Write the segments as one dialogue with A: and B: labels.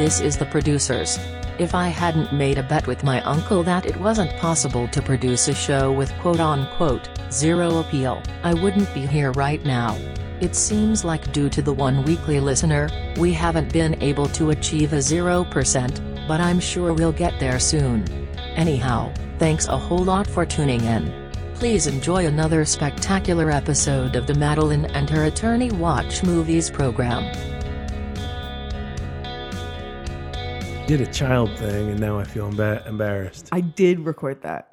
A: This is the producers. If I hadn't made a bet with my uncle that it wasn't possible to produce a show with quote unquote zero appeal, I wouldn't be here right now. It seems like due to the one weekly listener, we haven't been able to achieve a 0%, but I'm sure we'll get there soon. Anyhow, thanks a whole lot for tuning in. Please enjoy another spectacular episode of the Madeline and her attorney Watch Movies program.
B: did a child thing and now I feel emba- embarrassed.
C: I did record that.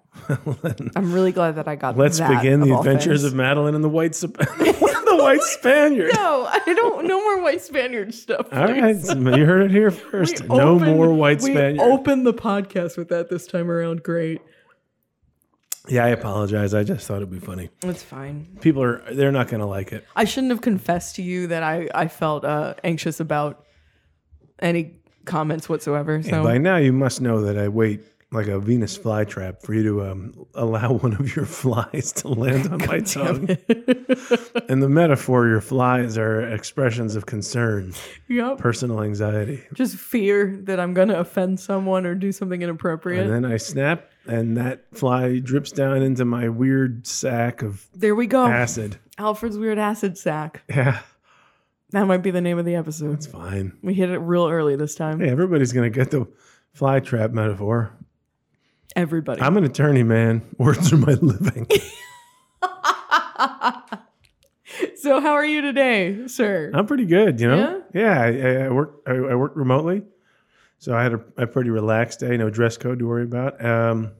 C: I'm really glad that I got.
B: Let's
C: that
B: begin
C: of
B: the
C: all
B: adventures
C: things.
B: of Madeline and the White Sp- the White Spaniard.
C: No, I don't. No more white Spaniard stuff.
B: All right,
C: please.
B: you heard it here first.
C: We
B: no
C: opened-
B: more White Spaniard.
C: We opened the podcast with that this time around. Great.
B: yeah, I apologize. I just thought it'd be funny.
C: That's fine.
B: People are they're not gonna like it.
C: I shouldn't have confessed to you that I I felt uh, anxious about any comments whatsoever. So
B: By now, you must know that I wait like a Venus flytrap for you to um, allow one of your flies to land on my tongue. and the metaphor, your flies are expressions of concern,
C: yep.
B: personal anxiety.
C: Just fear that I'm gonna offend someone or do something inappropriate.
B: And then I snap, and that fly drips down into my weird sack of
C: there we go.
B: acid.
C: Alfred's weird acid sack.
B: Yeah,
C: That might be the name of the episode.
B: it's fine.
C: We hit it real early this time.
B: Hey, everybody's gonna get the fly trap metaphor.
C: Everybody.
B: I'm an attorney, man. Words are my living.
C: so how are you today, sir?
B: I'm pretty good, you know. Yeah, I, I- I work. I, I work remotely, so I had a, a pretty relaxed day. No dress code to worry about. Um,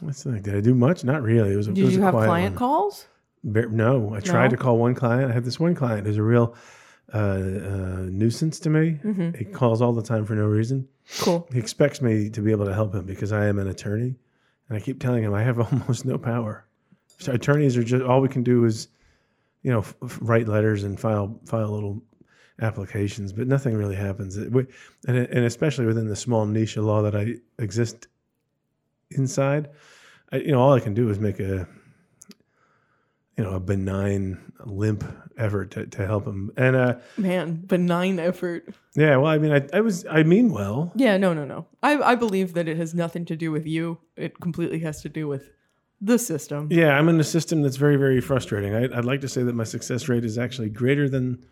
B: what's the thing? Did I do much? Not really. It was. A, it
C: Did
B: was a
C: you have
B: quiet
C: client
B: one.
C: calls?
B: Ba- No, I tried to
C: No?
B: call one client. I had this one client who's a real uh, uh, nuisance to me. He calls all the time for no reason.
C: Cool.
B: He expects me to be able to help him because I am an attorney, and I keep telling him I have almost no power. So attorneys are just all we can do is, you know, f- f- write letters and file file little applications, but nothing really happens. It- we- and and especially within the small niche of law that I exist inside, I, you know, all I can do is make a you know a benign limp effort to, to help him. And uh,
C: Man, benign effort.
B: yeah, well, I mean, I, I was I mean well.
C: Yeah, no, no, no. I, I believe that it has nothing to do with you. It completely has to do with the system.
B: Yeah, I'm in a system that's very, very frustrating. I, I'd like to say that my success rate is actually greater than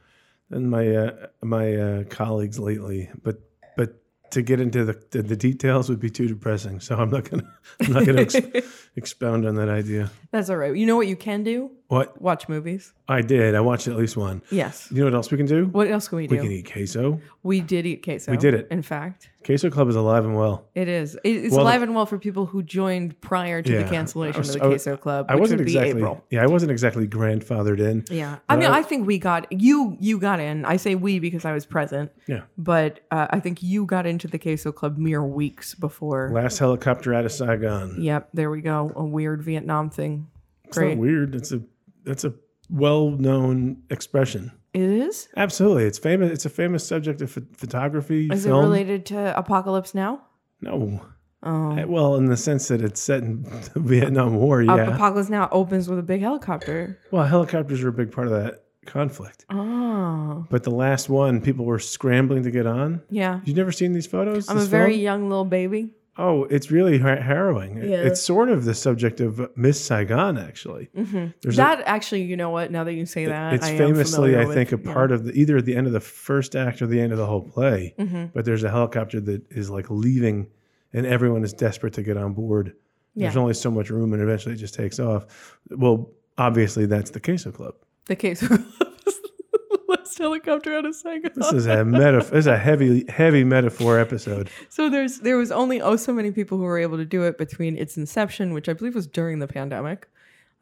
B: than my uh, my uh, colleagues lately, but but to get into the, the the details would be too depressing. So I'm not gonna I'm not gonna ex- expound on that idea.
C: That's all right. You know what you can do?
B: What
C: Watch movies.
B: I did, I watched at least one.
C: Yes.
B: You know what else we can do?
C: What else can we do?
B: We can eat queso.
C: We did eat queso.
B: We did it.
C: In fact,
B: Queso Club is alive and well.
C: it is. It- It's
B: Well,
C: alive and well for people who joined prior to
B: Yeah.
C: the cancellation
B: I was-
C: of the
B: I was-
C: queso club,
B: I
C: which
B: wasn't
C: would be
B: exactly.
C: April.
B: Yeah, I wasn't exactly grandfathered in.
C: Yeah. I mean, I think we got you you got in. I say we because I was present.
B: Yeah.
C: But uh, I think you got into the queso club mere weeks before.
B: Last helicopter out of Saigon.
C: Yep, there we go. A weird Vietnam thing.
B: It's not
C: Great.
B: weird. It's a that's a well known expression.
C: It is?
B: Absolutely, it's famous. It's a famous subject of ph- photography.
C: Is
B: film.
C: it related to Apocalypse Now?
B: No.
C: Oh.
B: Eh, Well, in the sense that it's set in the Vietnam War.
C: Uh,
B: Yeah.
C: Apocalypse Now opens with a big helicopter.
B: well, helicopters were a big part of that conflict.
C: Oh.
B: But the last one, people were scrambling to get on.
C: Yeah.
B: You've never seen these photos?
C: I'm a
B: this
C: very
B: film?
C: young little baby.
B: Oh, it's really har- harrowing. It-
C: Yeah.
B: It's sort of the subject of Miss Saigon, actually.
C: Mm-hmm.
B: There's a-
C: that actually, you know what? Now that you say that,
B: it's
C: I am
B: famously,
C: familiar
B: I
C: with,
B: think, a
C: yeah.
B: part of the either at the end of the first act or the end of the whole play.
C: Mhm.
B: But there's a helicopter that is like leaving, and everyone is desperate to get on board. There's
C: Yeah.
B: only so much room, and eventually it just takes off. Well, obviously that's the queso club.
C: the queso club. is the Last helicopter out of Saigon.
B: This is a metaphor. This is a heavy, heavy metaphor episode.
C: So there's there was only oh so many people who were able to do it between its inception, which I believe was during the pandemic.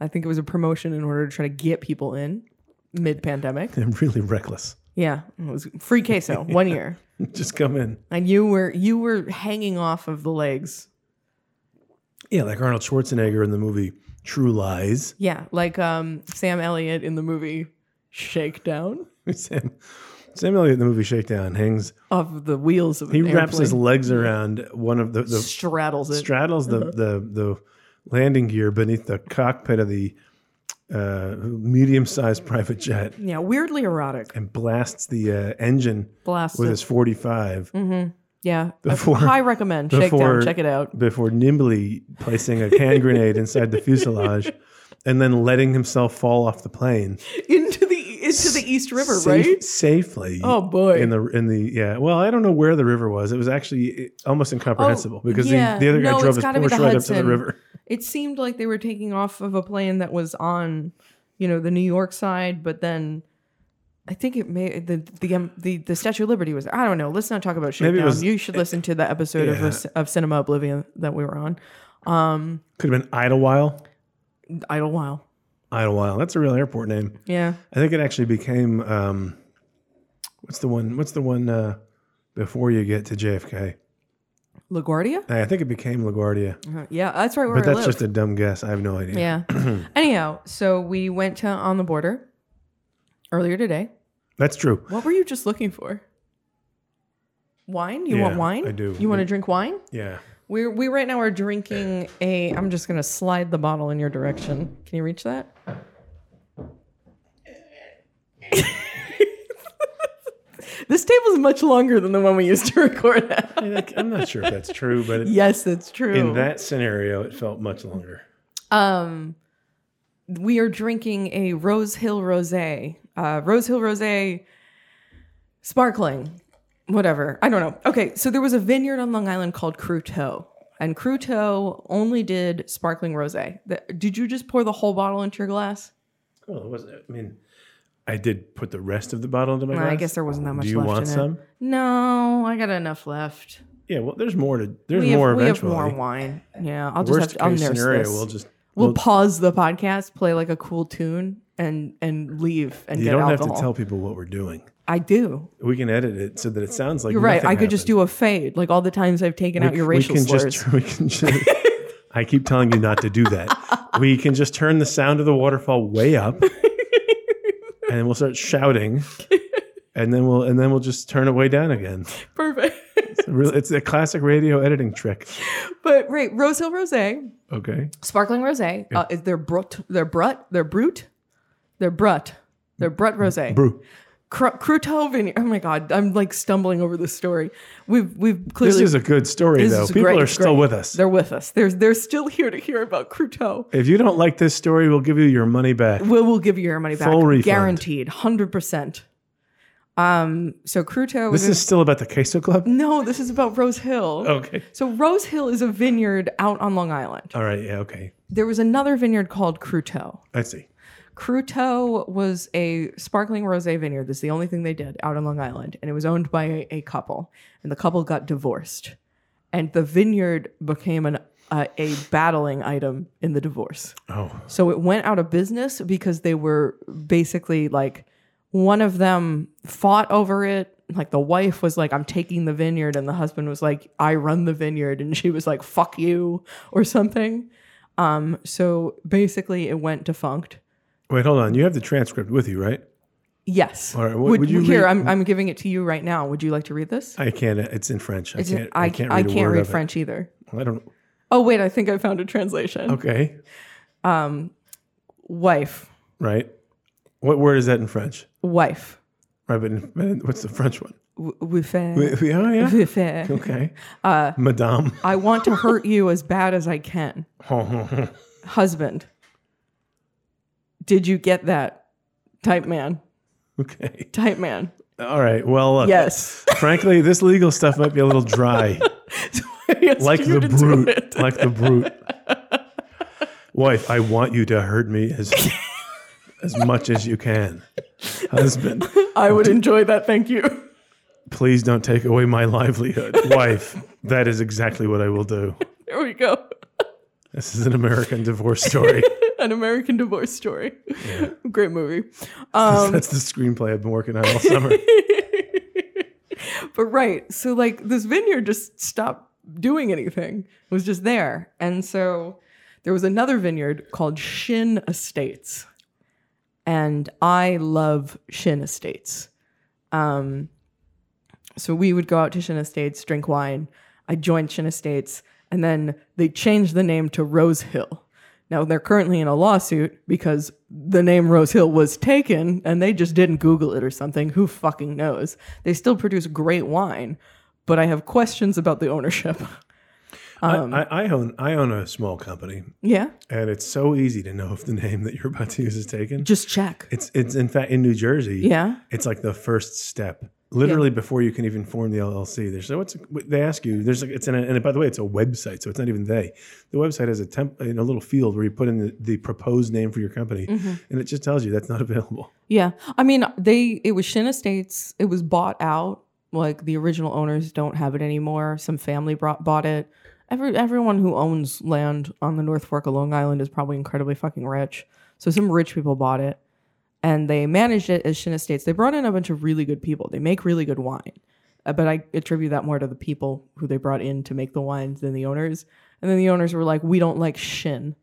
C: I think it was a promotion in order to try to get people in mid pandemic.
B: I'm really reckless.
C: Yeah, it was free queso one year,
B: Just come in.
C: and you were you were hanging off of the legs.
B: Yeah, like Arnold Schwarzenegger in the movie True Lies.
C: Yeah, like um, Sam Elliott in the movie Shakedown
B: Sam, Sam Elliott in the movie Shakedown hangs.
C: of the wheels of
B: He
C: an
B: wraps his
C: airplane,
B: legs around one of the, the
C: straddles it.
B: straddles the, the the landing gear beneath the cockpit of the uh, medium-sized private jet
C: Yeah, weirdly erotic.
B: and blasts the uh, engine
C: Blast.
B: with his 45
C: yeah.
B: Before-
C: high recommend.
B: before-
C: Shakedown. Mm, Check it out.
B: before nimbly placing a can grenade inside the fuselage and then letting himself fall off the plane
C: Into the into the East River,
B: safe-
C: right?
B: safely
C: Oh, boy.
B: in the in the yeah well i don't know where the river was it was actually eh, almost incomprehensible because the-
C: Oh, yeah.
B: the, other guy
C: No,
B: drove
C: it's
B: his
C: gotta be the
B: porsche right up to the
C: Hudson.
B: river
C: It seemed like they were taking off of a plane that was on, you know, the New York side, but then I think it may the the um, the, the Statue of Liberty was. I don't know. Let's not talk about
B: Maybe it
C: shakedown.
B: was-
C: you should listen to the episode of
B: Yeah.
C: of of Cinema Oblivion that we were on.
B: could have been idlewild
C: Idlewild.
B: idlewild that's a real airport name
C: Yeah.
B: I think it actually became um, what's the one? What's the one uh, before you get to JFK?
C: LaGuardia.
B: I think it became LaGuardia,
C: Uh-huh. Yeah, that's right where
B: but
C: I
B: that's
C: live.
B: just a dumb guess. I have no idea.
C: Yeah. Anyhow, so we went to on the border earlier today.
B: That's true.
C: What were you just looking for? Wine? You want
B: Yeah,
C: wine?
B: I do. Mm.
C: You want to drink wine?
B: Yeah,
C: We're we right now are drinking a. I'm just gonna slide the bottle in your direction. Can you reach that? this table's much longer than the one we used to record
B: I
C: at.
B: mean, like, I'm not sure if that's true, but it,
C: yes, that's true.
B: in that scenario, it felt much longer.
C: Um, we are drinking a Rose Hill Rosé. Uh, Rose Hill Rosé sparkling, whatever. I don't know. Okay, so there was a vineyard on Long Island called Cruteau, and Cruteau only did sparkling rosé. Th- Did you just pour the whole bottle into your glass?
B: Well, it was. I mean, I did put the rest of the bottle into my
C: Nah,
B: glass.
C: I guess there wasn't that much
B: Do you
C: left
B: want
C: in
B: some?
C: it. No, I got enough left.
B: Yeah. Well, there's more to. There's
C: we
B: more
C: have, we have
B: eventually.
C: more wine. Yeah, I'll just
B: Worst
C: have to. I'll
B: case
C: nurse
B: scenario,
C: this.
B: we'll just.
C: We'll,
B: we'll-
C: pause the podcast, play like a cool tune, and and leave and
B: you
C: get
B: don't
C: alcohol.
B: have to tell people what we're doing.
C: I do.
B: We can edit it so that it sounds like
C: You're right. I
B: nothing
C: could just
B: happened.
C: do a fade, like all the times I've taken out your racial
B: can
C: slurs.
B: Just, we can just, I keep telling you not to do that. We can just turn the sound of the waterfall way up, and we'll start shouting, and then we'll and then we'll just turn it way down again.
C: Perfect.
B: It's a, real- it's a classic radio editing trick.
C: but right, Rose Hill Rosé,
B: Okay,
C: sparkling rosé. Uh, is their brut, their brut, their brut, their brut, their brut rosé.
B: brew.
C: Cr- Cruteau Vineyard. Oh my god, I'm like stumbling over this story. We've we've clearly
B: This is a good story
C: This
B: though.
C: is
B: People
C: great,
B: are still
C: great.
B: with us.
C: they're with us. They're they're still here to hear about Cruteau.
B: If you don't like this story, we'll give you your money back.
C: We'll, we'll give you your money back,
B: Full refund.
C: guaranteed, hundred percent. Um. So Cruteau.
B: This is Oh, still about the Queso Club.
C: no. This is about Rose Hill.
B: Okay.
C: So Rose Hill is a vineyard out on Long Island.
B: All right. Yeah. Okay.
C: There was another vineyard called Cruteau.
B: I see.
C: Cruteau was a sparkling rosé vineyard. That's the only thing they did out on Long Island, and it was owned by a, a couple. And the couple got divorced, and the vineyard became an uh, a battling item in the divorce.
B: Oh,
C: So it went out of business because they were basically like one of them fought over it. Like the wife was like, I'm taking the vineyard, and the husband was like, I run the vineyard, and she was like, fuck you, or something. Um, so basically it went defunct.
B: wait. Hold on. You have the transcript with you, right?
C: Yes.
B: All right, what- would you
C: here,
B: read-
C: I'm, I'm giving it to you right now. Would you like to read this?
B: I can't. It's in French. I
C: It's-
B: can't. I, can't read, a word of it.
C: French either.
B: I don't.
C: Oh, wait, I think I found a translation.
B: Okay.
C: Wife,
B: Right. What word is that in French?
C: wife,
B: Right, but, in, but in- what's the French one?
C: w- wife,
B: Oh, yeah.
C: wife.
B: Okay. Uh, Madame.
C: I want to hurt you as bad as I can. Husband, did you get that? Type man,
B: okay.
C: type man.
B: All right. Well, look,
C: Yes.
B: frankly, this legal stuff might be a little dry, like the brute, like the brute. Wife, I want you to hurt me as as much as you can. Husband,
C: I would enjoy that. Thank you.
B: please don't take away my livelihood. Wife, that is exactly what I will do.
C: There we go.
B: This is an American divorce story.
C: An American divorce story. Great movie. Um,
B: That's the screenplay I've been working on all summer.
C: But right, so like this vineyard just stopped doing anything. It was just there. And so there was another vineyard called Shin Estates. And I love Shin Estates. Um so we would go out to Shin Estates, drink wine. I joined Shin Estates and then they changed the name to Rose Hill. Now they're currently in a lawsuit because the name Rose Hill was taken and they just didn't Google it or something. Who fucking knows? They still produce great wine, but I have questions about the ownership. Um,
B: I, I, I own I own a small company,
C: yeah,
B: and it's so easy to know if the name that you're about to use is taken.
C: just check.
B: It's it's in fact in New Jersey.
C: Yeah.
B: it's like the first step. Literally before you can even form the LLC, there's so what's they ask you. There's like it's in a, and by the way, it's a website, so it's not even they. The website has a temp in a little field where you put in the, the proposed name for your company,
C: Mm-hmm.
B: and it just tells you that's not available.
C: Yeah. I mean, they it was Shin Estates. It was bought out. Like the original owners don't have it anymore. Some family brought, bought it. Every everyone who owns land on the North Fork of Long Island is probably incredibly fucking rich. So some rich people bought it and they managed it as Shin Estates. They brought in a bunch of really good people. They make really good wine. Uh, but I attribute that more to the people who they brought in to make the wines than the owners. And then the owners were like, "We don't like Shin."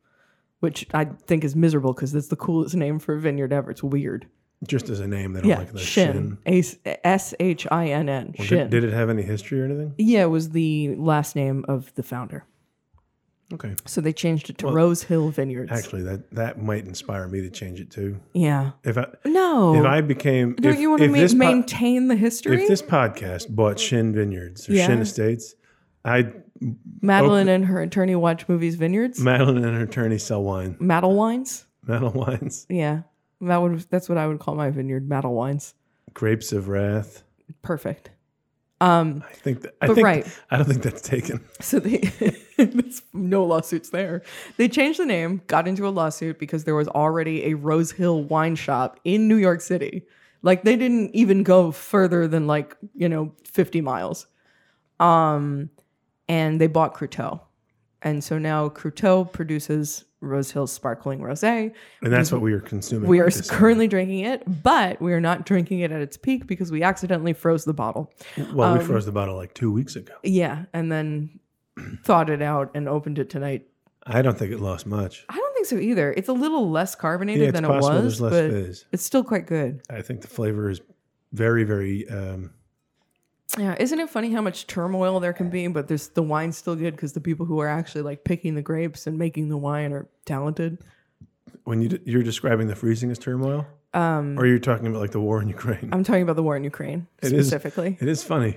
C: Which I think is miserable because that's the coolest name for a vineyard ever. It's weird.
B: Just as a name, they don't
C: Yeah,
B: like the
C: Shin. S H I N N.
B: Well,
C: Shin.
B: Did, did it have any history or anything?
C: yeah, it was the last name of the founder.
B: Okay,
C: So they changed it to Rose Hill Vineyards.
B: actually, that that might inspire me to change it too.
C: yeah.
B: If I
C: No.
B: if I became
C: Don't
B: if,
C: you want to
B: if this po-
C: maintain the history?
B: if this podcast bought Shin Vineyards or Shin
C: Yeah.
B: Estates, I'd
C: Madeline and her attorney watch movies vineyards?
B: Madeline and her attorney sell wine.
C: Maddle wines?
B: Madeline wines,
C: Yeah. That would that's what I would call my vineyard, Maddle wines.
B: grapes of wrath.
C: Perfect. Um
B: I think that, I
C: But
B: think
C: right.
B: I don't think that's taken.
C: So they, there's no lawsuits there. They changed the name, got into a lawsuit because there was already a Rose Hill wine shop in New York City. Like they didn't even go further than like, you know, 50 miles. Um, and they bought Cruteau. And so now Cruteau produces Rose Hill sparkling rosé.
B: And that's what we are consuming.
C: We are
B: at this-
C: currently drinking it, but we are not drinking it at its peak because we accidentally froze the bottle.
B: well,
C: um,
B: we froze the bottle like two weeks ago.
C: Yeah, and then thawed it out and opened it tonight
B: I don't think it lost much.
C: I don't think so either. It's a little less carbonated
B: Yeah, it's
C: than it
B: possible
C: was,
B: there's less
C: but
B: fizz.
C: it's still quite good.
B: I think the flavor is very, very. Um,
C: Yeah, isn't it funny how much turmoil there can be, but there's the wine's still good because the people who are actually like picking the grapes and making the wine are talented.
B: when you d- you're describing the freezing as turmoil,
C: Um,
B: or you're talking about like the war in Ukraine.
C: I'm talking about the war in Ukraine
B: It is-
C: specifically.
B: it is funny.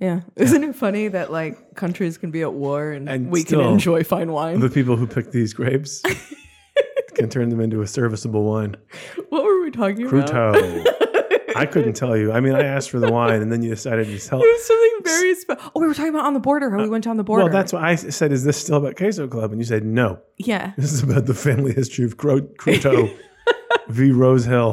C: yeah, isn't it funny that like countries can be at war and,
B: And
C: we
B: still-
C: can enjoy fine wine?
B: The people who pick these grapes can turn them into a serviceable wine.
C: what were we talking about?
B: Cruteau. I couldn't tell you. I mean, I asked for the wine, and then you decided to tell.
C: It was something very special. Oh, we were talking about on the border. How we went on the border.
B: Uh, Well, that's why I said, "Is this still about Queso Club?" And you said, "No,
C: yeah.
B: this is about the family history of Cro- Cruteau v. Rose Hill."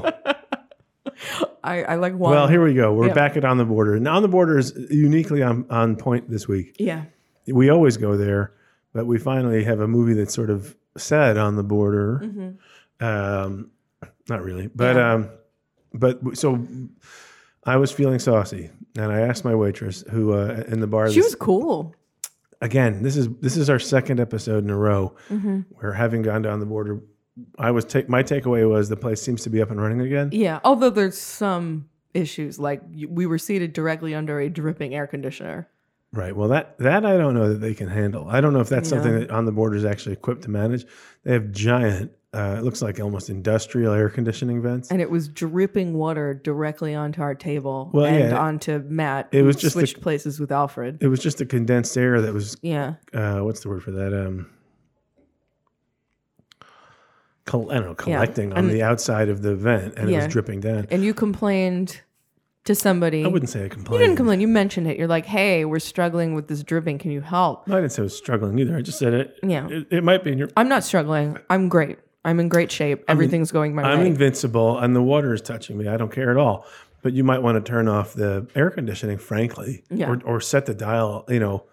C: I, I like wine.
B: Well, here we go. We're
C: Yeah.
B: back at on the border, and on the border is uniquely on, on point this week.
C: yeah.
B: We always go there, but we finally have a movie that's sort of set on the border. Um, not really, but
C: Mm-hmm. Yeah.
B: um, but so I was feeling saucy, and I asked my waitress who uh, in the bar.
C: She
B: this-
C: was cool.
B: again, this is this is our second episode in a row
C: Mm-hmm.
B: where having gone down the border, I was take my takeaway was the place seems to be up and running again.
C: Yeah, although there's some issues. Like y- we were seated directly under a dripping air conditioner.
B: Right. Well, that that I don't know that they can handle. I don't know if that's something that on the border is actually equipped to manage. They have giant. Uh, it looks like almost industrial air conditioning vents.
C: And it was dripping water directly onto our table
B: Well,
C: and
B: yeah.
C: onto Matt.
B: It
C: who
B: was just the-
C: switched places with Alfred.
B: It was just a condensed air that was
C: Yeah.
B: uh, what's the word for that? Um, col- I don't know, collecting on
C: And-
B: the outside of the vent, and it
C: Yeah.
B: was dripping down.
C: And you complained to somebody.
B: I wouldn't say I
C: you
B: complained.
C: didn't complain. You mentioned it. You're like, "Hey, we're struggling with this dripping. Can you help?"
B: No, I didn't say I was struggling either. I just said it.
C: Yeah.
B: It, it might be in your
C: I'm not struggling. I'm great. I'm in great shape. Everything's going my
B: I'm
C: way.
B: invincible and the water is touching me. I don't care at all. But you might want to turn off the air conditioning, frankly,
C: Yeah.
B: or, or set the dial, you know,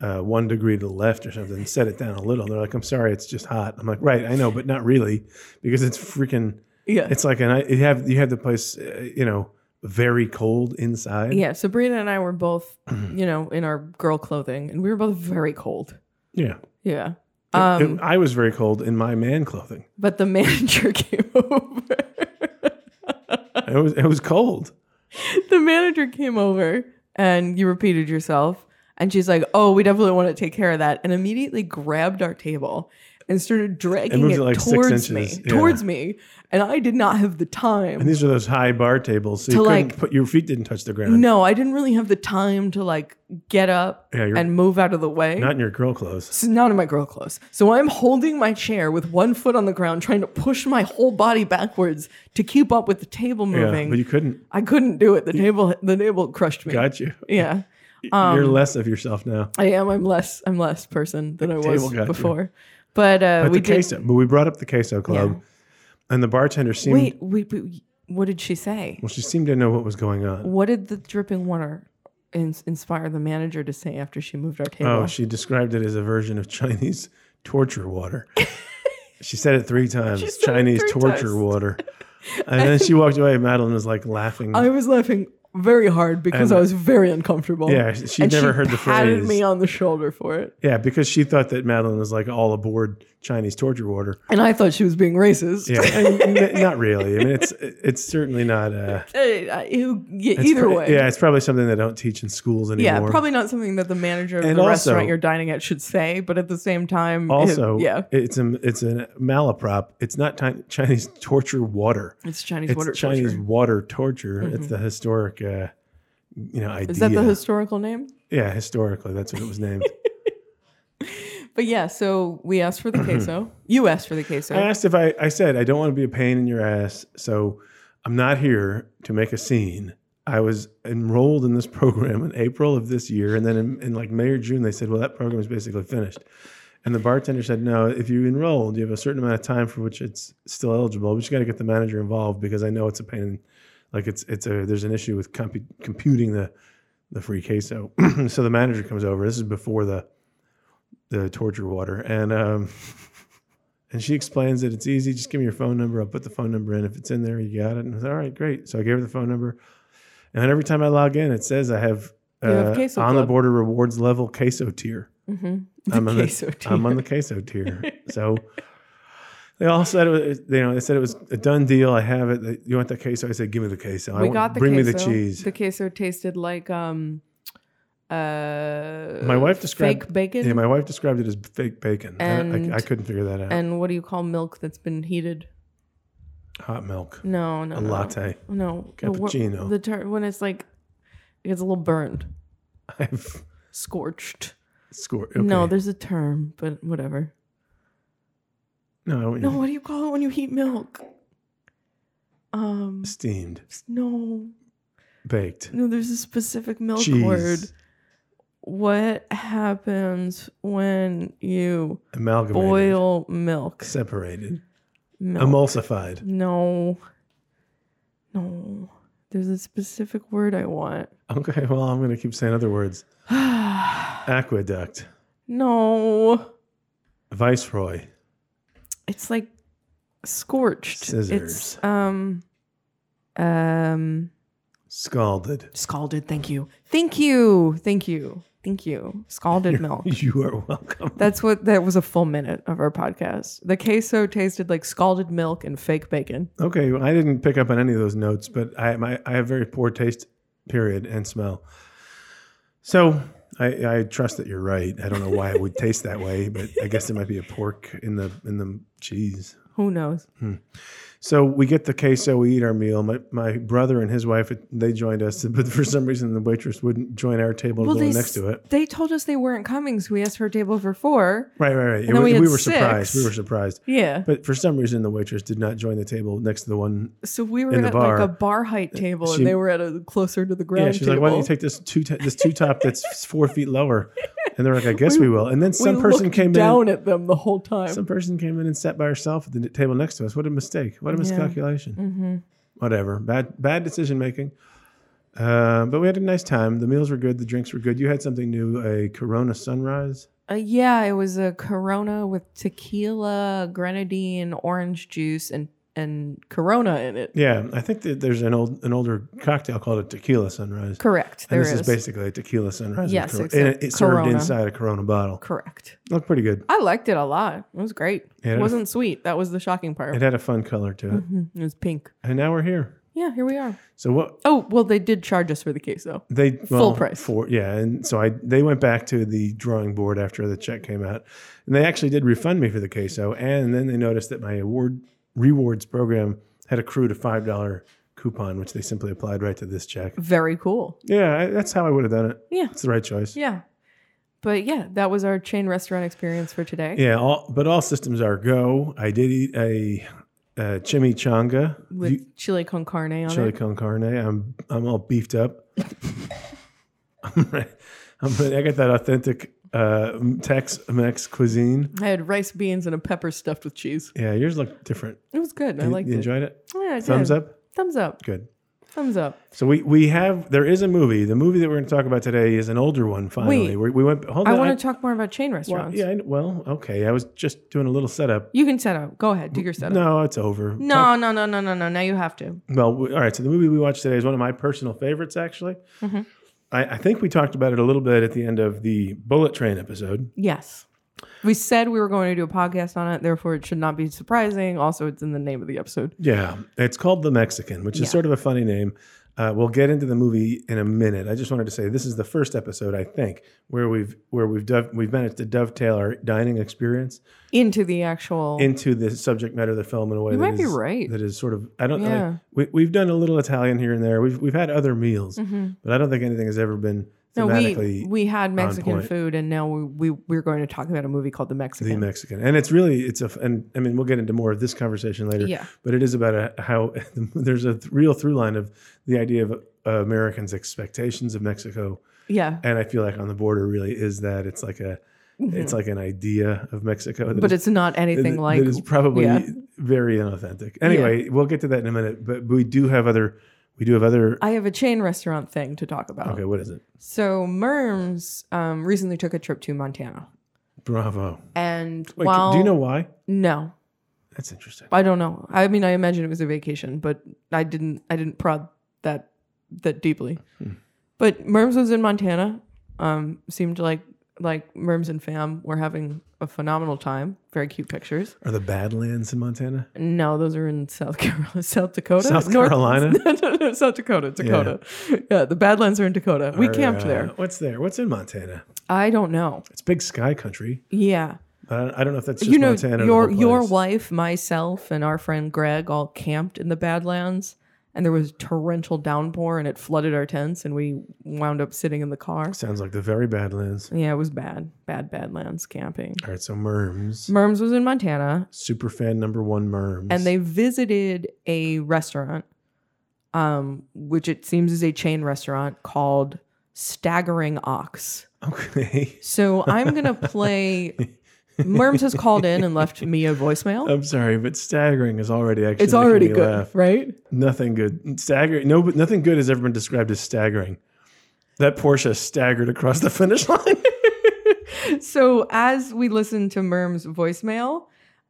B: uh, one degree to the left or something, set it down a little. They're like, I'm sorry, it's just hot. I'm like, right, I know, but not really because it's freaking,
C: yeah.
B: it's like, and you have, you have the place, uh, you know, very cold inside.
C: yeah. Sabrina and I were both, you know, in our girl clothing, and we were both very cold.
B: Yeah.
C: Yeah.
B: It-
C: Um,
B: it- I was very cold in my man clothing.
C: But the manager came over.
B: It was, it was cold.
C: the manager came over and you repeated yourself. And she's like, oh, we definitely want to take care of that. And immediately grabbed our table and started dragging
B: moves
C: it,
B: it like six inches,
C: towards me,
B: yeah.
C: towards me, and I did not have the time.
B: And these are those high bar tables, so you
C: To,
B: couldn't
C: like-
B: put your feet didn't touch the ground.
C: no, I didn't really have the time to like get up
B: Yeah, you're-
C: and move out of the way.
B: Not in your girl clothes.
C: It's not in my girl clothes. So I'm holding my chair with one foot on the ground, trying to push my whole body backwards to keep up with the table
B: Yeah,
C: moving.
B: but you couldn't.
C: I couldn't do it. The table, the table crushed me.
B: Got you.
C: Yeah,
B: You're
C: Um,
B: less of yourself now.
C: I am. I'm less. I'm less person than I was
B: table got you.
C: before. But, uh,
B: But
C: we
B: the
C: did.
B: queso, but we brought up the queso club, and the bartender seemed.
C: Wait, wait, wait, what did she say?
B: Well, she seemed to know what was going on.
C: What did the dripping water in- inspire the manager to say after she moved our table?
B: Oh, she described it as a version of Chinese torture water. she said it three times.
C: said it
B: Chinese
C: three
B: torture
C: times.
B: water. And then she walked away. Madeline was like laughing.
C: I was laughing very hard because
B: And-
C: I was very uncomfortable.
B: Yeah, she'd
C: and
B: never
C: she
B: heard the
C: patted
B: phrase.
C: me on the shoulder for it,
B: yeah, because she thought that Madeline was like all aboard Chinese torture water.
C: and I thought she was being racist.
B: Yeah, and n- not really. I mean, it's it's certainly not. Uh,
C: Hey, I- ew, yeah,
B: it's
C: either
B: pro-
C: way.
B: yeah, it's probably something they don't teach in schools anymore.
C: Yeah, probably not something that the manager of
B: And
C: the
B: also-
C: restaurant you're dining at should say, but at the same time, it-
B: Also,
C: yeah,
B: it's a it's a malaprop. It's not ti- Chinese torture water.
C: it's Chinese
B: It's
C: water
B: Chinese
C: culture.
B: water torture. It's the historic, uh, you know, idea.
C: Is that the historical name?
B: yeah, historically, that's what it was named.
C: But yeah, so we asked for the queso. you asked for the queso.
B: I asked if I I said I don't want to be a pain in your ass, so I'm not here to make a scene. I was enrolled in this program in April of this year, and then in, in like May or June, they said, "Well, that program is basically finished." And the bartender said, "No, if you enrolled, you have a certain amount of time for which it's still eligible, but you got to get the manager involved because I know it's a pain. Like it's it's a there's an issue with compu computing the the free queso. so the manager comes over. This is before the the torture water, and um, and she explains that it's easy. Just give me your phone number. I'll put the phone number in. If it's in there, you got it. And I was all right, great. So I gave her the phone number, and then every time I log in, it says I have, uh,
C: You have Queso
B: on the
C: Club. Mm-hmm.
B: border rewards level queso tier. I'm on
C: queso
B: the, I'm on the queso tier. So they all said it was, you know, they said it was a done deal. I have it. They- You want the queso? I said, give me the queso. I
C: we
B: want-
C: got the
B: bring
C: queso.
B: me the cheese.
C: The queso tasted like um, uh,
B: my wife described
C: fake bacon
B: Yeah, my wife described it as fake bacon. And I-
C: And-
B: I, couldn't figure that out.
C: and what do you call milk that's been heated?
B: Hot milk,
C: No, no,
B: a
C: no.
B: latte.
C: No, the wor-
B: Cappuccino.
C: The ter- when it's like it gets a little burned,
B: I've
C: scorched.
B: scored.
C: No,
B: okay.
C: there's a term, but whatever.
B: no,
C: No, what do you call it when you heat milk? Um,
B: steamed,
C: s- no,
B: baked,
C: no. There's a specific milk
B: cheese,
C: word. What happens when you
B: amalgamated,
C: boil milk?
B: separated,
C: Milk.
B: emulsified,
C: No. No. There's a specific word I want.
B: Okay, well, I'm going to keep saying other words. Aqueduct,
C: No.
B: Viceroy,
C: It's like scorched.
B: Scissors.
C: It's um um
B: Scalded.
C: scalded. Thank you. Thank you. Thank you. Thank you. Scalded milk.
B: You are welcome.
C: That's what that was a full minute of our podcast. The queso tasted like scalded milk and fake bacon.
B: Okay, well, I didn't pick up on any of those notes, but I, my, I have very poor taste, period, and smell. So I, I trust that you're right. I don't know why it would taste that way, but I guess it might be a pork in the in the cheese.
C: Who knows?
B: So we get the queso, we eat our meal. My, my brother and his wife they joined us, but for some reason the waitress wouldn't join our table to the one
C: they
B: next to it.
C: they told us they weren't coming, so we asked for a table for four.
B: Right, right, right. It
C: then
B: was-
C: we
B: we,
C: had
B: were surprised. We
C: six.
B: were surprised.
C: Yeah.
B: But for some reason, the waitress did not join the table next to the one.
C: So we were
B: in the
C: at like
B: bar. uh,
C: a bar height table,
B: she-
C: and they were at a closer to the ground.
B: Yeah, she's
C: table.
B: like, "Why don't you take this two t- this two top that's four feet lower?" And they're like, "I guess we, will." And then
C: We
B: some person
C: looked
B: came
C: down at them the whole time.
B: in. Some person came in and sat by herself at the table next to us. What a mistake! What a miscalculation!
C: Mm-hmm.
B: Whatever. Bad bad decision making. Uh, but we had a nice time. The meals were good. The drinks were good. You had something new, a Corona Sunrise.
C: Uh, yeah, it was a Corona with tequila, grenadine, orange juice, and and Corona in it.
B: Yeah, I think that there's an old an older cocktail called a Tequila Sunrise.
C: Correct. There
B: and
C: is
B: this is. basically a tequila sunrise. with
C: Yes,
B: Cor-
C: except
B: and it, it served
C: Corona.
B: inside a Corona bottle.
C: correct.
B: Looked pretty good.
C: I liked it a lot. It was great.
B: Yeah, it
C: it
B: is.
C: wasn't sweet. That was the shocking part. Mm-hmm.
B: It
C: It,
B: had a fun color to it.
C: was pink.
B: And now we're here.
C: Yeah, here we are.
B: So what
C: Oh, well, they did charge us for the case, though.
B: They
C: Full
B: well,
C: price.
B: for yeah, and so I they went back to the drawing board after the check came out, and they actually did refund me for the queso, and then they noticed that my award rewards program had accrued a five dollar coupon, which they simply applied right to this check.
C: Very cool.
B: Yeah, I, that's how I would have done it.
C: Yeah.
B: It's the right choice.
C: Yeah. But yeah, that was our chain restaurant experience for today.
B: Yeah, all, but all systems are go. I did eat a, a chimichanga,
C: With
B: you-
C: chili con carne on
B: chili
C: it.
B: con carne. I'm I'm all beefed up. I'm ready. I'm ready. I got that authentic uh, Tex Mex cuisine.
C: I had rice beans and a pepper stuffed with cheese.
B: Yeah, yours looked different.
C: It was good. I
B: You-
C: liked
B: you
C: it.
B: enjoyed it.
C: Yeah, I did.
B: Thumbs up.
C: Thumbs up.
B: Good.
C: Thumbs up.
B: So we we have there is a movie. The movie that we're going to talk about today is an older one. Finally,
C: Wait.
B: we, we went. Hold
C: I
B: on.
C: want to talk more about chain
B: well,
C: restaurants.
B: yeah. I- Well, okay. I was just doing a little setup.
C: You can set up. Go ahead. Do your setup.
B: No, it's over.
C: No, no, no, no, no, no. Now you have to.
B: Well, we, all right. So the movie we watched today is one of my personal favorites, actually.
C: Mhm.
B: I, I think we talked about it a little bit at the end of the Bullet Train episode.
C: Yes. We said we were going to do a podcast on it, therefore it should not be surprising. Also, it's in the name of the episode.
B: Yeah, it's called The Mexican, which is
C: Yeah.
B: sort of a funny name. Uh, we'll get into the movie in a minute. I just wanted to say this is the first episode I think where we've where we've dove, we've managed to dovetail our dining experience
C: Into the actual.
B: into the subject matter of the film in a way
C: You
B: that
C: might be
B: is-
C: right.
B: that is sort of I don't know.
C: Yeah.
B: we, we've done a little Italian here and there. We've we've had other meals,
C: Mhm.
B: but I don't think anything has ever been
C: No,
B: thematically
C: we we had Mexican
B: point.
C: food, and now we, we we're going to talk about a movie called The Mexican.
B: the Mexican. And it's really it's a f- and I mean we'll get into more of this conversation later.
C: Yeah.
B: but it is about a, how there's a th- real through line of the idea of uh, Americans' expectations of Mexico,
C: yeah,
B: and I feel like on the border really is that it's like a it's like an idea of Mexico, that
C: Mm-hmm. but
B: is-
C: it's not anything
B: that-
C: like
B: that is probably
C: yeah.
B: very inauthentic. Anyway, we'll get to that in a minute, but we do have other we do have other.
C: I have a chain restaurant thing to talk about.
B: okay, what is it?
C: So Merms um, recently took a trip to Montana,
B: Bravo.
C: and
B: Wait,
C: while
B: do you know why?
C: no,
B: That's interesting.
C: I don't know. I mean, I imagine it was a vacation, but I didn't. I didn't prod that that deeply.
B: Hmm.
C: But Merms was in Montana. Um, seemed like like Merms and fam were having a phenomenal time. Very cute pictures.
B: Are the Badlands in Montana?
C: No, those are in South Carolina, South Dakota,
B: South
C: uh, North-
B: Carolina?
C: no, no, no, South Dakota, Dakota. Yeah. the Badlands are in Dakota. We
B: Or,
C: camped
B: uh,
C: there.
B: What's there? What's in Montana?
C: I don't know.
B: It's big sky country.
C: Yeah.
B: I don't, I don't know if that's just
C: you know,
B: Montana. or the
C: your
B: whole
C: your
B: place.
C: wife, myself, and our friend Greg all camped in the Badlands, and there was torrential downpour, and it flooded our tents, and we wound up sitting in the car.
B: sounds like the very Badlands.
C: Yeah, it was bad, bad Badlands camping.
B: All right, so Merms,
C: Merms was in Montana,
B: super fan number one Merms,
C: and they visited a restaurant, um, which it seems is a chain restaurant called Staggering Ox.
B: okay.
C: So I'm gonna play. Merms has called in and left me a voicemail.
B: I'm sorry, but staggering is already actually
C: it's already
B: making me
C: good,
B: laugh.
C: right?
B: Nothing good, staggering. No, but nothing good has ever been described as staggering. That Porsche staggered across the finish line.
C: So, as we listen to Merm's voicemail,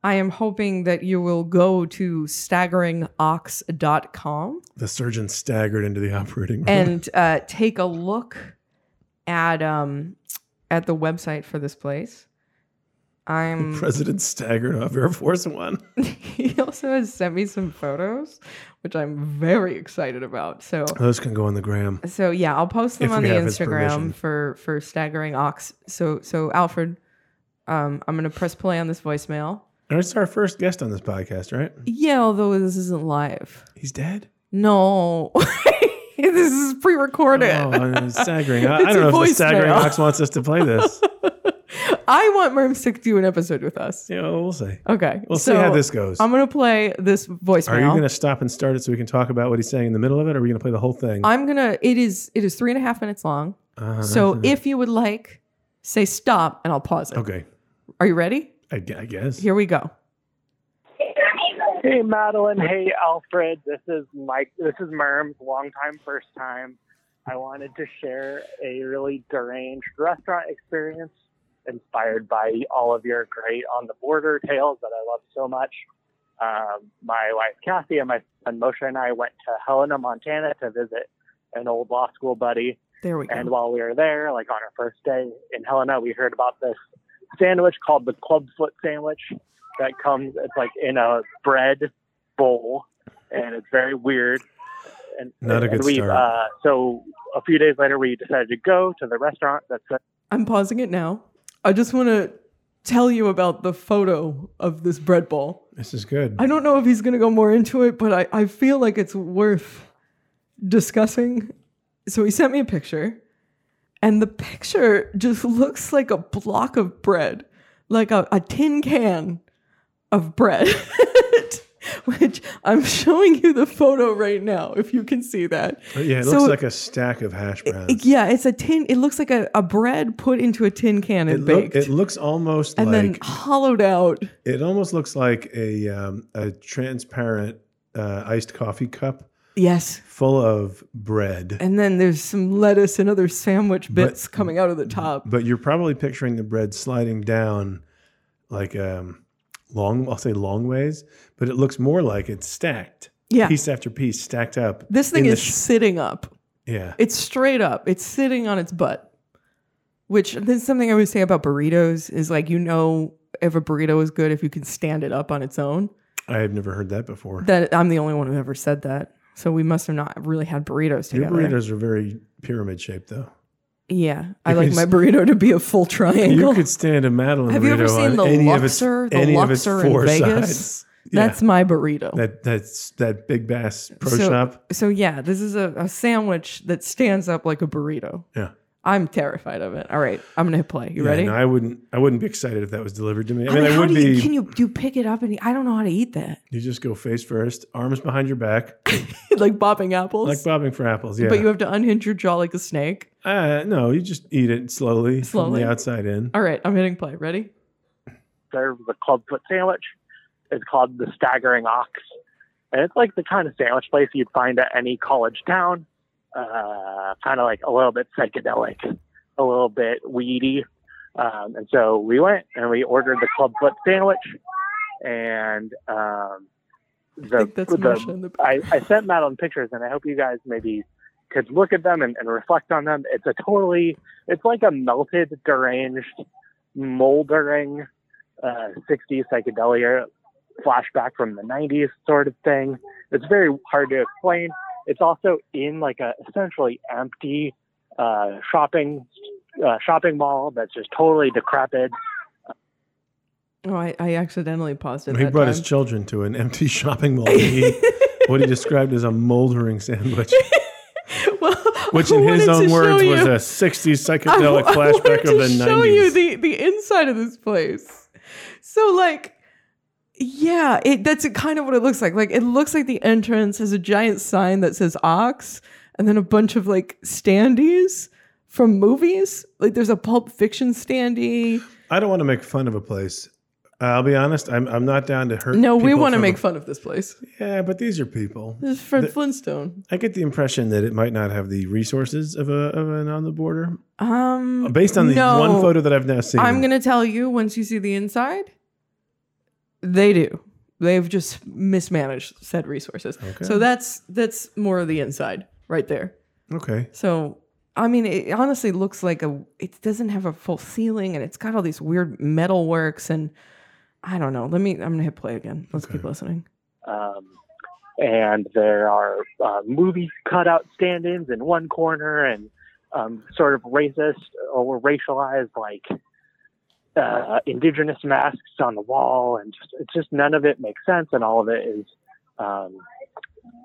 C: I am hoping that you will go to staggeringox.com
B: the surgeon staggered into the operating room.
C: and uh, take a look at um, at the website for this place. I'm.
B: President staggered off Air Force One.
C: he also has sent me some photos, which I'm very excited about. So,
B: Those can go on the gram.
C: so yeah, I'll post them
B: If
C: on
B: we
C: the
B: have his permission.
C: Instagram for for staggering ox. So, so Alfred, um, I'm gonna press play on this voicemail.
B: And it's our first guest on this podcast, right?
C: Yeah, although this isn't live.
B: He's dead.
C: No. this is pre recorded.
B: Oh, and it's staggering. I, I
C: It's a
B: don't know if the
C: voicemail.
B: staggering ox wants us to play this.
C: I want Merms to do an episode with us.
B: Yeah, well, we'll see.
C: Okay.
B: We'll see
C: so um,
B: how this goes.
C: I'm going to play this voicemail.
B: are you going to stop and start it so we can talk about what he's saying in the middle of it? Or are we going to play the whole thing?
C: I'm going to, it is, it is three and a half minutes long.
B: Uh,
C: So if you would like, say stop and I'll pause it.
B: okay,
C: Are you ready?
B: I, gu- I guess.
C: Here we go.
D: Hey Madeline, hey Alfred. This is Mike. This is Merms, long time, first time. I wanted to share a really deranged restaurant experience inspired by all of your great on the border tales that I love so much. Um, my wife Kathy and my son Moshe and I went to Helena, Montana to visit an old law school buddy.
C: There we go.
D: And while we were there, like on our first day in Helena, we heard about this sandwich called the clubfoot sandwich that comes, it's like in a bread bowl and it's very weird. and
B: Not a
D: and
B: good
D: we,
B: start.
D: Uh, so a few days later, we decided to go to the restaurant that's
C: I'm pausing it now. I just want to tell you about the photo of this bread bowl.
B: This is good.
C: I don't know if he's going to go more into it, but I, I feel like it's worth discussing. So he sent me a picture, and the picture just looks like a block of bread, like a, a tin can of bread, which I'm showing you the photo right now, if you can see that.
B: yeah, it
C: so-
B: looks like a stack of hash browns.
C: It- yeah, it's a tin, it looks like a, a bread put into a tin can
B: It,
C: and
B: loo-
C: baked.
B: it looks almost
C: and
B: like
C: then hollowed out.
B: it almost looks like a um, a transparent uh, iced coffee cup
C: Yes.
B: full of bread.
C: And then there's some lettuce and other sandwich
B: But-
C: bits coming out of the top.
B: but you're probably picturing the bread sliding down like um long I'll say long ways, but it looks more like it's stacked.
C: Yeah.
B: Piece after piece stacked up.
C: This thing
B: in the
C: is
B: sh-
C: sitting up.
B: yeah.
C: It's straight up. It's sitting on its butt. Which this is something I would say about burritos is like you know if a burrito is good if you can stand it up on its own.
B: I have never heard that before.
C: That I'm the only one who ever said that. So we must have not really had burritos
B: Your
C: together.
B: burritos are very pyramid shaped though.
C: Yeah. I
B: You
C: like
B: could
C: my
B: s-
C: burrito to be a full
B: You
C: triangle.
B: could stand a Madeline
C: have
B: burrito
C: you ever seen
B: on
C: the
B: any of its
C: Luxor? The
B: any of its
C: Luxor in
B: four sides.
C: Vegas?
B: Yeah.
C: That's my burrito.
B: That that's that big bass pro
C: So-
B: shop.
C: So yeah, this is a, a sandwich that stands up like a burrito.
B: Yeah.
C: I'm terrified of it. All right, I'm gonna hit play. You
B: Yeah,
C: ready?
B: no, I wouldn't I wouldn't be excited if that was delivered to me. I
C: I
B: mean
C: mean,
B: I
C: how
B: would
C: do you,
B: be
C: Can you you pick it up and eat- I don't know how to eat that.
B: you just go face first, arms behind your back,
C: like bopping apples,
B: like bobbing for apples. Yeah.
C: but you have to unhinge your jaw like a snake.
B: Uh, no, you just eat it slowly, from
C: Slowly?
B: the outside in.
C: All right, I'm hitting play. Ready?
D: serves the clubfoot sandwich. It's called the Staggering Ox, and it's like the kind of sandwich place you'd find at any college town. Uh, kind of like a little bit psychedelic, a little bit weedy. Um, and so we went and we ordered the clubfoot sandwich, and um, the,
C: I think that's
D: the-
C: Masha in the
D: I, I sent Madeline pictures, and I hope you guys maybe could look at them and, and reflect on them. It's a totally, it's like a melted, deranged, moldering uh, 60s psychedelia flashback from the 90s sort of thing. It's very hard to explain. It's also in like a essentially empty uh, shopping uh, shopping mall that's just totally decrepit.
C: Oh, I, I accidentally paused it.
B: he
C: that
B: brought his
C: time.
B: children to an empty shopping mall to eat what he described as a moldering sandwich,
C: well,
B: which
C: I
B: in his
C: wanted to
B: own
C: show
B: words was
C: you-
B: a 60s psychedelic
C: I, I
B: flashback
C: wanted to
B: of the
C: show you
B: 90s.
C: the, the inside of this place. So like, yeah, it, that's kind of what it looks like. Like it looks like the entrance has a giant sign that says Ox, and then a bunch of like standees from movies. Like there's a Pulp Fiction standee.
B: I don't want to make fun of a place. I'll be honest, I'm, I'm not down to hurt
C: No, we
B: people
C: want to
B: from
C: make
B: a-
C: fun of this place.
B: Yeah, but these are people.
C: This is Fred
B: The-
C: Flintstone.
B: I get the impression that it might not have the resources of, a, of an on the border.
C: Um,
B: Based on the
C: no.
B: one photo that I've now seen,
C: I'm gonna tell you once you see the inside. They do. They've just mismanaged said resources.
B: Okay.
C: So that's that's more of the inside right there.
B: Okay.
C: So I mean, it honestly looks like a. It doesn't have a full ceiling, and it's got all these weird metal works, and I don't know. Let me. I'm gonna hit play again. Let's keep
B: Okay.
C: listening.
D: Um, and there are uh, movie cutout stand-ins in one corner and um, sort of racist or racialized like uh, indigenous masks on the wall and just, it's just none of it makes sense and all of it is um,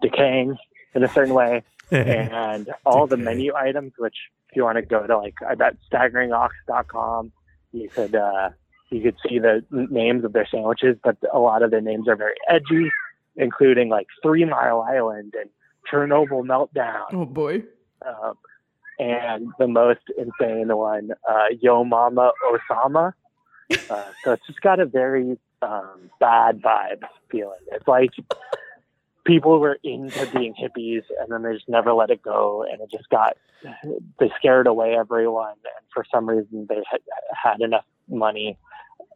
D: decaying in a certain way and all the
B: Okay.
D: menu items, which if you want to go to like I bet staggeringox.com, you could uh, you could see the names of their sandwiches, but a lot of their names are very edgy, including like Three Mile Island and Chernobyl Meltdown,
C: Oh boy.
D: um, and the most insane one, uh, Yo Mama Osama. Uh, so it's just got a very um, bad vibe feeling. It's like people were into being hippies and then they just never let it go and it just got they scared away everyone and for some reason they had, had enough money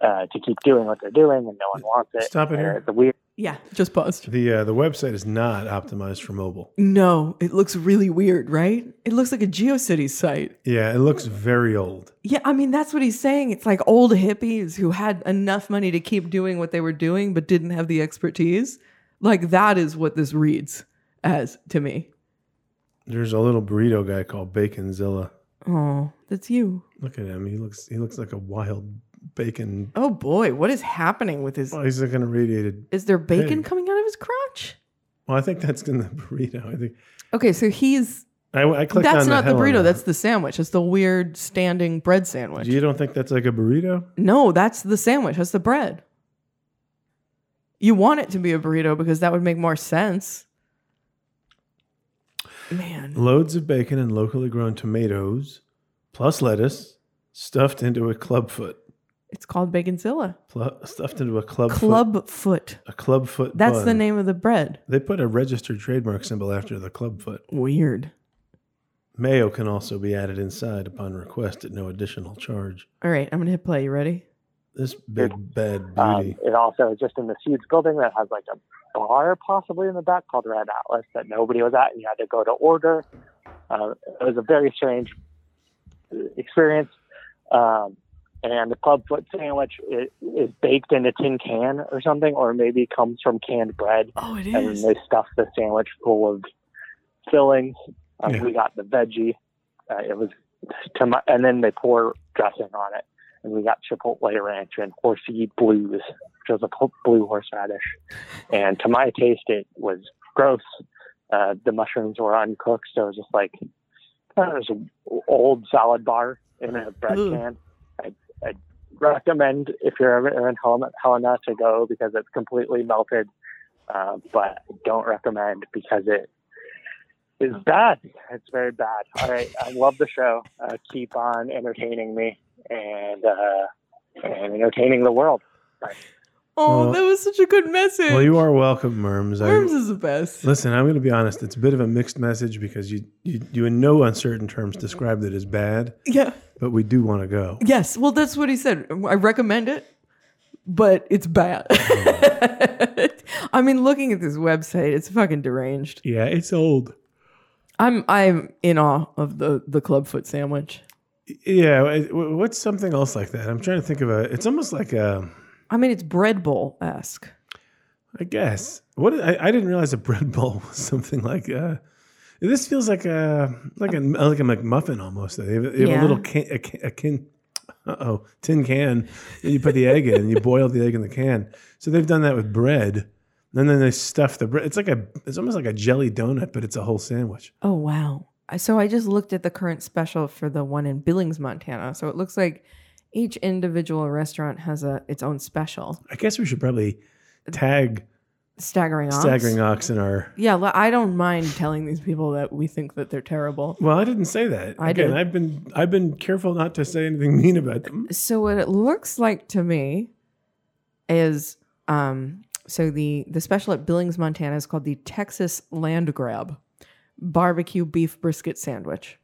D: uh, to keep doing what they're doing and no one wants it.
B: Stop it
D: And
B: here.
D: It's a weird.
C: Yeah. Just paused.
B: The uh, the website is not optimized for mobile.
C: No, it looks really weird, right? It looks like a GeoCities site.
B: Yeah, it looks very old.
C: Yeah, I mean that's what he's saying. It's like old hippies who had enough money to keep doing what they were doing but didn't have the expertise. Like that is what this reads as to me.
B: There's a little burrito guy called Baconzilla.
C: Oh, that's you.
B: Look at him. He looks he looks like a wild bacon.
C: Oh boy, what is happening with his?
B: Well, he's like an irradiated.
C: Is there bacon
B: Pig.
C: coming out of his crotch?
B: Well, I think that's in the burrito. I think
C: Okay, so he's
B: I, I clicked
C: that's
B: on
C: not the
B: hell on
C: burrito.
B: that.
C: That's the sandwich. That's the weird standing bread sandwich.
B: You don't think that's like a burrito?
C: No, that's the sandwich. That's the bread. You want it to be a burrito because that would make more sense. Man.
B: Loads of bacon and locally grown tomatoes, plus lettuce, stuffed into a clubfoot.
C: It's called Baconzilla.
B: Pl- stuffed into a clubfoot.
C: Club foot.
B: A clubfoot.
C: That's the
B: bun.
C: name of the bread.
B: They put a registered trademark symbol after the clubfoot.
C: Weird.
B: Mayo can also be added inside upon request at no additional charge.
C: All right, I'm gonna hit play. You ready?
B: This big bad
D: Um,
B: beauty.
D: it also is just in this huge building that has like a bar possibly in the back called Red Atlas that nobody was at and you had to go to order. Uh, it was a very strange uh, experience. Um, and the clubfoot sandwich i- is baked in a tin can or something, or maybe comes from canned bread
C: Oh, it
D: and they stuff the sandwich full of fillings. Um,
B: Yeah.
D: We got the veggie. Uh, it was to my, and then they pour dressing on it. And we got Chipotle Ranch and Horsey Blues, which was a po- blue horseradish. And to my taste, it was gross. Uh, the mushrooms were uncooked, so it was just like uh, it was an old salad bar in a bread
C: Ooh.
D: can. I, I recommend if you're ever in Helena, Helena to go because it's completely melted, uh, but I don't recommend because it is bad. It's very bad. All right, I love the show. Uh, keep on entertaining me and uh, and entertaining the world.
C: Oh,
B: Well-
C: that was such a good message.
B: Well, you are welcome, Merms. I-
C: Worms is the best.
B: Listen, I'm going to be honest. It's a bit of a mixed message because you, you, you in no uncertain terms described it as bad,
C: Yeah.
B: but we do want to go.
C: Yes. Well, that's what he said. I recommend it, but it's bad.
B: Oh.
C: I mean, looking at this website, it's fucking deranged.
B: Yeah, it's old.
C: I'm I'm in awe of the the clubfoot sandwich.
B: Yeah, it- w- what's something else like that? I'm trying to think of a. It's almost like a.
C: I mean, it's bread bowl esque.
B: I guess what I, I didn't realize a bread bowl was something like. Uh, this feels like a like a like a McMuffin almost. They have, they have
C: Yeah.
B: a little can, a, can, a can, uh-oh, tin can. And you put the egg in, and you boil the egg in the can. So they've done that with bread, and then they stuff the bread. It's like a it's almost like a jelly donut, but it's a whole sandwich.
C: Oh wow! I- So I just looked at the current special for the one in Billings, Montana. So it looks like each individual restaurant has a its own special.
B: I guess we should probably tag
C: Staggering odds.
B: staggering ox in our.
C: Yeah, li- I don't mind telling these people that we think that they're terrible.
B: Well, I didn't say that.
C: I
B: Again,
C: did.
B: I've been I've been careful not to say anything mean about them.
C: So what it looks like to me is um so the the special at Billings, Montana is called the Texas Land Grab barbecue beef brisket sandwich.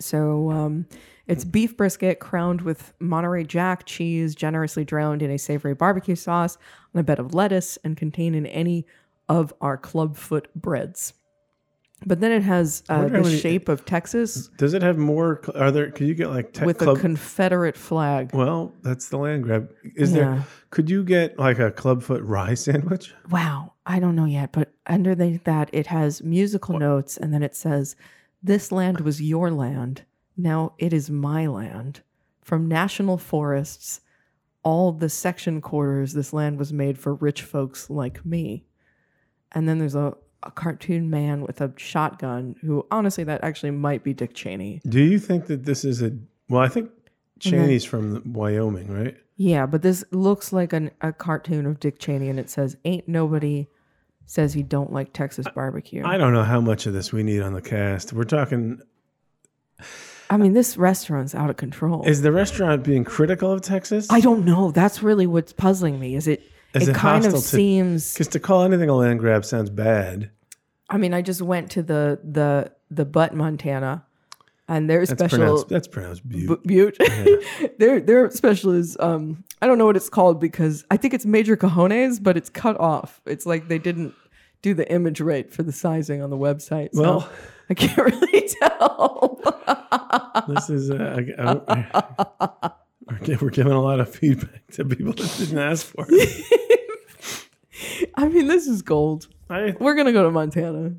C: So um it's
B: Hmm.
C: beef brisket crowned with Monterey Jack cheese, generously drowned in a savory barbecue sauce on a bed of lettuce and contained in any of our clubfoot breads. But then it has
B: I
C: uh,
B: wonder how
C: the
B: many-
C: shape of Texas
B: Does it have more? cl- Are there? Could you get like tech
C: with
B: club?
C: a Confederate flag.
B: well, that's the land grab. Is
C: Yeah.
B: there? Could you get like a clubfoot rye sandwich?
C: wow, I don't know yet, but underneath that it has musical notes and then it says, This land was your land. Now it is my land. From national forests, all the section quarters, this land was made for rich folks like me. And then there's a, a cartoon man with a shotgun who, honestly, that actually might be Dick Cheney.
B: Do you think that this is a? Well, I think Cheney's from Wyoming, right?
C: Yeah, but this looks like an, a cartoon of Dick Cheney and it says, Ain't nobody says he don't like Texas barbecue.
B: I don't know how much of this we need on the cast. We're talking.
C: I mean, this restaurant's out of control.
B: Is the restaurant being critical of Texas?
C: I don't know. That's really what's puzzling me. Is it?
B: Is
C: it,
B: it
C: kind of
B: hostile to-
C: seems.
B: Because to call anything a land grab sounds bad.
C: I mean, I just went to the the the Butt Montana, and their
B: That's
C: special
B: pronounced. That's pronounced
C: Bu-
B: beaut.
C: Butte. their their special is um I don't know what it's called because I think it's Major Cajones, but it's cut off. It's like they didn't do the image right for the sizing on the website. So
B: Well-
C: I can't really tell.
B: This is. Uh, I- I- we're gi- we're giving a lot of feedback to people that didn't ask for it.
C: I mean, this is gold.
B: I
C: We're gonna go to Montana.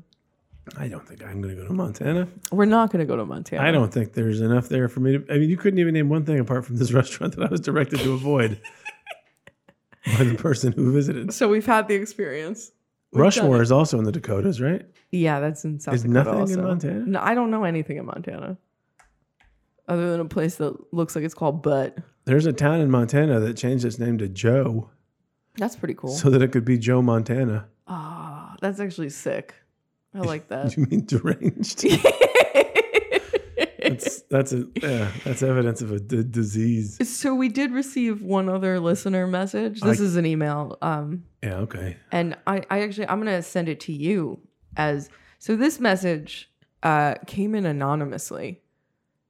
B: I don't think I'm going to go to Montana.
C: We're not going to go to Montana.
B: I don't think there's enough there for me to. I mean, you couldn't even name one thing apart from this restaurant that I was directed to avoid by the person who visited.
C: So we've had the experience. We've done
B: Rushmore
C: it.
B: is also in the Dakotas, right?
C: Yeah, that's in South
B: Is
C: Dakota.
B: nothing in
C: also.
B: Montana?
C: No, I don't know anything in Montana, other than a place that looks like it's called Butt.
B: There's a town in Montana that changed its name to Joe
C: That's pretty cool.
B: so that it could be Joe Montana.
C: Ah, that's actually sick. I like that.
B: You mean deranged? that's that's a yeah, that's evidence of a d- disease.
C: so we did receive one other listener message. This
B: I-
C: is an email. Um,
B: Yeah, okay.
C: and I, I actually I'm gonna send it to you as so this message uh came in anonymously.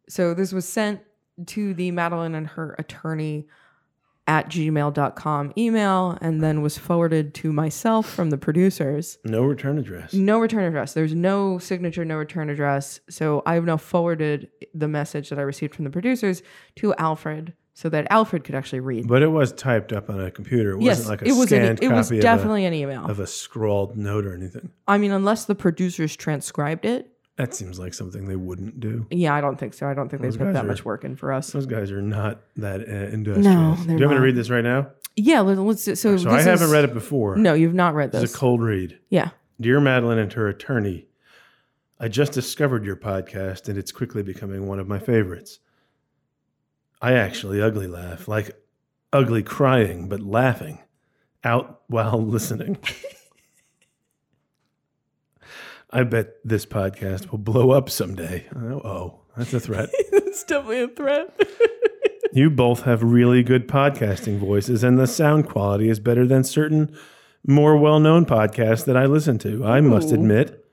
C: So this was sent to the Madeline and her attorney at gmail.com email and then was forwarded to myself from the producers.
B: No return address.
C: No return address. There's no signature, no return address. So I've now forwarded the message that I received from the producers to Alfred so that Alfred could actually read.
B: But it was typed up on a computer. It wasn't
C: yes,
B: like a
C: it was an, e,
B: scanned
C: it
B: copy
C: was
B: of a-
C: definitely an email.
B: of a scrawled note or anything.
C: I mean, unless the producers transcribed it.
B: That seems like something they wouldn't do.
C: Yeah, I don't think so. I don't think they
B: Those
C: put
B: guys
C: that
B: are-
C: much work in for us.
B: Those guys are not that uh, industrious.
C: No,
B: do
C: they're
B: you want me to
C: not.
B: read this right now?
C: Yeah, let- let's. So,
B: So
C: this
B: I haven't
C: is-
B: read it before.
C: No, you've not read
B: this
C: this.
B: is a cold read.
C: yeah.
B: Dear Madeline and her attorney, I just discovered your podcast and it's quickly becoming one of my favorites. I actually ugly laugh, like ugly crying, but laughing out while listening. I bet this podcast will blow up someday. Oh, oh that's a threat.
C: it's definitely a threat.
B: You both have really good podcasting voices, and the sound quality is better than certain more well known podcasts that I listen to. I must
C: Ooh.
B: admit,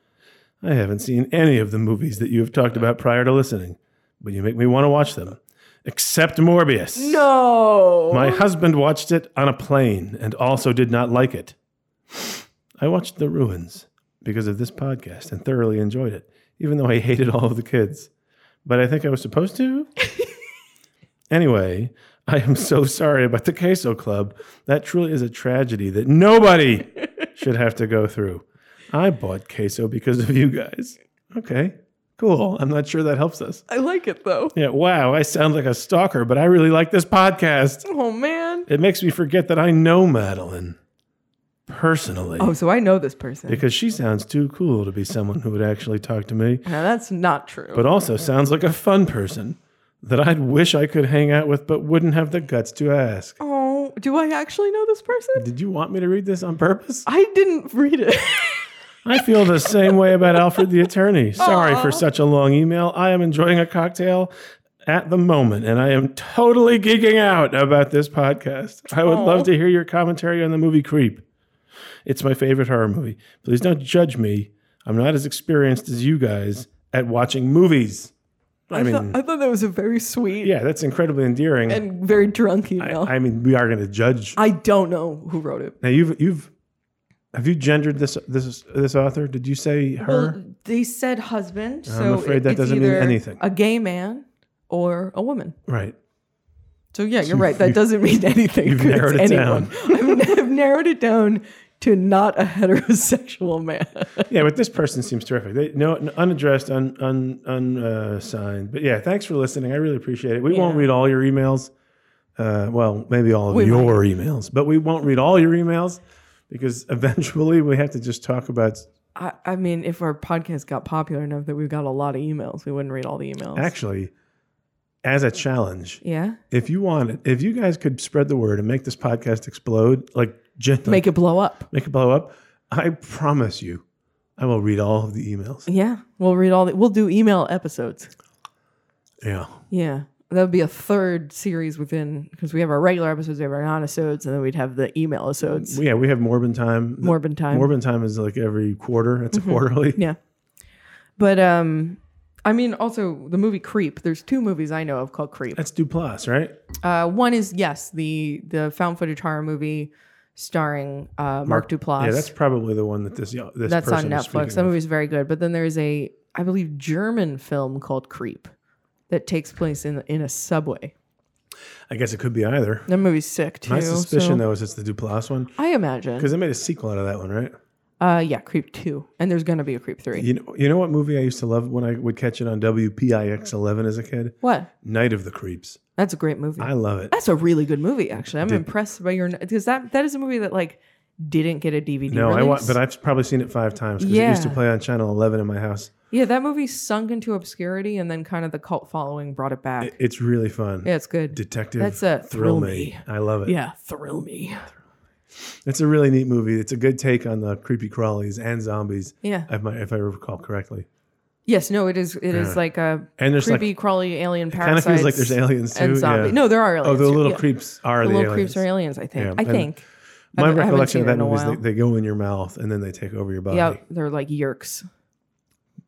B: I haven't seen any of the movies that you have talked about prior to listening, but you make me want to watch them, except Morbius.
C: no.
B: My husband watched it on a plane and also did not like it. I watched The Ruins because of this podcast and thoroughly enjoyed it, even though I hated all of the kids. But I think I was supposed to. anyway, I am so sorry about the Queso Club. That truly is a tragedy that nobody should have to go through. I bought queso because of you guys. Okay, cool. I'm not sure that helps us.
C: I like it though.
B: Yeah, wow, I sound like a stalker, but I really like this podcast.
C: Oh man.
B: It makes me forget that I know Madeline personally
C: Oh, so I know this person.
B: because she sounds too cool to be someone who would actually talk to me,
C: now that's not true.
B: but also sounds like a fun person that I'd wish I could hang out with but wouldn't have the guts to ask.
C: oh, do I actually know this person?
B: Did you want me to read this on purpose?
C: I didn't read it.
B: I feel the same way about Alfred the attorney. Sorry
C: Aw.
B: for such a long email. I am enjoying a cocktail at the moment and I am totally geeking out about this podcast. I would
C: Aw.
B: love to hear your commentary on the movie Creep. It's my favorite horror movie. Please don't judge me. I'm not as experienced as you guys at watching movies. I, mean,
C: thought, I thought that was a very sweet
B: yeah, that's incredibly endearing.
C: and very drunk
B: I,
C: email. I,
B: I mean, we are going to judge.
C: don't know who wrote it.
B: Now you've you've have you gendered this this this author? Did you say her?
C: Well, they said husband.
B: I'm
C: so
B: afraid
C: it-
B: that
C: it's
B: doesn't mean
C: either
B: anything.
C: A gay man or a woman.
B: right.
C: So yeah, you're right. That doesn't mean anything.
B: You've
C: 'cause
B: narrowed
C: it's
B: it
C: anyone. I've, I've narrowed it down to not a heterosexual man.
B: Yeah, but this person seems terrific. They no unaddressed, un un unsigned. But yeah, thanks for listening. I really appreciate it. We won't
C: Yeah.
B: read all your emails. Uh, well, maybe all of
C: We
B: your emails, but we won't read all your emails because eventually we have to just talk about.
C: I, I mean, if our podcast got popular enough that we got a lot of emails, we wouldn't read all the emails.
B: Actually, as a challenge,
C: yeah,
B: if you want it, if you guys could spread the word and make this podcast explode, like gently
C: make it blow up.
B: make it blow up, I promise you, I will read all of the emails.
C: Yeah, we'll read all the. We'll do email episodes.
B: Yeah,
C: Yeah, that would be a third series within because we have our regular episodes, we have our non-episodes, and then we'd have the email episodes.
B: yeah. We have Morbin time. The-
C: Morbid time. Mm-hmm.
B: Morbin time is like every quarter. It's a quarterly.
C: Yeah. But um I mean also the movie Creep, there's two movies I know of called Creep.
B: That's Duplass, right?
C: Uh one is yes, the the found footage horror movie starring uh Mark, Duplass.
B: Yeah, that's probably the one that this yo- this
C: That's on
B: person was speaking
C: Netflix. That
B: of.
C: movie's very good. But then there's a I believe German film called Creep that takes place in in a subway.
B: I guess it could be either.
C: That movie's sick too.
B: My suspicion
C: so
B: though is it's the Duplass one
C: I imagine.
B: because they made a sequel out of that one, right?
C: Uh, yeah, Creep Two, and there's gonna be a Creep Three.
B: You know, you know what movie I used to love when I would catch it on WPIX 11 as a kid?
C: What?
B: Night of the Creeps.
C: That's a great movie.
B: I love it.
C: That's a really good movie, actually. I'm
B: Did-
C: impressed by your because that that is a movie that like didn't get a DVD.
B: No, I
C: release.
B: want, but I've probably seen it five times because it used to
C: Yeah.
B: play on Channel 11 in my house.
C: yeah, that movie sunk into obscurity, and then kind of the cult following brought it back.
B: It- it's really fun.
C: yeah, it's good.
B: Detective
C: That's a
B: Thrill
C: Thrill
B: Me.
C: Me.
B: I love it.
C: yeah, thrill me.
B: It's a really neat movie. It's a good take on the creepy crawlies and zombies,
C: Yeah.
B: if, my, if I recall correctly.
C: Yes. No. It is. It is
B: Yeah.
C: like a
B: And there's
C: creepy,
B: like,
C: crawly alien
B: it kind of
C: parasites.
B: feels like there's aliens too.
C: and zombie.
B: yeah.
C: No, there are aliens.
B: oh, the
C: too.
B: little
C: Yeah.
B: creeps are
C: The
B: the,
C: little
B: aliens.
C: creeps are aliens. I think.
B: Yeah,
C: I
B: and-
C: think.
B: My
C: I haven't
B: recollection of
C: seen it
B: that
C: in a
B: movie is
C: while.
B: they, they go in your mouth and then they take over your body.
C: Yeah, they're like yerks.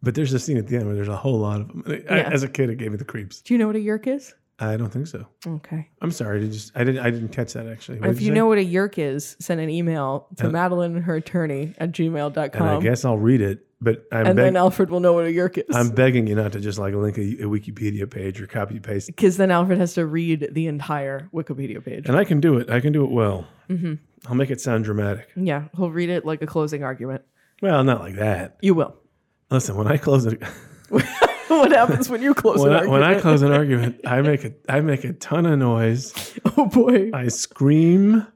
B: But there's a scene at the end where there's a whole lot of them. And I-
C: Yeah.
B: as a kid, it gave me the creeps.
C: Do you know what a yerk is?
B: I don't think so.
C: Okay.
B: I'm sorry. I just I didn't I didn't catch that actually. What
C: if
B: did
C: you
B: say?
C: know what a yerk is, send an email to
B: And-
C: Madeline and her attorney at gmail.com.
B: and I guess I'll read it, but I'm
C: and
B: beg-
C: then Alfred will know what a yerk is.
B: I'm begging you not to just like link a, a Wikipedia page or copy paste.
C: Because then Alfred has to read the entire Wikipedia page.
B: And I can do it. I can do it well.
C: hmm
B: I'll make it sound dramatic.
C: Yeah, he'll read it like a closing argument.
B: Well, not like that.
C: You will.
B: Listen, when I close a,
C: what happens when you close
B: when,
C: an
B: I,
C: argument?
B: when I close an argument, I make a I make a ton of noise.
C: oh boy.
B: I scream.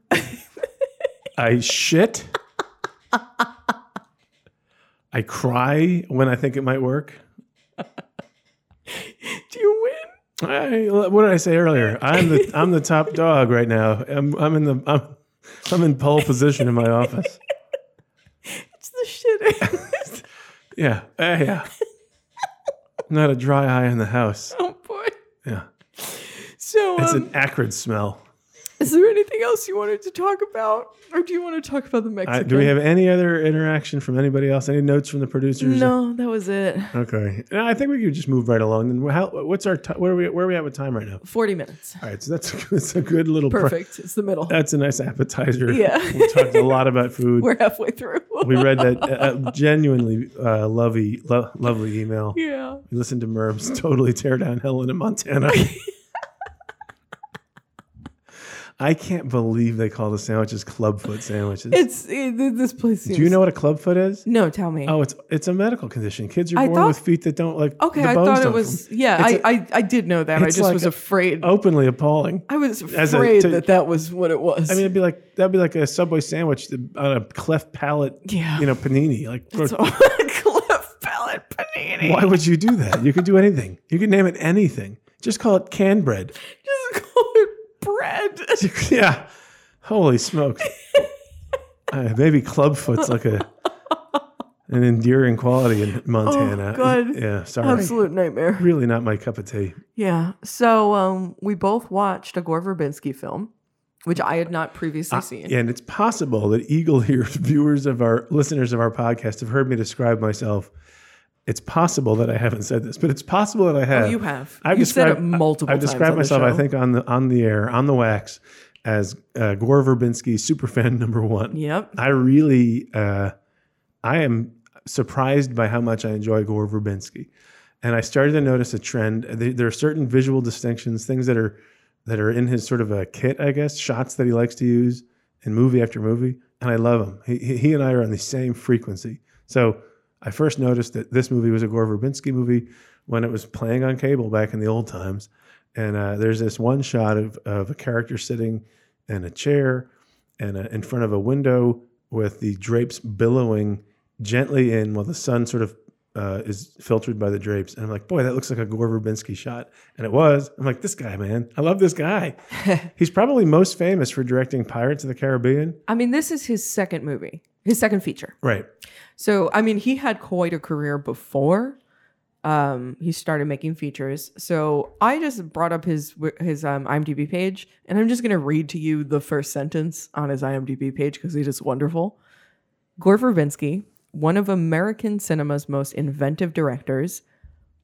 B: I shit. I cry when I think it might work.
C: Do you win?
B: I, what did I say earlier? I'm the I'm the top dog right now. I'm I'm in the I'm, I'm in pole position in my office.
C: It's the shit.
B: Yeah, eh, yeah. Not a dry eye in the house.
C: oh boy.
B: Yeah,
C: So
B: it's
C: um,
B: an acrid smell.
C: is there anything else you wanted to talk about? Or do you want to talk about the Mexican?
B: I, do we have any other interaction from anybody else? Any notes from the producers?
C: No, that was it.
B: Okay. No, I think we could just move right along. Then how, what's our ti- where are we where are we at with time right now?
C: 40 minutes.
B: All right, so that's a, that's a good little pre-
C: Perfect. It's the middle.
B: that's a nice appetizer.
C: Yeah.
B: we talked a lot about food.
C: We're halfway through.
B: we read that uh, uh, genuinely uh, lovely, lo- lovely email.
C: yeah.
B: We listened to Merv's totally tear down Helena Montana. I can't believe they call the sandwiches clubfoot sandwiches.
C: It's it, th- this place.
B: Do
C: Seems,
B: you know what a clubfoot is?
C: No, tell me.
B: Oh, it's it's a medical condition. Kids are
C: I
B: born
C: thought-
B: with feet that don't like.
C: okay,
B: the
C: I
B: bones
C: thought it
B: don't-
C: was. Yeah, I
B: It's
C: I I did know that. I
B: it's
C: just
B: like
C: was
B: a-
C: afraid.
B: openly appalling.
C: I was
B: As a-
C: afraid
B: to-
C: that that was what it was.
B: I mean, it'd be like that'd be like a subway sandwich on a cleft palate,
C: Yeah.
B: you know, panini. Like,
C: so, Cliff Pallet Panini.
B: why would you do that? You could do anything. You could name it anything. Just call it canned bread.
C: Just call it bread.
B: yeah. Holy smokes. Uh, maybe clubfoot's like a an endearing quality in Montana.
C: Oh, God.
B: Yeah. Sorry.
C: Absolute nightmare.
B: Really not my cup of tea.
C: Yeah. So um, we both watched a Gore Verbinski film, which I had not
B: Ah,
C: previously seen.
B: And it's possible that eagle ears viewers of our listeners of our podcast have heard me describe myself. It's possible that I haven't said this, but it's possible that I have.
C: Oh, you have.
B: I've
C: You've said
B: described
C: it multiple
B: I've
C: times
B: described
C: on the
B: myself, I
C: show.
B: think, on the on the air, on the wax, as uh, Gore Verbinski superfan number one.
C: Yep.
B: I really, uh, I am surprised by how much I enjoy Gore Verbinski, and I started to notice a trend. There there are certain visual distinctions, things that are that are in his sort of a kit, I guess, shots that he likes to use in movie after movie, and I love him. He- He, he and I are on the same frequency. So I first noticed that this movie was a Gore Verbinski movie when it was playing on cable back in the old times. And uh, there's this one shot of, of a character sitting in a chair and uh in front of a window with the drapes billowing gently in while the sun sort of uh, is filtered by the drapes. And I'm like, boy, that looks like a Gore Verbinski shot. And it was. I'm like, this guy, man. I love this guy. He's probably most famous for directing Pirates of the Caribbean.
C: I mean, this is his second movie, his second feature.
B: Right.
C: So, I mean, he had quite a career before um, he started making features. So, I just brought up his his um, IMDb page, and I'm just going to read to you the first sentence on his IMDb page because it is wonderful. Gore Verbinski, one of American cinema's most inventive directors,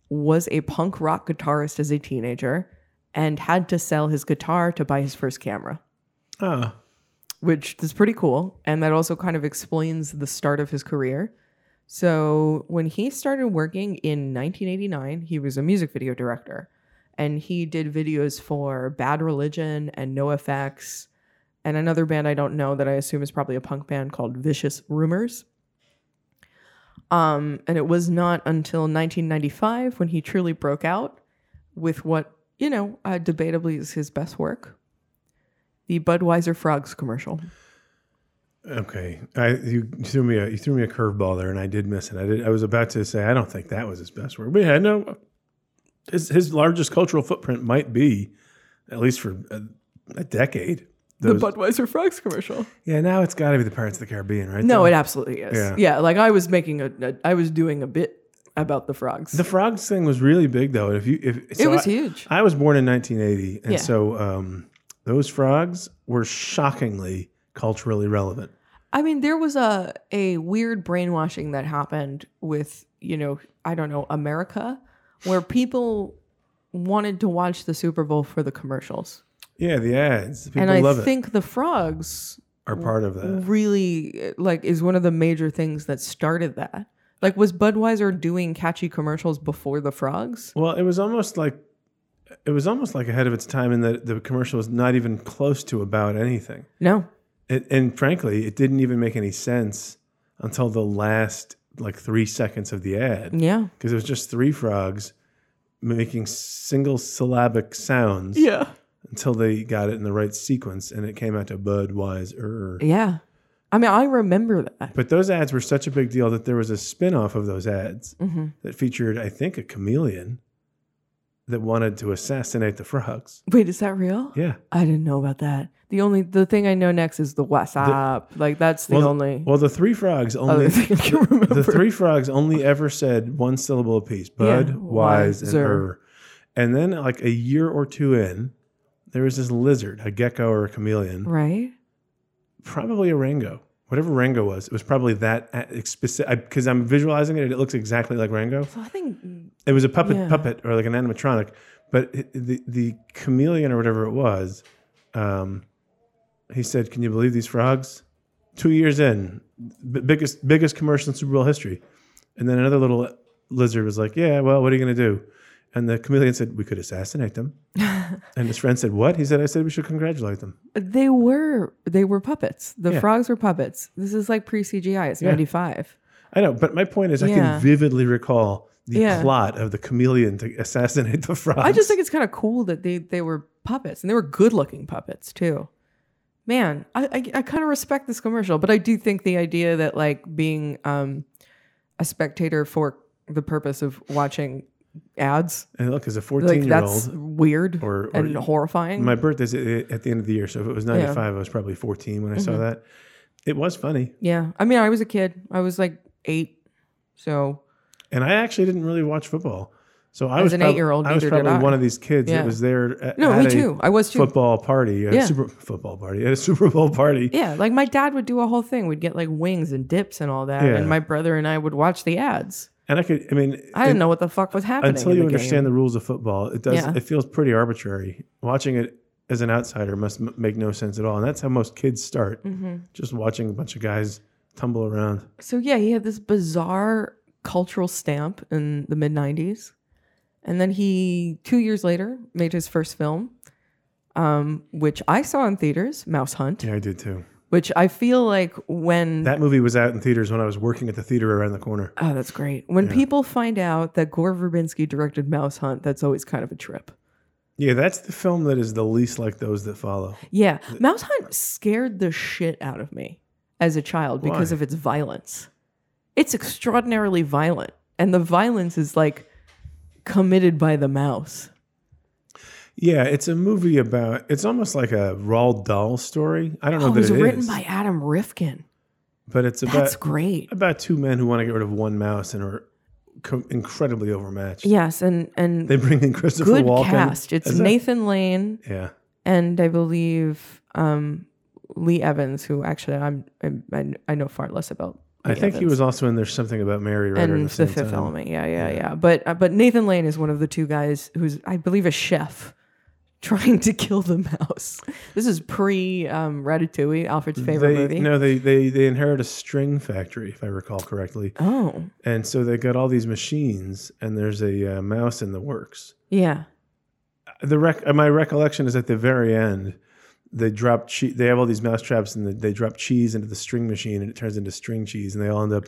C: was a punk rock guitarist as a teenager and had to sell his guitar to buy his first camera
B: Ah,
C: which is pretty cool. And that also kind of explains the start of his career. So, when he started working in 1989, he was a music video director and he did videos for Bad Religion and No Effects and another band I don't know that I assume is probably a punk band called Vicious Rumors. Um, and it was not until 1995 when he truly broke out with what, you know, uh, debatably is his best work the Budweiser Frogs commercial.
B: Okay, I you threw me a you threw me a curveball there, and I did miss it. I did. I was about to say I don't think that was his best work, but yeah, no, his his largest cultural footprint might be, at least for a, a decade. Those-
C: the Budweiser Frogs commercial.
B: yeah, now it's got to be the Pirates of the Caribbean, right?
C: No,
B: Though?
C: it absolutely is.
B: Yeah.
C: Yeah. like I was making a, a I was doing a bit about the frogs.
B: the frogs thing was really big though. If you if
C: it was
B: I,
C: huge.
B: I was born in 1980, and
C: Yeah.
B: so um, those frogs were shockingly culturally relevant.
C: I mean, there was a a weird brainwashing that happened with you know I don't know America, where people wanted to watch the Super Bowl for the commercials,
B: Yeah, the ads people
C: and I
B: love
C: think the frogs
B: it are part of that.
C: really like is one of the major things that started that. Like, was Budweiser doing catchy commercials before the frogs?
B: Well, it was almost like it was almost like ahead of its time in that the commercial was not even close to about anything.
C: No,
B: It, and frankly, it didn't even make any sense until the last like three seconds of the ad
C: yeah,
B: because it was just three frogs making single syllabic sounds
C: yeah.
B: until they got it in the right sequence and it came out to Budweiser.
C: Yeah. I mean, I remember that.
B: But those ads were such a big deal that there was a spin off of those ads
C: Mm-hmm.
B: that featured, I think, a chameleon that wanted to assassinate the frogs.
C: Wait, is that real?
B: Yeah.
C: I didn't know about that. The only the thing I know next is the WhatsApp. like that's the
B: well,
C: only
B: Well, the three frogs only.
C: other thing I can remember.
B: the three frogs only ever said one syllable apiece: Bud,
C: Yeah,
B: Wise, and
C: Wiser.
B: Her. And then, like a year or two in, there was this lizard, a gecko or a chameleon,
C: right?
B: probably a Rango. Whatever Rango was, it was probably that uh, a- specific. Because I'm visualizing it, and it looks exactly like Rango.
C: So I think
B: It was a puppet,
C: Yeah.
B: puppet, or like an animatronic. But it, the the chameleon or whatever it was, um, he said, "Can you believe these frogs?" Two years in, b- biggest biggest commercial in Super Bowl history, and then another little lizard was like, "Yeah, well, what are you gonna do?" And the chameleon said, "We could assassinate them." and his friend said, "What?" He said, "I said we should congratulate them."
C: they were they were puppets. The
B: Yeah.
C: frogs were puppets. This is like pre CGI. It's
B: Yeah.
C: ninety five.
B: I know, but my point is, I
C: Yeah.
B: can vividly recall the
C: Yeah.
B: plot of the chameleon to assassinate the frogs.
C: I just think it's kind of cool that they they were puppets and they were good looking puppets too. Man, I I, I kind of respect this commercial, but I do think the idea that like being um a spectator for the purpose of watching ads
B: and look, as a
C: like that's
B: fourteen-year-old,
C: weird
B: or- or
C: and
B: you-
C: horrifying.
B: my birthday's at at the end of the year, so if it was ninety-five, I was probably fourteen when I
C: Mm-hmm.
B: saw that. It was funny,
C: yeah, I mean, I was a kid. I was like eight, so
B: and I actually didn't really watch football, so I
C: As
B: was
C: an
B: prob-
C: eight-year-old,
B: I was
C: neither did
B: probably
C: I.
B: one of these kids that
C: Yeah.
B: was there. At,
C: no,
B: at
C: me
B: a
C: too. I was too.
B: Football party, at a
C: Yeah.
B: super football party, at a Super Bowl party.
C: Yeah, like my dad would do a whole thing. We'd get like wings and dips and all that,
B: Yeah.
C: and my brother and I would watch the ads.
B: And I could, I mean,
C: I didn't
B: it-
C: know what the fuck was happening
B: until
C: in
B: you
C: the
B: understand
C: game.
B: the rules of football. It does.
C: Yeah.
B: It feels pretty arbitrary. Watching it as an outsider must m- make no sense at all, and that's how most kids start. Just watching a bunch of guys tumble around.
C: so yeah, he had this bizarre cultural stamp in the mid '90s, and then he two years later made his first film, um, which I saw in theaters, Mouse Hunt,
B: Yeah, I did too.
C: which I feel like when
B: That movie was out in theaters when I was working at the theater around the corner.
C: oh that's great when people find out that Gore Verbinski directed Mouse Hunt, that's always kind of a trip.
B: Yeah, that's the film that is the least like those that follow.
C: Yeah, Mouse Hunt scared the shit out of me as a child because
B: Why?
C: of its violence. It's extraordinarily violent, and the violence is like committed by the mouse.
B: Yeah, it's a movie about. It's almost like a Roald Dahl story. I don't know
C: Oh, it
B: that
C: was
B: it is,
C: written by Adam Rifkin.
B: but it's
C: That's
B: about
C: great.
B: about two men who want to get rid of one mouse and are co- incredibly overmatched.
C: Yes, and and
B: They bring in Christopher
C: good
B: Walken.
C: cast. It's
B: as a-
C: Nathan Lane
B: Yeah,
C: and I believe um, Lee Evans, who actually I'm, I'm I- I know far less about.
B: I
C: Lee
B: think he
C: Evans.
B: was also in There's Something About Mary. Right around
C: and
B: the,
C: the
B: same
C: Fifth
B: time.
C: Element. Yeah, yeah, yeah. But uh, but Nathan Lane is one of the two guys who's I believe a chef trying to kill the mouse. This is pre um, Ratatouille, Alfred's favorite
B: They,
C: movie.
B: No, they, they they inherit a string factory, if I recall correctly,
C: Oh,
B: and so they got all these machines, and there's a uh, mouse in the works.
C: yeah.
B: the rec- uh, my recollection is at the very end they drop che- they have all these mouse traps and they they drop cheese into the string machine and it turns into string cheese and they all end up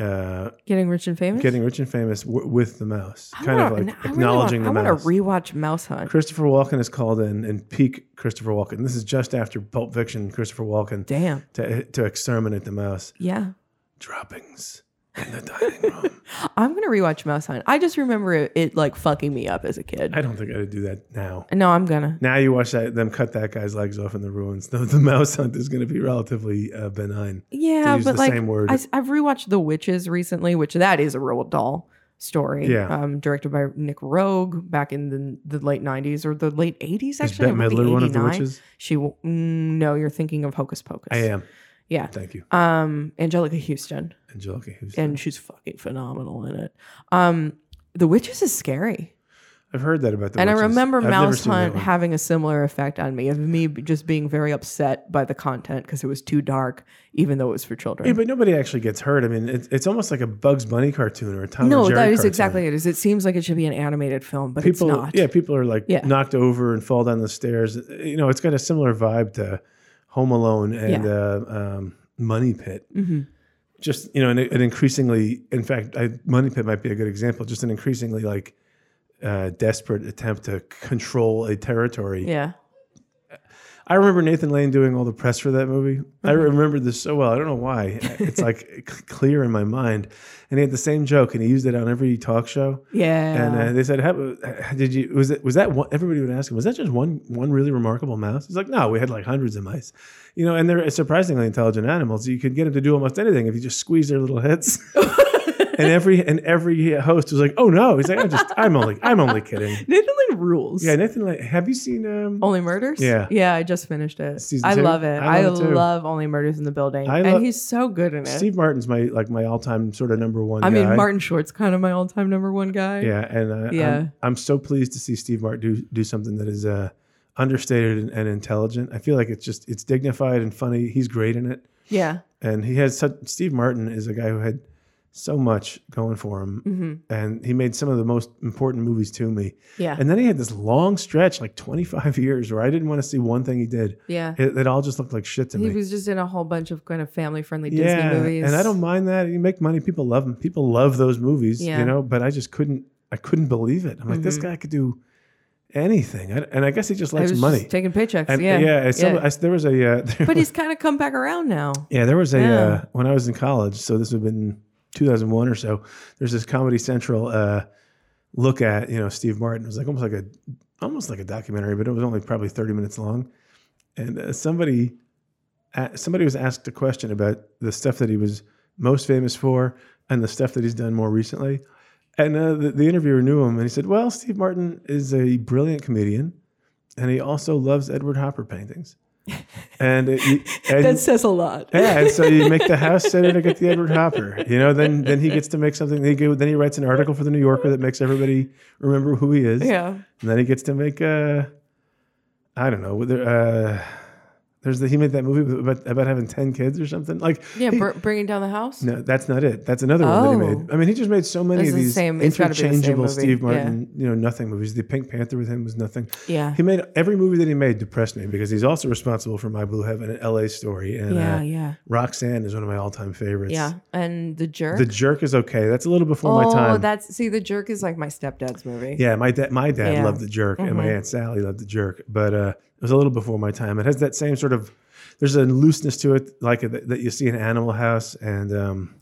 B: uh,
C: Getting rich and famous.
B: Getting Rich and Famous w- with the mouse,
C: I
B: kind
C: wanna-
B: of like
C: I really
B: acknowledging
C: wanna-
B: the mouse.
C: I want to rewatch Mouse Hunt.
B: Christopher Walken is called in, and peak Christopher Walken. This is just after Pulp Fiction. Christopher Walken
C: Damn.
B: to to exterminate the mouse.
C: Yeah.
B: Droppings in the dining room.
C: I'm gonna rewatch Mouse Hunt. I just remember it, it like fucking me up as a kid.
B: I don't think I'd do that now.
C: no, I'm gonna.
B: Now you watch that them cut that guy's legs off in the ruins. The, the mouse hunt is going to be relatively uh, benign.
C: Yeah,
B: use
C: but
B: the
C: like
B: same word.
C: I, have rewatched The Witches recently, which that is a real doll story.
B: Yeah.
C: Um, directed by Nick Rogue back in the, the late '90s or the late '80s.
B: Is
C: Actually,
B: Bette
C: It might be
B: Midler one of the
C: 89.
B: witches?
C: She. w- mm, No, you're thinking of Hocus Pocus.
B: I am.
C: Yeah.
B: Thank you,
C: Um, Angelica Houston,
B: Angelica. Houston.
C: and she's fucking phenomenal in it. Um, The Witches is scary.
B: I've heard that about the.
C: and
B: witches.
C: I remember
B: I've never
C: Mouse
B: seen that
C: Hunt
B: one.
C: having a similar effect on me of me b- just being very upset by the content because it was too dark, even though it was for children.
B: Yeah, but nobody actually gets hurt. I mean, it's, it's almost like a Bugs Bunny cartoon or a Tom
C: no,
B: and Jerry
C: that is
B: cartoon.
C: exactly it. Is it seems like it should be an animated film, but
B: people.
C: it's not.
B: Yeah, people are like
C: Yeah.
B: knocked over and fall down the stairs. You know, it's got a similar vibe to Home Alone and
C: Yeah.
B: uh, um, Money Pit.
C: hmm
B: Just you know, an, an increasingly, in fact, I, Money Pit might be a good example. Just an increasingly like uh, desperate attempt to control a territory.
C: yeah,
B: I remember Nathan Lane doing all the press for that movie. I
C: Mm-hmm.
B: remember this so well. I don't know why. It's like c- clear in my mind. And he had the same joke, and he used it on every talk show.
C: yeah.
B: And uh, they said, How, uh, "Did you was it was that one?" Everybody would ask him, "Was that just one one really remarkable mouse?" He's like, "No, we had like hundreds of mice, you know." And they're surprisingly intelligent animals. You could get them to do almost anything if you just squeeze their little heads. and every and every host was like, "Oh no!" He's like, "I'm just I'm only I'm only kidding."
C: Nathan Lane rules.
B: Yeah, Nathan Lane. Have you seen um?
C: Only Murders.
B: Yeah.
C: yeah. I just finished it.
B: Season
C: I
B: two?
C: love it.
B: I
C: I
B: love
C: love,
B: it too.
C: Only Murders in the Building,
B: I lo-
C: and he's so good in it.
B: Steve Martin's my like my all time sort of number one.
C: I mean,
B: guy.
C: Martin Short's kind of my all-time number one guy.
B: Yeah, and uh,
C: Yeah.
B: I'm, I'm so pleased to see Steve Martin do do something that is uh, understated and, and intelligent. I feel like it's just it's dignified and funny. He's great in it,
C: yeah.
B: and he has such. Steve Martin is a guy who had so much going for him,
C: hmm
B: and he made some of the most important movies to me.
C: Yeah,
B: And then he had this long stretch, like 25 years, where I didn't want to see one thing he did.
C: yeah.
B: It, it all just looked like shit to
C: He
B: me.
C: was just in a whole bunch of kind of family-friendly Disney movies,
B: And I don't mind that. You make money, people love them. People love those movies,
C: Yeah.
B: you know, but I just couldn't I couldn't believe it. I'm like this
C: Mhm.
B: guy could do anything. I, and I guess he just
C: I
B: likes
C: was
B: money.
C: just taking paychecks.
B: and
C: yeah,
B: I- some- I- there was a uh, there
C: but
B: was,
C: he's kind of come back around now.
B: Yeah, there was a
C: Yeah.
B: uh, when I was in college, so this would have been 2001 or so. There's this Comedy Central uh, look at, you know, Steve Martin. It was like almost like a almost like a documentary, but it was only probably 30 minutes long. And uh, somebody a- somebody was asked a question about the stuff that he was most famous for and the stuff that he's done more recently. And uh, the, the interviewer knew him, and he said, "Well, Steve Martin is a brilliant comedian, and he also loves Edward Hopper paintings." And, it, you- and
C: that says a lot.
B: yeah, and so you make the house sitter to get the Edward Hopper. You know, then then he gets to make something. He go, then he writes an article for the New Yorker that makes everybody remember who he is.
C: yeah,
B: And then he gets to make uh, I don't know. whether, Uh, there's the he made that movie about about having ten kids or something. Like
C: yeah.
B: he-
C: Br- bringing down the house.
B: no, that's not it. That's another one that he
C: Oh.
B: made. I mean, he just made so many
C: It's
B: of
C: the
B: these
C: same- it's gotta be the same
B: interchangeable
C: movie.
B: Steve Martin, you know, nothing movies. The Pink Panther with him was nothing.
C: Yeah.
B: He made every movie that he made depressed me because he's also responsible for My Blue Heaven and L.A. Story and
C: yeah,
B: uh,
C: yeah,
B: Roxanne is one of my all-time favorites.
C: yeah. And the jerk.
B: The Jerk is okay. That's a little before
C: oh,
B: my time.
C: that's see, the jerk is like my stepdad's movie.
B: yeah, my dad my dad
C: Yeah.
B: loved The Jerk and my
C: Mhm.
B: aunt Sally loved The Jerk, but uh, it was a little before my time. It has that same sort of there's a looseness to it like that that you see in Animal House and um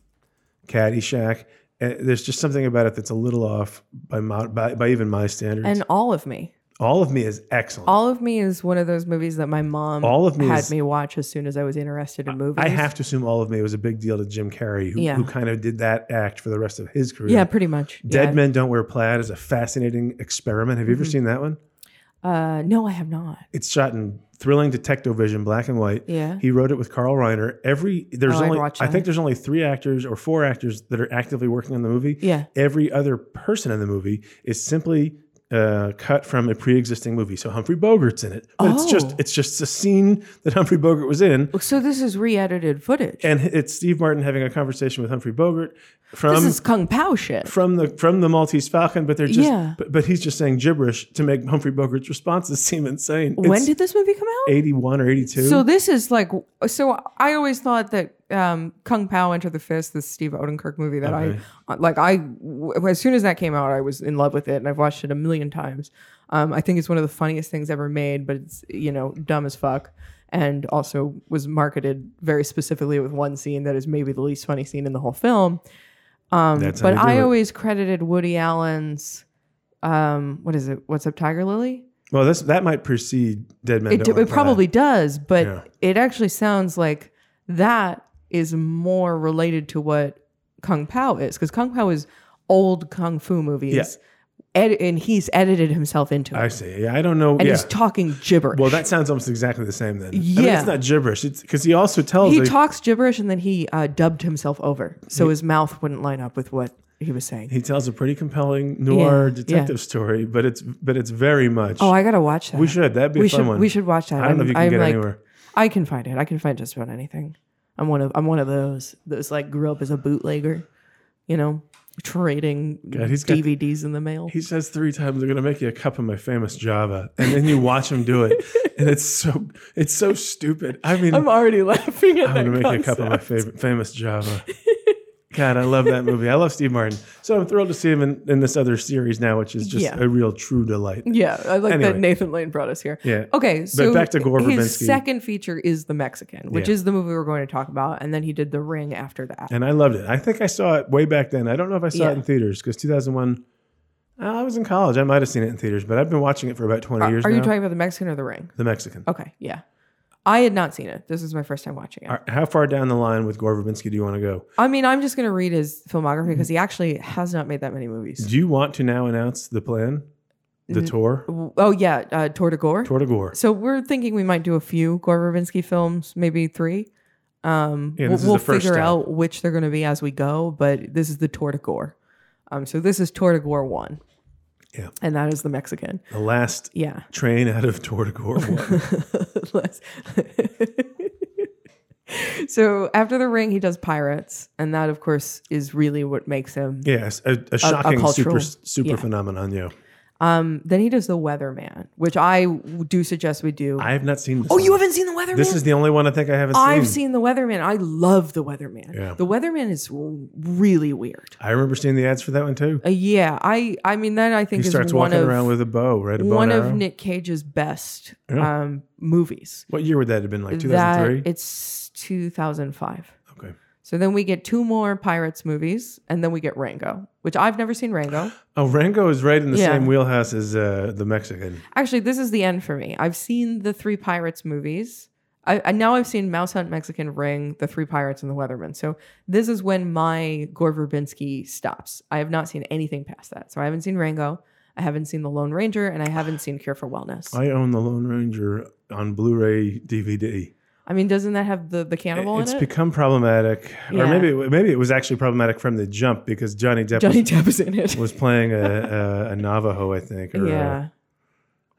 B: Caddyshack. And there's just something about it that's a little off by my, by, by even my standards.
C: And all of me,
B: all of me is excellent.
C: all of me is one of those movies that my mom
B: All of Me
C: had
B: is-
C: me watch as soon as I was interested in movies.
B: I have to assume all of me was a big deal to Jim Carrey, who,
C: Yeah.
B: who kind of did that act for the rest of his career.
C: yeah, pretty much.
B: Dead
C: yeah.
B: Men Don't Wear Plaid is a fascinating experiment. Have you ever
C: Mhm.
B: seen that one?
C: Uh, no, I have not.
B: It's shot in thrilling detectivision, black and white.
C: Yeah,
B: He wrote it with Carl Reiner. Every there's
C: Oh, I'd
B: only
C: watch
B: I think
C: that.
B: there's only three actors or four actors that are actively working on the movie.
C: yeah,
B: Every other person in the movie is simply uh, cut from a pre-existing movie. So Humphrey Bogart's in it, but it's just
C: Oh.
B: it's just a scene that Humphrey Bogart was in,
C: So this is re-edited footage.
B: and it's Steve Martin having a conversation with Humphrey Bogart from
C: this is kung pao shit.
B: from the from the Maltese Falcon, but they're just
C: Yeah.
B: but, but he's just saying gibberish to make Humphrey Bogart's responses seem insane.
C: when did this movie come out?
B: eighty one or eighty two?
C: So this is like so I always thought that um, Kung Pao Enter the Fist, the Steve Odenkirk movie that
B: Okay.
C: I uh, like. I w- as soon as that came out, I was in love with it, and I've watched it a million times. Um, I think it's one of the funniest things ever made, but it's you know dumb as fuck, and also was marketed very specifically with one scene that is maybe the least funny scene in the whole film. Um,
B: That's how
C: but
B: you do
C: I
B: it.
C: always credited Woody Allen's um, what is it? What's up, Tiger Lily?
B: Well, this that might precede Dead Men.
C: It,
B: Don't
C: do,
B: Walk
C: it
B: Fast.
C: probably does, but
B: Yeah.
C: it actually sounds like that is more related to what Kung Pao is because Kung Pao is old kung fu movies, ed- and he's edited himself into it,
B: I see. Yeah, I don't know.
C: and
B: yeah.
C: he's talking gibberish.
B: well, that sounds almost exactly the same then. I mean,
C: Yeah.
B: it's not gibberish. It's because he also tells.
C: he
B: like-
C: talks gibberish, and then he uh, dubbed himself over, so his mouth wouldn't line up with what he was saying.
B: he tells a pretty compelling noir
C: Yeah,
B: detective story, but it's but it's very much.
C: oh, I gotta watch that.
B: we should. That'd be
C: we
B: a fun
C: should
B: one.
C: we should watch that.
B: I don't know if you can get
C: like,
B: anywhere.
C: I can find it. I can find just about anything. I'm one of I'm one of those those like grew up as a bootlegger, you know, trading
B: God, he's got-
C: DVDs in the mail.
B: He says three times, "I'm going to make you a cup of my famous Java," and then you watch him do it, and it's so it's so stupid. I mean,
C: I'm
B: I'm,
C: already laughing at that.
B: going to make you a cup of my
C: concept.
B: favorite famous Java. God, I love that movie. I love Steve Martin, so I'm thrilled to see him in, in this other series now, which is just
C: Yeah.
B: a real true delight.
C: Yeah, I like that
B: Anyway.
C: Nathan Lane brought us here.
B: Yeah.
C: Okay, so
B: back to Gore
C: his
B: Verbinski.
C: second feature is The Mexican, which
B: Yeah.
C: is the movie we're going to talk about, and then he did The Ring after that.
B: And I loved it. I think I saw it way back then. I don't know if I saw
C: Yeah.
B: it in theaters because 2001. uh, I was in college. I might have seen it in theaters, but I've been watching it for about 20
C: Are,
B: years
C: are you
B: now.
C: talking about The Mexican or The Ring?
B: the Mexican.
C: Okay, yeah. I had not seen it. This is my first time watching it.
B: Are- How far down the line with Gore Verbinski do you want to go?
C: I mean, I'm just going to read his filmography
B: Mm-hmm.
C: because he actually has not made that many movies.
B: Do you want to now announce the plan, the
C: Mm.
B: tour,
C: Oh yeah, uh, Tour de Gore.
B: tour de Gore?
C: So we're thinking we might do a few Gore Verbinski films, maybe three. Um,
B: Yeah,
C: we'll
B: this is
C: we'll
B: the first
C: figure
B: step.
C: out which they're going to be as we go, but this is the Tour de Gore. Um, so this is Tour de Gore one.
B: Yeah.
C: and that is the Mexican.
B: The last
C: Yeah,
B: train out of tour de Gore. was-
C: Less- so after the Ring, he does Pirates, and that of course is really what makes him.
B: yes, a, a shocking super
C: cultural-
B: super
C: yeah.
B: phenomenon. Yeah,
C: Um, then he does The Weatherman, which I w- do suggest we do.
B: I have not seen this.
C: oh, you
B: one.
C: haven't seen The Weatherman?
B: This is the only one I think I haven't
C: I've
B: seen.
C: seen The Weatherman. I love The Weatherman.
B: Yeah.
C: The Weatherman is w- really weird.
B: I remember seeing the ads for that one too.
C: Uh, yeah, I I mean that I
B: He
C: think is
B: starts
C: one
B: walking
C: of
B: around with a bow, right? A bow
C: one
B: and
C: of
B: arrow.
C: Nick Cage's best
B: Yeah.
C: um, movies.
B: what year would that have been? Like
C: That-
B: 2003.
C: it's 2005.
B: Okay.
C: So then we get two more Pirates movies, and then we get Rango, which I've never seen Rango.
B: Oh, Rango is right in the
C: Yeah.
B: same wheelhouse as uh, the Mexican.
C: Actually, this is the end for me. I've seen the three Pirates movies. I, I now I've seen Mouse Hunt, Mexican Ring, The Three Pirates, and The Weatherman. So this is when my Gore Verbinski stops. I have not seen anything past that. So I haven't seen Rango, I haven't seen The Lone Ranger, and I haven't seen Cure for Wellness. I,
B: I own the Lone Ranger on Blu-ray DVD.
C: mean, doesn't that have the the cannibal
B: It's
C: in it?
B: become problematic, or
C: Yeah.
B: maybe it, maybe it was actually problematic from the jump because Johnny Depp
C: Johnny
B: was,
C: Depp is in it.
B: was playing a, a, a Navajo, I think. Or
C: yeah,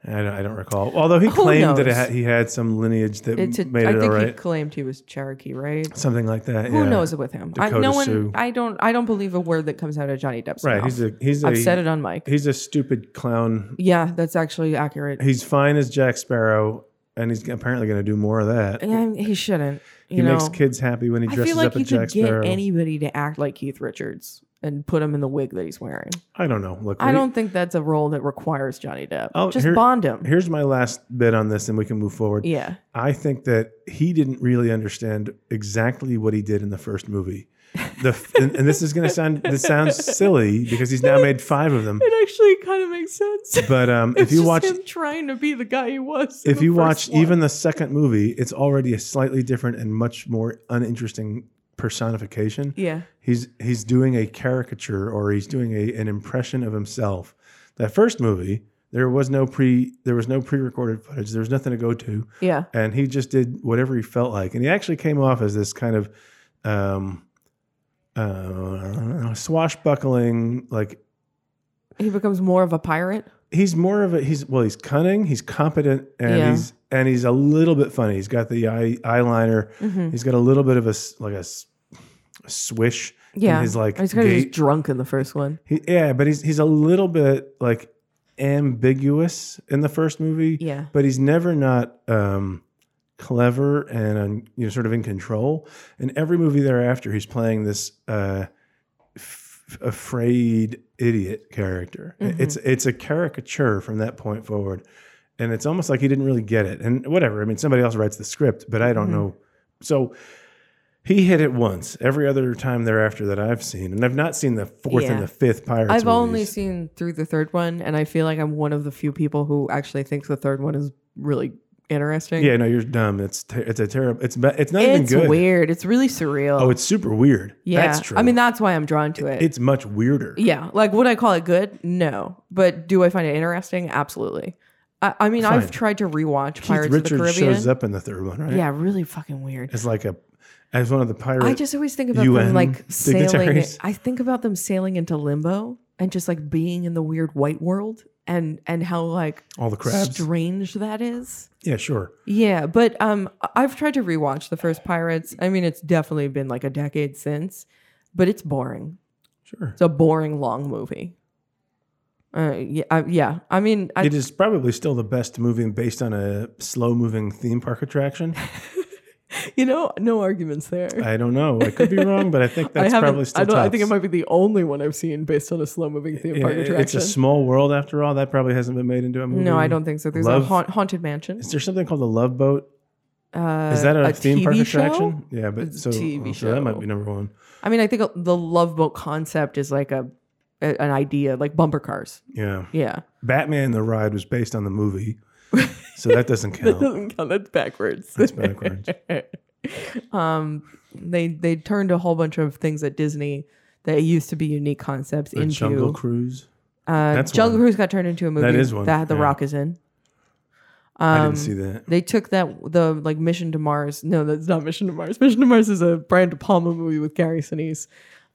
B: I I, don't, I don't recall. Although he
C: Who
B: claimed that it
C: knows?
B: had, he had some lineage that
C: it's. A,
B: made
C: I
B: it all
C: think he
B: right,
C: claimed he was Cherokee, right?
B: something like that.
C: Who
B: yeah.
C: knows with him? I,
B: Dakota
C: no one.
B: Sioux.
C: I don't. I don't believe a word that comes out of Johnny Depp's
B: Right?
C: mouth.
B: He's a he's a
C: I've said it on mic.
B: he's a stupid clown.
C: Yeah, that's actually accurate.
B: He's fine as Jack Sparrow, and he's apparently going to do more of that.
C: Yeah, he shouldn't. You
B: he
C: know,
B: makes kids happy when he
C: I
B: dresses
C: feel like
B: up as
C: you could
B: Jack
C: get
B: Sparrow.
C: anybody to act like Keith Richards and put him in the wig that he's wearing.
B: I don't know. Look,
C: I
B: we-
C: don't think that's a role that requires Johnny Depp.
B: Oh,
C: Just
B: here-
C: bond him.
B: Here's my last bit on this, and we can move forward.
C: yeah,
B: I think that he didn't really understand exactly what he did in the first movie. The f- and, and this is going to sound this sounds silly because he's now made five of them.
C: it actually kind of makes sense.
B: But um,
C: It's
B: if you
C: just
B: watch
C: him trying to be the guy he was, in
B: if
C: the
B: you watch
C: first one.
B: even the second movie, it's already a slightly different and much more uninteresting personification.
C: yeah,
B: He's he's doing a caricature or he's doing a, an impression of himself. That first movie, there was no pre there was no pre-recorded footage. There was nothing to go to.
C: yeah,
B: and he just did whatever he felt like. And he actually came off as this kind of um, uh, swashbuckling, like
C: he becomes more of a pirate.
B: he's more of a he's well, he's cunning, he's competent, and
C: Yeah.
B: he's and he's a little bit funny. He's got the eye eyeliner.
C: Mhm.
B: He's got a little bit of a s- like a, s- a swish.
C: Yeah,
B: in his like
C: he's kind of
B: gait.
C: just drunk in the first one.
B: He, yeah, but he's he's a little bit like ambiguous in the first movie.
C: Yeah.
B: but he's never not um, clever and um, you know sort of in control. And every movie thereafter, he's playing this uh, f- afraid idiot character.
C: Mm-hmm.
B: It's it's a caricature from that point forward, and it's almost like he didn't really get it. And whatever, I mean, somebody else writes the script, but I
C: Mm-hmm.
B: don't know. So. He hit it once. Every other time thereafter that I've seen, and I've not seen the fourth
C: Yeah.
B: and the fifth Pirates.
C: I've only
B: movies.
C: seen through the third one, and I feel like I'm one of the few people who actually thinks the third one is really interesting.
B: Yeah, no, you're dumb. It's ter- it's a terrible. It's ba- it's not even
C: it's
B: good.
C: weird. It's really surreal.
B: Oh, it's super weird.
C: yeah.
B: that's true.
C: I mean, that's why I'm drawn to it.
B: it's much weirder.
C: yeah, like would I call it good? No, but do I find it interesting? Absolutely. I, I mean,
B: Fine.
C: I've tried to rewatch
B: Keith
C: Pirates of the
B: Richards
C: Caribbean.
B: shows up in the third one, right?
C: Yeah, really fucking weird.
B: as like a as one of the pirates.
C: I just always think about
B: UN
C: them like sailing.
B: dignitaries.
C: I think about them sailing into limbo and just like being in the weird white world and and how like
B: all the crabs.
C: strange that is.
B: yeah, sure.
C: Yeah, but um, I- I've tried to rewatch the first Pirates. I mean, it's definitely been like a decade since, but it's boring.
B: Sure.
C: It's a boring long movie. Uh, yeah, I, yeah. I mean, I,
B: it is probably still the best movie based on a slow moving theme park attraction.
C: you know, no arguments there.
B: I don't know. I could be wrong, but I think that's
C: haven't-
B: probably still
C: I, don't, I think it
B: tops.
C: might be the only one I've seen based on a slow moving theme
B: Yeah,
C: park
B: it-
C: attraction.
B: it's a small world after all. That probably hasn't been made into a movie.
C: no, I don't think so. There's
B: Love-
C: a haunt, haunted mansion.
B: Is there something called the Love Boat?
C: Uh,
B: Is that a, theme park
C: TV
B: attraction?
C: Show?
B: Yeah, but
C: It's a
B: so,
C: TV
B: so that might
C: show.
B: be number one.
C: I mean, I think the Love Boat concept is like a, a an idea, like bumper cars.
B: Yeah.
C: Yeah,
B: Batman the Ride was based on the movie, so that doesn't
C: that
B: count.
C: doesn't count. That's backwards.
B: That's backwards.
C: um, they they turned a whole bunch of things at Disney that used to be unique concepts
B: The
C: into
B: Jungle Cruise.
C: Uh,
B: That's
C: Jungle
B: one.
C: Cruise got turned into a movie.
B: is one,
C: that had The
B: yeah.
C: Rock is in.
B: I
C: Um,
B: didn't see that.
C: They took that the like Mission to Mars. No, that's not Mission to Mars. Mission to Mars is a Brian De Palma movie with Gary Sinise.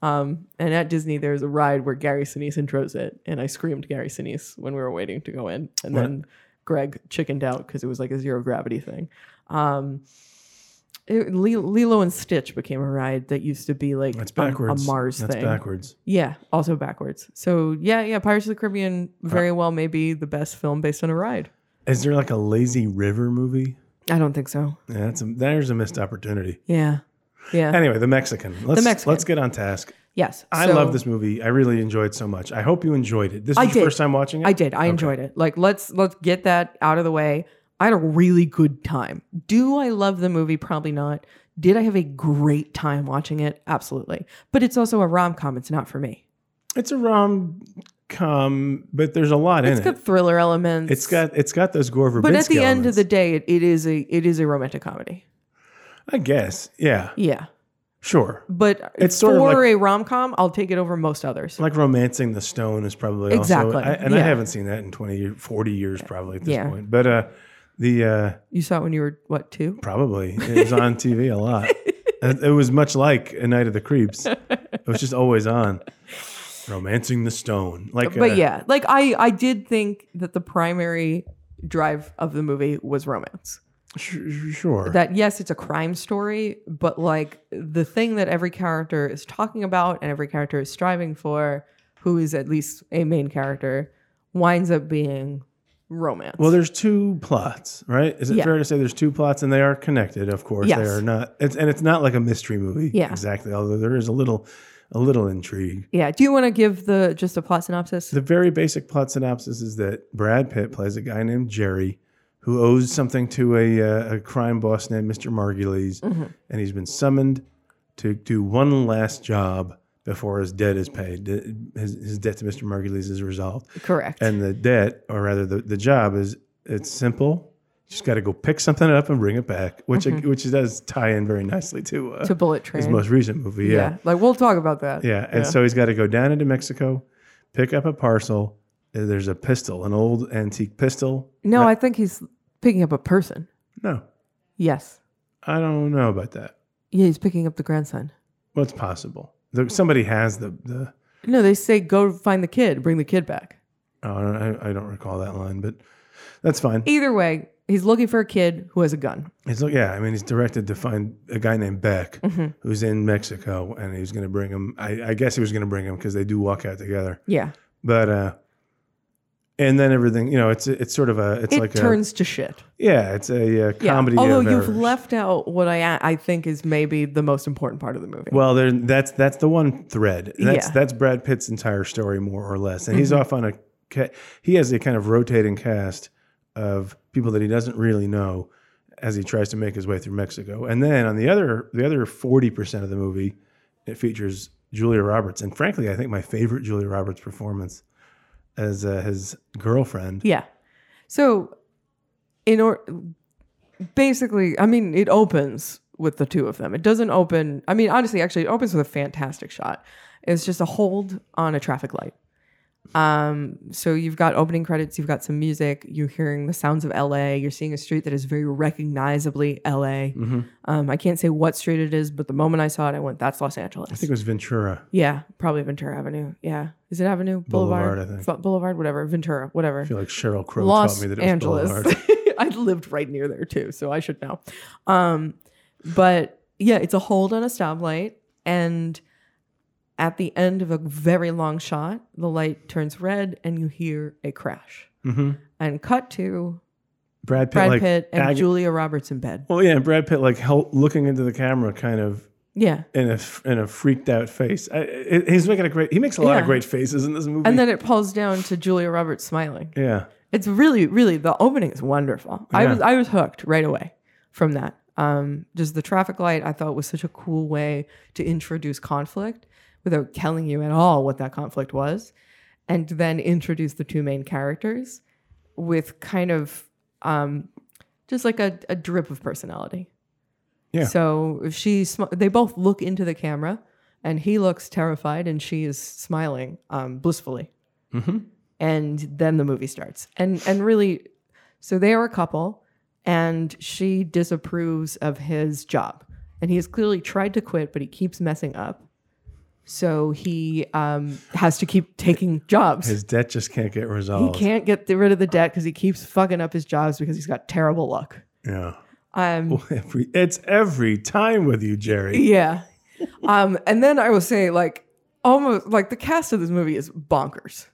C: Um, and at Disney, there's a ride where Gary Sinise intros it, and I screamed Gary Sinise when we were waiting to go in, and
B: What?
C: then Greg chickened out because it was like a zero gravity thing. Um, it, Le- Lilo and Stitch became a ride that used to be like
B: That's
C: um, a-
B: backwards.
C: A, Mars
B: That's
C: thing.
B: backwards.
C: Yeah, also backwards. So yeah, yeah, Pirates of the Caribbean
B: Uh,
C: very well may be the best film based on a ride.
B: Is there like a lazy river movie?
C: I don't think so.
B: Yeah, that's a, there's a missed opportunity.
C: Yeah. Yeah.
B: Anyway, the Mexican. Let's,
C: Uh, Mexican.
B: Let's get on task.
C: yes.
B: I
C: So,
B: love this movie. I really enjoyed so much. I hope you enjoyed it. This
C: I
B: was your
C: did.
B: first time watching it.
C: I did. I enjoyed it. Like let's let's get that out of the way. I had a really good time. Do I love the movie? Probably not. Did I have a great time watching it? Absolutely. But it's also a rom com. It's not for me.
B: It's a rom com, but there's a lot
C: It's
B: in
C: got
B: it.
C: thriller elements.
B: It's got it's got those Gore Verbinski
C: But at the end
B: elements.
C: of the day, it, it is a it is a romantic comedy.
B: I guess, yeah,
C: Yeah.
B: sure.
C: But
B: It's
C: it's
B: sort
C: for
B: of like-
C: a rom com, I'll take it over most others.
B: Like romancing the stone is probably
C: Exactly,
B: also, I, and I
C: yeah.
B: haven't seen that in 20, year- 40 years probably at this
C: Yeah.
B: point. But uh, the uh,
C: You saw it when you were what two?
B: probably it was on TV a lot. It it was much like a Night of the Creeps. It was just always on. Romancing the stone, like uh,
C: But yeah, like I I did think that the primary drive of the movie was romance.
B: sh- sh- sure.
C: That yes, it's a crime story, but like the thing that every character is talking about and every character is striving for, who is at least a main character, winds up being romance.
B: well, there's two plots, right? Is it
C: Yeah.
B: fair to say there's two plots and they are connected? Of course,
C: Yes.
B: they are not. It's, and it's not like a mystery movie,
C: Yeah.
B: exactly. Although there is a little, a little intrigue.
C: yeah. Do you want to give the just a plot synopsis?
B: The very basic plot synopsis is that Brad Pitt plays a guy named Jerry who owes something to a, uh, a crime boss named Mr. Margulies,
C: Mm-hmm.
B: and he's been summoned to do one last job before his debt is paid. The- His, his debt to Mr. Margulies is resolved.
C: Correct.
B: And the debt, or rather the, the job, is it's simple. You just got to go pick something up and bring it back, which which does tie in very nicely to, uh,
C: Mm-hmm. to bullet train.
B: his most recent movie.
C: yeah.
B: yeah.
C: Like we'll talk about that.
B: Yeah, and so he's got to go down into Mexico, pick up a parcel. Uh, There's a pistol, an old antique pistol.
C: No, I think he's picking up a person.
B: No,
C: Yes.
B: I don't know about that.
C: Yeah, he's picking up the grandson.
B: Well, it's possible. The, somebody has the the.
C: No, they say go find the kid, bring the kid back.
B: Oh, I, don't- I- I don't recall that line, but that's fine.
C: Either way, he's looking for a kid who has a gun.
B: He's like, yeah, I mean, he's directed to find a guy named Beck
C: Mm-hmm.
B: who's in Mexico, and he's going to bring him. I, I guess he was going to bring him because they do walk out together.
C: Yeah.
B: But uh, and then everything, you know, it's it's sort of a it's
C: it
B: like
C: turns to shit.
B: a yeah, it's a, uh
C: Yeah.
B: comedy.
C: Although
B: of
C: you've
B: errors.
C: left out what I I think is maybe the most important part of the movie.
B: Well, there that's that's the one thread. That's
C: Yeah. Mm-hmm.
B: that's Brad Pitt's entire story more or less, and he's off on a ca- he has a kind of rotating cast of people that he doesn't really know as he tries to make his way through Mexico. And then on the other the other forty percent of the movie, it features Julia Roberts, and frankly, I think my favorite Julia Roberts performance as uh, his girlfriend.
C: Yeah. So, in or basically, I mean, it opens with the two of them. It doesn't open. I mean, honestly, actually, it opens with a fantastic shot. It's just a hold on a traffic light. Um, so you've got opening credits, you've got some music, you're hearing the sounds of LA, you're seeing a street that is very recognizably LA.
B: Mhm.
C: Um, I can't say what street it is, but the moment I saw it, I went, that's Los Angeles.
B: I think it was Ventura.
C: yeah, probably Ventura Avenue. Yeah. Is it Avenue?
B: Boulevard,
C: Boulevard,
B: I think.
C: Fu- Boulevard, whatever. Ventura, whatever.
B: I feel like Cheryl Crow
C: Los
B: taught me that it was
C: Angeles.
B: Boulevard.
C: I lived right near there too, so I should know. Um, but yeah, it's a hold on a stoplight, and at the end of a very long shot, the light turns red, and you hear a crash.
B: hmm
C: And cut to
B: Brad Pitt,
C: Brad
B: like,
C: Pitt and
B: ag-
C: Julia Roberts in bed.
B: Well, yeah, Brad Pitt like hel- looking into the camera, kind of
C: Yeah,
B: in a f- in a freaked out face. I, I- he's making a great. He makes a lot of
C: Yeah.
B: great faces in this movie.
C: and then it pulls down to Julia Roberts smiling.
B: yeah,
C: It's really, really the opening is wonderful. I
B: Yeah.
C: was I was hooked right away from that. Um, just the traffic light I thought was such a cool way to introduce conflict without telling you at all what that conflict was, and then introduce the two main characters with kind of um, just like a, a drip of personality.
B: Yeah.
C: So if she, sm- they both look into the camera, and he looks terrified, and she is smiling um, blissfully
B: Mm-hmm.
C: and then the movie starts and and really so they are a couple and she disapproves of his job and he has clearly tried to quit but he keeps messing up so he um, has to keep taking jobs
B: his debt just can't get
C: he
B: resolved.
C: can't get rid of the debt because he keeps fucking up his jobs because he's got terrible luck
B: Yeah,
C: um,
B: Every- it's every time with you, Jerry.
C: yeah um, and then i will say like almost like the cast of this movie is bonkers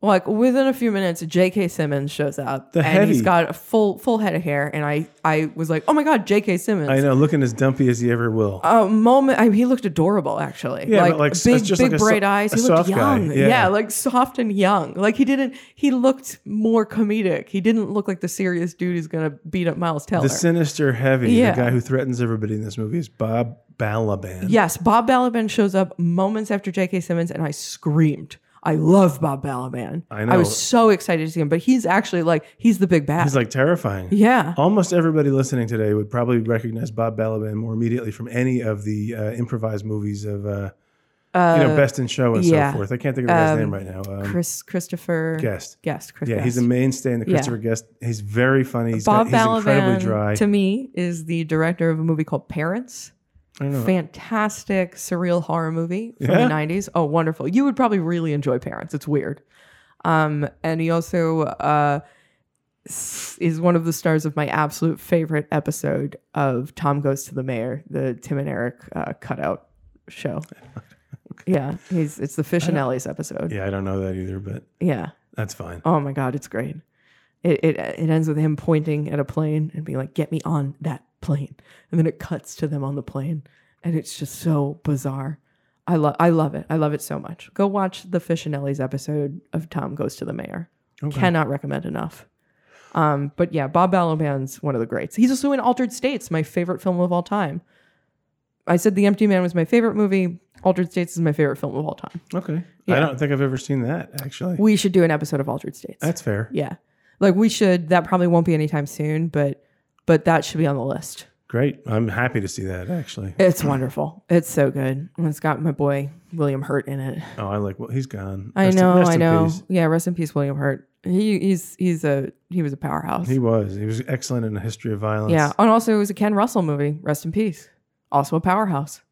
C: like within a few minutes jk simmons shows up
B: The
C: and he's
B: heavy.
C: got a full full head of hair and i i was like oh my god jk simmons
B: I know, looking as dumpy as he ever will.
C: a moment I mean, he looked adorable actually
B: Yeah,
C: like,
B: but, like, s-
C: big
B: just
C: big
B: like a so-
C: bright eyes
B: a
C: he looked
B: soft guy.
C: young
B: Yeah.
C: like soft and young like he didn't he looked more comedic he didn't look like the serious dude who's gonna beat up miles
B: the
C: teller
B: sinister heavy,
C: Yeah.
B: the guy who threatens everybody in this movie is Bob Balaban.
C: Yes, Bob Balaban shows up moments after J.K. Simmons, and I screamed. I love Bob Balaban.
B: I know.
C: I was so excited to see him, but he's actually like he's the big bad.
B: he's like terrifying.
C: yeah,
B: Almost everybody listening today would probably recognize Bob Balaban more immediately from any of the uh, improvised movies of, uh, you know, Best in Show and
C: yeah.
B: so forth. I can't think of the guy's
C: Um,
B: name right now. Um,
C: Chris Christopher
B: Guest.
C: Guest. Chris
B: Yeah, he's a
C: Guest.
B: mainstay in the
C: Yeah.
B: Christopher Guest. He's very funny. He's,
C: Bob
B: got, he's incredibly
C: Balaban
B: dry.
C: to me is the director of a movie called Parents.
B: I don't know.
C: Fantastic surreal horror movie from
B: Yeah?
C: the 90s. Oh, wonderful. You would probably really enjoy Parents. It's weird. Um, and he also uh, s- is one of the stars of my absolute favorite episode of Tom Goes to the Mayor, the Tim and Eric uh, cutout show. Yeah, he's it's the Fish and Ellie's episode.
B: yeah, I don't know that either, but
C: yeah.
B: that's fine.
C: Oh my god, it's great. It, it it ends with him pointing at a plane and being like, "Get me on that plane," and then it cuts to them on the plane, and it's just so bizarre. I love I love it. I love it so much. Go watch the Fishinelli's episode of Tom Goes to the Mayor.
B: Okay.
C: Cannot recommend enough. Um, but yeah, Bob Balaban's one of the greats. He's also in Altered States, my favorite film of all time. I said The Empty Man was my favorite movie. Altered States is my favorite film of all time.
B: Okay. I
C: Yeah.
B: don't think I've ever seen that, actually.
C: We should do an episode of Altered States.
B: that's fair.
C: Yeah. Like we should that probably won't be anytime soon, but but that should be on the list.
B: Great. I'm happy to see that, actually.
C: It's wonderful. It's so good. And it's got my boy William Hurt in it.
B: Oh, I like, well, he's gone.
C: I
B: Rest in-
C: know,
B: rest
C: I
B: in
C: know.
B: peace.
C: Yeah, rest in peace, William Hurt. He he's he's a he was a powerhouse.
B: He was. He was excellent in the history of violence.
C: yeah. And also it was a Ken Russell movie, Rest in Peace. Also a powerhouse.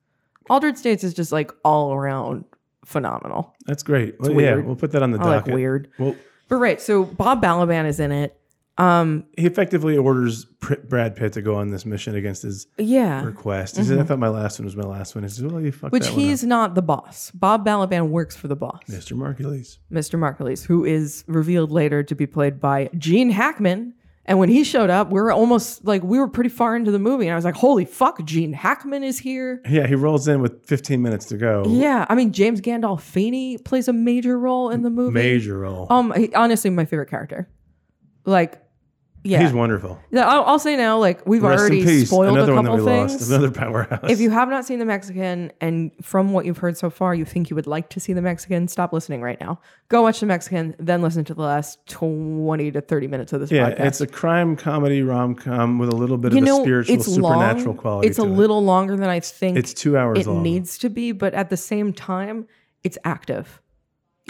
C: Altered States is just like all around phenomenal.
B: That's great. Well,
C: weird.
B: Yeah, we'll put that on the
C: I like
B: docket.
C: weird.
B: Well,
C: But right, so Bob Balaban is in it. Um,
B: He effectively orders Pr- Brad Pitt to go on this mission against his
C: yeah. Mm-hmm.
B: request. He said, "I thought my last one was my last one." He says, "Well, you fucked
C: Which
B: that one
C: he's not the boss. Bob Balaban works for the boss,
B: up, Mr. Margulies."
C: Mr. Margulies, who is revealed later to be played by Gene Hackman. And when he showed up, we were almost like we were pretty far into the movie, and I was like, "Holy fuck, Gene Hackman is here!"
B: Yeah, he rolls in with 15 minutes to go.
C: Yeah, I mean, James Gandolfini plays a major role in the movie.
B: major role.
C: Um, he- honestly, my favorite character. Like, yeah,
B: He's wonderful.
C: Yeah, I'll, I'll say now, like we've
B: Rest
C: already
B: in peace.
C: spoiled
B: Another
C: a
B: one that
C: couple
B: we lost.
C: things.
B: Another powerhouse.
C: If you have not seen The Mexican, and from what you've heard so far, you think you would like to see The Mexican, stop listening right now. Go watch The Mexican, then listen to the last twenty to thirty minutes of this
B: yeah,
C: podcast.
B: it's a crime comedy rom com with a little bit
C: you
B: of a
C: know,
B: spiritual
C: it's
B: supernatural
C: long.
B: quality.
C: It's a
B: to it.
C: little longer than I think
B: It's two hours
C: it
B: long.
C: needs to be, but at the same time, it's active.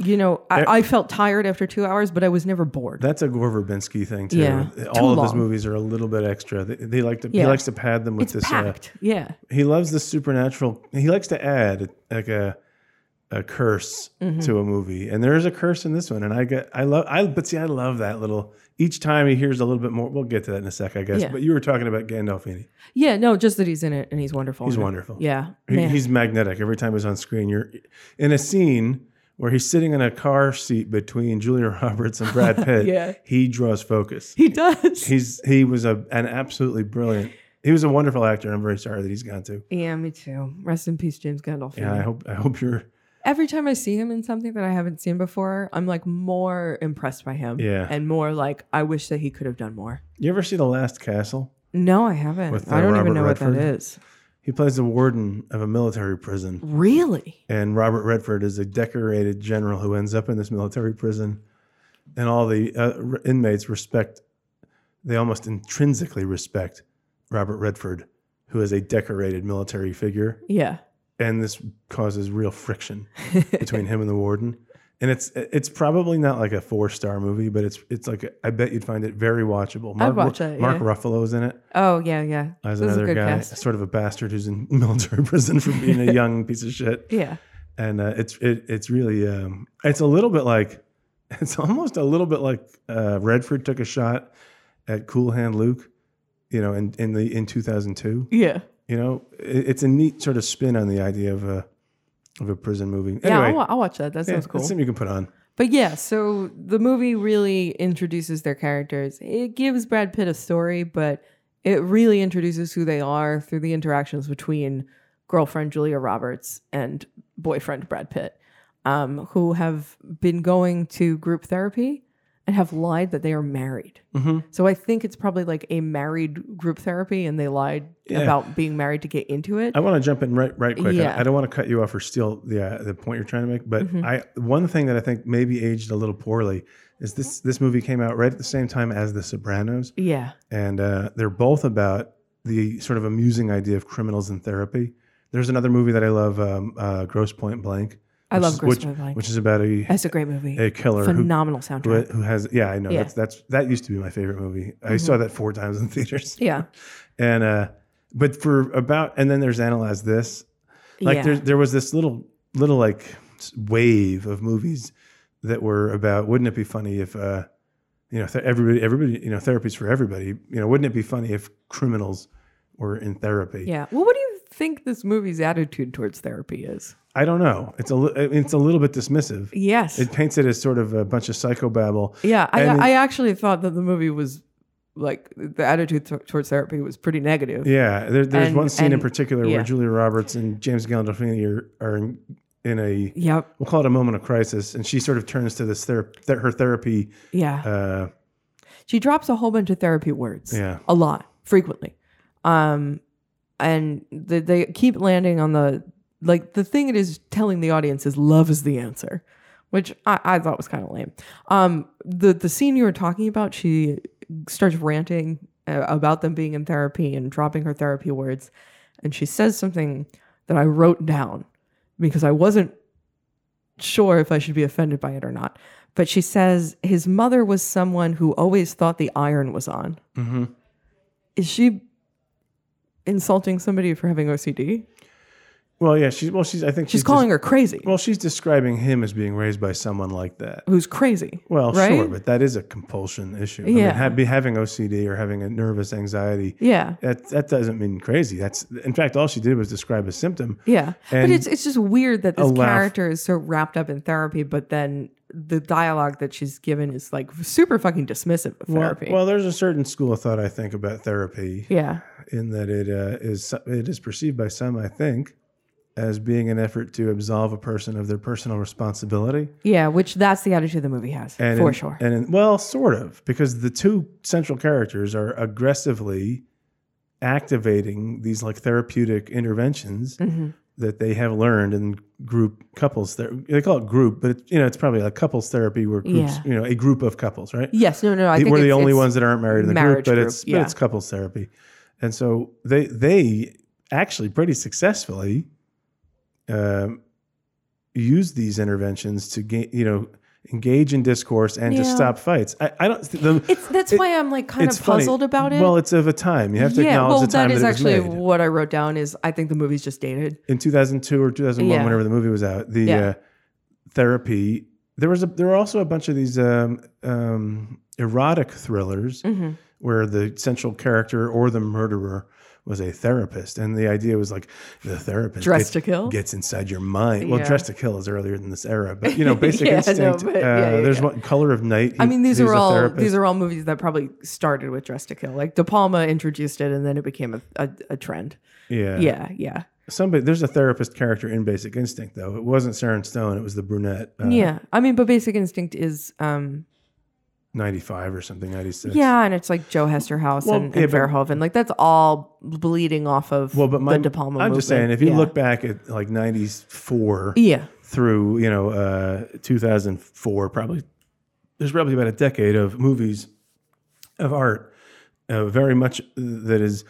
C: You know,
B: There-
C: I, I felt tired after two hours, but I was never bored.
B: That's a Gore Verbinski thing too.
C: Yeah,
B: all
C: too
B: of his
C: long.
B: movies are a little bit extra. They, they like to he
C: Yeah.
B: likes to pad them with
C: it's
B: this. uh,
C: packed. yeah.
B: he loves the supernatural. He likes to add like a a curse
C: Mm-hmm.
B: to a movie, and there is a curse in this one. And I get I love I but see I love that little. Each time he hears a little bit more. We'll get to that in a sec, I guess.
C: Yeah.
B: But you were talking about Gandolfini.
C: Yeah, no, just that he's in it and he's wonderful.
B: He's
C: in it.
B: wonderful.
C: Yeah.
B: He,
C: man.
B: he's magnetic. Every time he's on screen, you're in a scene where he's sitting in a car seat between Julia Roberts and Brad Pitt.
C: Yeah.
B: He draws focus.
C: he does.
B: He's he was a an absolutely brilliant. He was a wonderful actor. and I'm very sorry that he's gone too.
C: yeah, me too. Rest in peace, James Gandolfini.
B: Yeah, I hope I hope you're
C: Every time I see him in something that I haven't seen before, I'm like more impressed by him.
B: Yeah.
C: And more like, I wish that he could have done more.
B: You ever see The Last Castle?
C: No, I haven't.
B: With, uh,
C: I don't
B: Robert
C: even know what that
B: Redford?
C: is.
B: He plays the warden of a military prison,
C: Really?
B: and Robert Redford is a decorated general who ends up in this military prison, and all the uh, r- inmates respect. They almost intrinsically respect Robert Redford, who is a decorated military figure,
C: Yeah.
B: and this causes real friction between him and the warden. And it's it's probably not like a four star movie, but it's it's like a, I bet you'd find it very watchable. Mark, Ru-
C: watch it,
B: Mark
C: yeah.
B: Ruffalo's in it.
C: Oh, yeah, yeah.
B: as
C: This is a
B: another
C: good
B: guy,
C: cast.
B: sort of a bastard who's in military prison for being a young piece of shit.
C: Yeah.
B: And uh, it's it, it's really um, it's a little bit like it's almost a little bit like uh, Redford took a shot at Cool Hand Luke, you know, in in the in 2002.
C: Yeah.
B: You know, it, it's a neat sort of spin on the idea of a of a prison movie. Anyway,
C: yeah, I'll, wa- I'll watch that. That
B: yeah,
C: sounds cool.
B: It's something you can put on.
C: But yeah, so the movie really introduces their characters. It gives Brad Pitt a story, but it really introduces who they are through the interactions between girlfriend Julia Roberts and boyfriend Brad Pitt, um, who have been going to group therapy and have lied that they are married.
B: Mm-hmm.
C: So I think it's probably like a married group therapy, and they lied
B: Yeah.
C: about being married to get into it.
B: I want to jump in right right quick.
C: Yeah.
B: I, I don't want to cut you off or steal the uh, the point you're trying to make, but
C: Mhm.
B: I one thing that I think maybe aged a little poorly is this
C: Mm-hmm.
B: this movie came out right at the same time as The Sopranos,
C: yeah,
B: and uh, they're both about the sort of amusing idea of criminals in therapy. There's another movie that I love, um, uh, Gross Point Blank,
C: I
B: Which
C: love
B: is-
C: Gross
B: which-
C: Point Blank.
B: which is about a
C: That's a great movie.
B: a killer who,
C: Phenomenal
B: who
C: soundtrack.
B: who has yeah I know
C: Yeah.
B: that's that's that used to be my favorite movie. I
C: Mhm.
B: saw that four times in theaters,
C: Yeah.
B: and uh, but for about and then there's Analyze This, like
C: yeah.
B: there there was this little little like s- wave of movies that were about wouldn't it be funny if uh you know th- everybody everybody you know therapy's for everybody you know wouldn't it be funny if criminals were in therapy
C: Yeah. Well, what do you think this movie's attitude towards therapy is?
B: i don't know it's a li- it's a little bit dismissive
C: Yes.
B: it paints it as sort of a bunch of psychobabble
C: yeah. I,
B: I mean-
C: I actually thought that the movie was like the attitude th- towards therapy was pretty negative.
B: yeah there, there's
C: And-
B: one scene in
C: and-
B: particular
C: yeah.
B: where julia roberts and james gandolfini are, are in, in a
C: Yep.
B: we'll call it a moment of crisis and she sort of turns to this ther- ther- her therapy
C: Yeah.
B: uh
C: she drops a whole bunch of therapy words.
B: yeah
C: A lot, frequently. Um, and they, they keep landing on the like the thing it is telling the audience is love is the answer, which I, I thought was kind of lame. Um, the the scene you were talking about, she starts ranting uh, about them being in therapy and dropping her therapy words, and she says something that I wrote down because I wasn't sure if I should be offended by it or not. But she says his mother was someone who always thought the iron was on.
B: mm-hmm.
C: Is she insulting somebody for having OCD?
B: Well, yeah, she's well, she's I think
C: She's calling her crazy.
B: Well, she's describing him as being raised by someone like that.
C: Who's crazy?
B: Well,
C: right?
B: sure, but that is a compulsion issue. I
C: Yeah.
B: mean, ha- be having OCD or having a nervous anxiety.
C: yeah,
B: That that doesn't mean crazy. That's in fact all she did was describe a symptom.
C: yeah. But
B: And
C: it's it's just weird that this
B: allow-
C: character is so wrapped up in therapy, but then the dialogue that she's given is like super fucking dismissive of
B: Well-
C: therapy.
B: Well, there's a certain school of thought I think about therapy
C: yeah,
B: in that it uh, is it is perceived by some I think as being an effort to absolve a person of their personal responsibility.
C: yeah. Which that's the attitude the movie has
B: And
C: for
B: in-
C: sure.
B: And in, well, sort of, because the two central characters are aggressively activating these like therapeutic interventions
C: Mm-hmm.
B: that they have learned in group couples. Ther- they call it group, but it, you know it's probably like couples therapy where groups,
C: Yeah.
B: you know, a group of couples, right?
C: yes, no, no. I think
B: we're the
C: it's-
B: only
C: it's-
B: ones that aren't married in the
C: marriage
B: group, but
C: group,
B: it's
C: yeah.
B: but it's couples therapy, and so they they actually pretty successfully um, use these interventions to gain you know engage in discourse and to
C: Yeah.
B: stop fights. I, I don't. The,
C: It's that's
B: it-
C: why I'm like kind of puzzled about it.
B: Well, it's of a time. You have to
C: yeah,
B: acknowledge
C: well,
B: the time
C: that
B: that,
C: is
B: it
C: actually
B: was made.
C: what I wrote down. Is I think the movie's just dated.
B: in 2002 or 2001
C: Yeah.
B: whenever the movie was out the
C: Yeah.
B: uh, therapy there was a, there were also a bunch of these um, um, erotic thrillers where the central character or the murderer was a therapist and the idea was like the therapist gets,
C: Dressed to Kill?
B: gets inside your mind well
C: Yeah.
B: dressed to kill is earlier than this era but you know basic
C: Yeah, I know,
B: instinct
C: but
B: uh,
C: yeah, yeah,
B: there's
C: yeah.
B: one color of night
C: I mean, these
B: He
C: are
B: was a
C: all
B: therapist.
C: these are all movies that probably started with Dress to Kill. Like De Palma introduced it, and then it became a, a, a trend.
B: yeah
C: Yeah, yeah,
B: somebody there's a therapist character in basic instinct though it wasn't Sharon Stone it was the brunette uh,
C: yeah. I mean, but Basic Instinct is, um,
B: 95 or something 96
C: yeah, and it's like Joe Hesterhouse
B: Well,
C: and,
B: yeah,
C: and
B: but-
C: Verhoeven. Like that's all bleeding off of
B: Well, but my,
C: the De Palma.
B: I'm
C: movement.
B: just saying, if you
C: Yeah.
B: look back at like '94
C: yeah,
B: through you know uh, 2004, probably there's probably about a decade of movies of art, uh, very much that is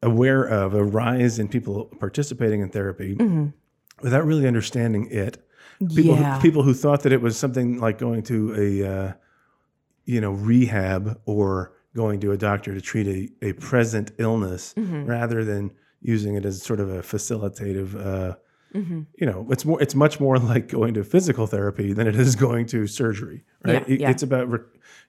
B: aware of a rise in people participating in therapy without really understanding it. People,
C: Mm-hmm. Yeah.
B: who, people who thought that it was something like going to a uh, you know rehab or going to a doctor to treat a, a present illness
C: Mm. Mm-hmm.
B: rather than using it as sort of a facilitative uh,
C: Mm-hmm.
B: you know it's more it's much more like going to physical therapy than it is going to surgery right
C: Yeah,
B: It-
C: yeah.
B: it's about re-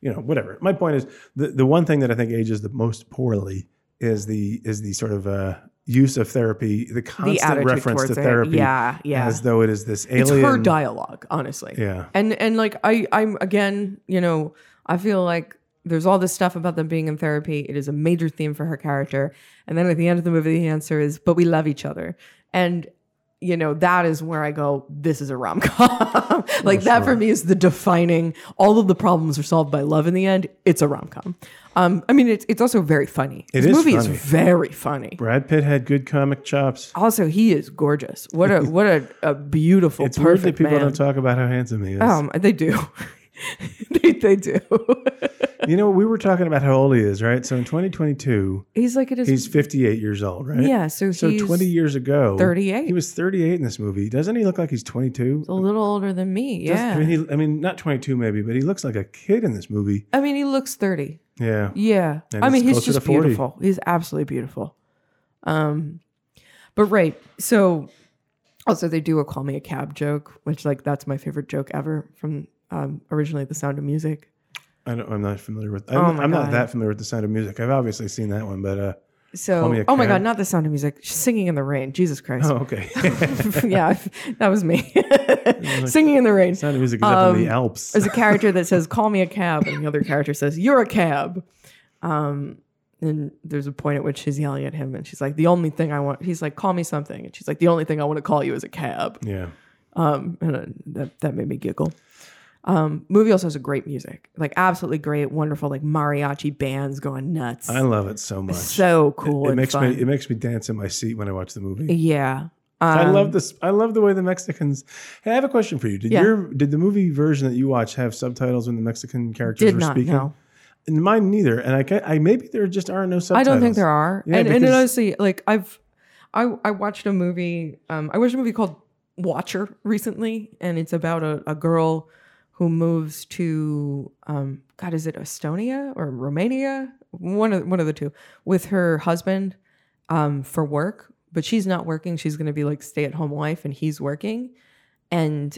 B: you know whatever my point is the, the one thing that i think ages the most poorly is the is the sort of uh, use of therapy the
C: the
B: constant
C: attitude
B: reference
C: towards
B: to
C: it.
B: therapy
C: Yeah, yeah.
B: as though it is this alien
C: it's her dialogue, honestly.
B: yeah
C: and and like i i'm again you know i feel like there's all this stuff about them being in therapy it is a major theme for her character and then at the end of the movie the answer is but we love each other and you know that is where i go this is a rom-com like that for me is the defining all of the problems are solved by love in the end it's a rom-com um i mean it's, it's also very funny
B: It
C: this
B: is
C: movie
B: funny.
C: is very funny
B: brad pitt had good comic chops
C: also he is gorgeous what a what a, a beautiful
B: it's weird that
C: Oh, perfect
B: people
C: man.
B: don't talk about how handsome he is
C: Um, they do. they, they do.
B: you know we were talking about how old he is right so in 2022
C: he's like it is.
B: he's 58 years old right
C: yeah, so,
B: So
C: he's
B: 20 years ago,
C: 38.
B: He was 38 in this movie. Doesn't he look like he's 22?
C: a little older than me. Yeah,
B: I mean, he, I mean, not 22 maybe, but he looks like a kid in this movie.
C: he looks thirty.
B: Yeah.
C: Yeah,
B: And
C: I mean
B: he's
C: he's
B: closer to
C: just
B: 40.
C: beautiful. He's absolutely beautiful. Um, but right, so also they do a call me a cab joke, which like that's my favorite joke ever from um originally The Sound of Music.
B: I don't, I'm not familiar with.
C: Oh
B: I'm,
C: my
B: I'm not
C: God.
B: that familiar with the sound of music. I've obviously seen that one, but uh,
C: So
B: Call Me a
C: oh my
B: Cab?
C: god, not The Sound of Music, Singing in the Rain. Jesus Christ.
B: oh okay.
C: yeah, that was me. Singing in the rain.
B: sound of music is up in the
C: Um,
B: Alps.
C: There's a character that says, "Call me a cab," and the other character says, "You're a cab." Um, and there's a point at which she's yelling at him, and she's like, "The only thing I want," he's like, "Call me something," and she's like, "The only thing I want to call you is a cab."
B: yeah.
C: Um, and uh, that that made me giggle. Um, movie also has a great music, like absolutely great, wonderful, like mariachi bands going nuts.
B: I love it so much.
C: so cool.
B: it
C: and
B: makes
C: fun.
B: me it makes me dance in my seat when I watch the movie.
C: yeah.
B: I
C: Um,
B: love this. I love the way the Mexicans. Hey, I have a question for you. Did
C: Yeah.
B: your did the movie version that you watched have subtitles when the Mexican characters
C: Did
B: were
C: not
B: speaking?
C: know.
B: And mine neither. And I, ca- I maybe there just are no
C: I
B: subtitles.
C: don't think there are.
B: Yeah,
C: and, and
B: because-
C: honestly, like I've, I I watched a movie. Um, I watched a movie called Watcher recently, and it's about a, a girl who moves to um, God, is it Estonia or Romania? One of one of the two with her husband um, for work but she's not working. She's going to be like stay at home wife, and he's working. And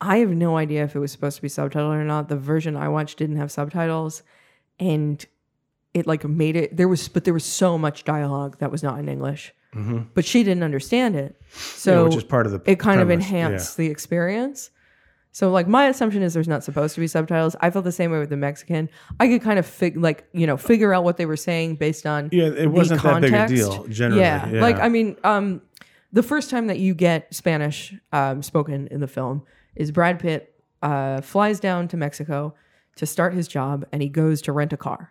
C: I have no idea if it was supposed to be subtitled or not. The version I watched didn't have subtitles, and it like made it there was but there was so much dialogue that was not in English,
B: Mm-hmm.
C: but she didn't understand it. So
B: which is part of the
C: it kind of
B: premise,
C: enhanced the experience. So like my assumption is there's not supposed to be subtitles. I felt the same way with the Mexican. I could kind of fig- like you know figure out what they were saying based on
B: Yeah, yeah it wasn't that big a deal generally.
C: yeah. Like, I mean, um, the first time that you get Spanish um, spoken in the film is Brad Pitt uh, flies down to Mexico to start his job and he goes to rent a car.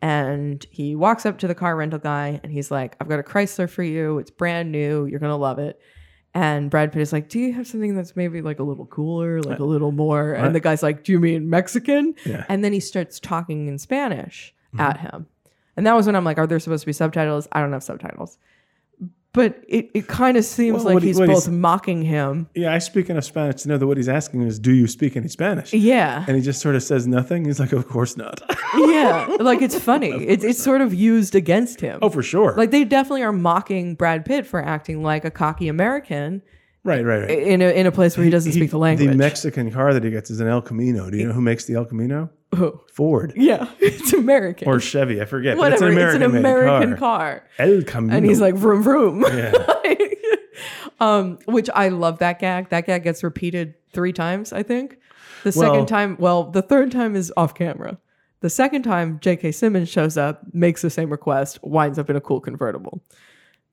C: And he walks up to the car rental guy and he's like, I've got a Chrysler for you. It's brand new. You're going to love it. And Brad Pitt is like, Do you have something that's maybe like a little cooler, like a little more?
B: I-
C: And the guy's like, Do you mean Mexican?
B: Uh, Yeah. Mm-hmm.
C: And then he starts talking in Spanish at him. And that was when I'm like, Are there supposed to be subtitles? I don't have subtitles. But it, it kind of seems
B: Well,
C: like
B: what he-
C: he's
B: what
C: both
B: he's-
C: mocking him.
B: yeah, I speak enough Spanish to know that what he's asking is, "Do you speak any Spanish?"
C: Yeah.
B: And he just sort of says nothing. He's like, "Of course not."
C: yeah. Like it's funny. It, it's sort of used against him.
B: oh, for sure.
C: Like they definitely are mocking Brad Pitt for acting like a cocky American
B: right, right, right.
C: in a, in a place where he doesn't
B: He-
C: speak the language.
B: The Mexican car that he gets is an El Camino. Do you know who makes the El Camino?
C: Who?
B: Ford
C: Yeah, it's American.
B: or Chevy. I forget. but
C: Whatever. It's an
B: American-made
C: American car.
B: El Camino.
C: And he's like, vroom, vroom.
B: Yeah.
C: um, which I love that gag. That gag gets repeated three times, I think. The
B: Well-
C: second time, well, the third time is off camera. The second time, J.K. Simmons shows up, makes the same request, winds up in a cool convertible.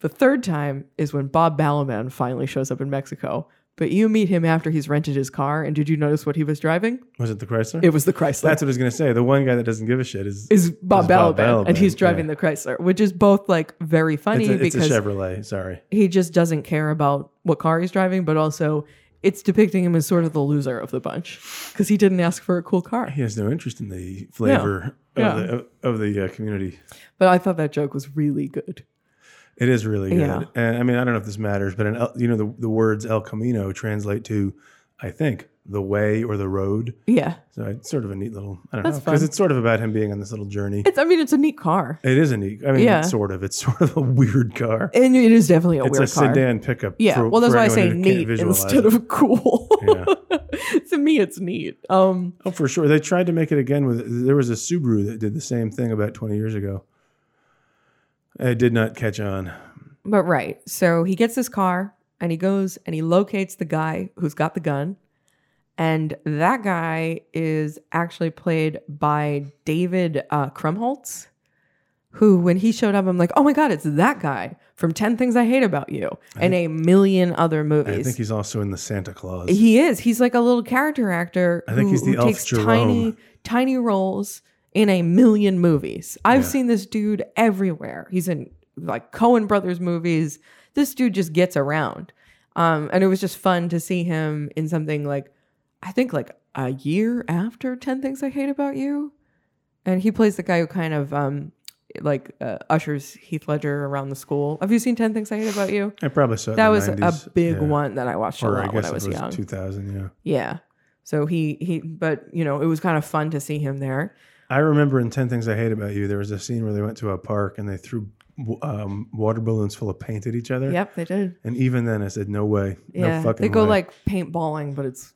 C: The third time is when Bob Balaban finally shows up in Mexico. But you meet him after he's rented his car. And did you notice what he was driving?
B: was it the Chrysler?
C: It was the Chrysler
B: That's what I was gonna say. The one guy that doesn't give a shit is
C: is Bob
B: Is Bob
C: Balaban, and
B: Balaban,
C: he's driving
B: yeah.
C: the Chrysler, which is both like very funny
B: it's a, it's a
C: because
B: Chevrolet. Sorry.
C: he just doesn't care about what car he's driving, but also it's depicting him as sort of the loser of the bunch because he didn't ask for a cool car.
B: He has no interest in the flavor
C: Yeah.
B: of the of, of the uh, community.
C: But I thought that joke was really good.
B: It is really good.
C: Yeah.
B: And I mean, I don't know if this matters, but an El, you know the the words El Camino translate to, I think, the way or the road.
C: Yeah,
B: So it's sort of a neat little. I don't
C: That's
B: know because
C: fun.
B: it's sort of about him being on this little journey.
C: it's. I mean, it's a neat car,
B: It is a neat. I mean,
C: Yeah.
B: it's sort of. It's sort of a weird car.
C: and it is definitely a
B: it's
C: weird
B: a
C: car.
B: sedan pickup.
C: Yeah,
B: for-
C: well, that's
B: for
C: why I
B: anyone
C: say
B: who can't
C: neat
B: visualize
C: instead
B: it.
C: of cool.
B: Yeah.
C: to me, it's neat. Um,
B: Oh, for sure. They tried to make it again with. There was a Subaru that did the same thing about twenty years ago. It did not catch on.
C: But right. So he gets his car and he goes and he locates the guy who's got the gun. And that guy is actually played by David uh, Krumholtz, who, when he showed up, I'm like, oh my God, it's that guy from 10 Things I Hate About You and a million other
B: I think
C: movies.
B: he's also in the Santa Claus.
C: He is. He's like a little character actor
B: I think
C: who,
B: he's the
C: who
B: elf
C: takes
B: Jerome.
C: tiny, tiny roles in a million movies. I've
B: Yeah.
C: seen this dude everywhere. He's in like Cohen Brothers movies. This dude just gets around. Um, and it was just fun to see him in something like, I think like a year after 10 Things I Hate About You. And he plays the guy who kind of um, like uh, ushers Heath Ledger around the school. Have you seen 10 Things I Hate About You?
B: I probably saw it in
C: That
B: the
C: was
B: 90s.
C: a big
B: Yeah.
C: one that I watched a
B: Or I guess
C: lot when I
B: it
C: was, young.
B: 2000. Yeah,
C: Yeah. So he he but you know, it was kind of fun to see him there.
B: I remember in Ten Things I Hate About You, there was a scene where they went to a park and they threw um, water balloons full of paint at each other.
C: Yep, they did.
B: And even then, I said, "No way,
C: Yeah.
B: no fucking."
C: they go
B: way.
C: like paintballing, but it's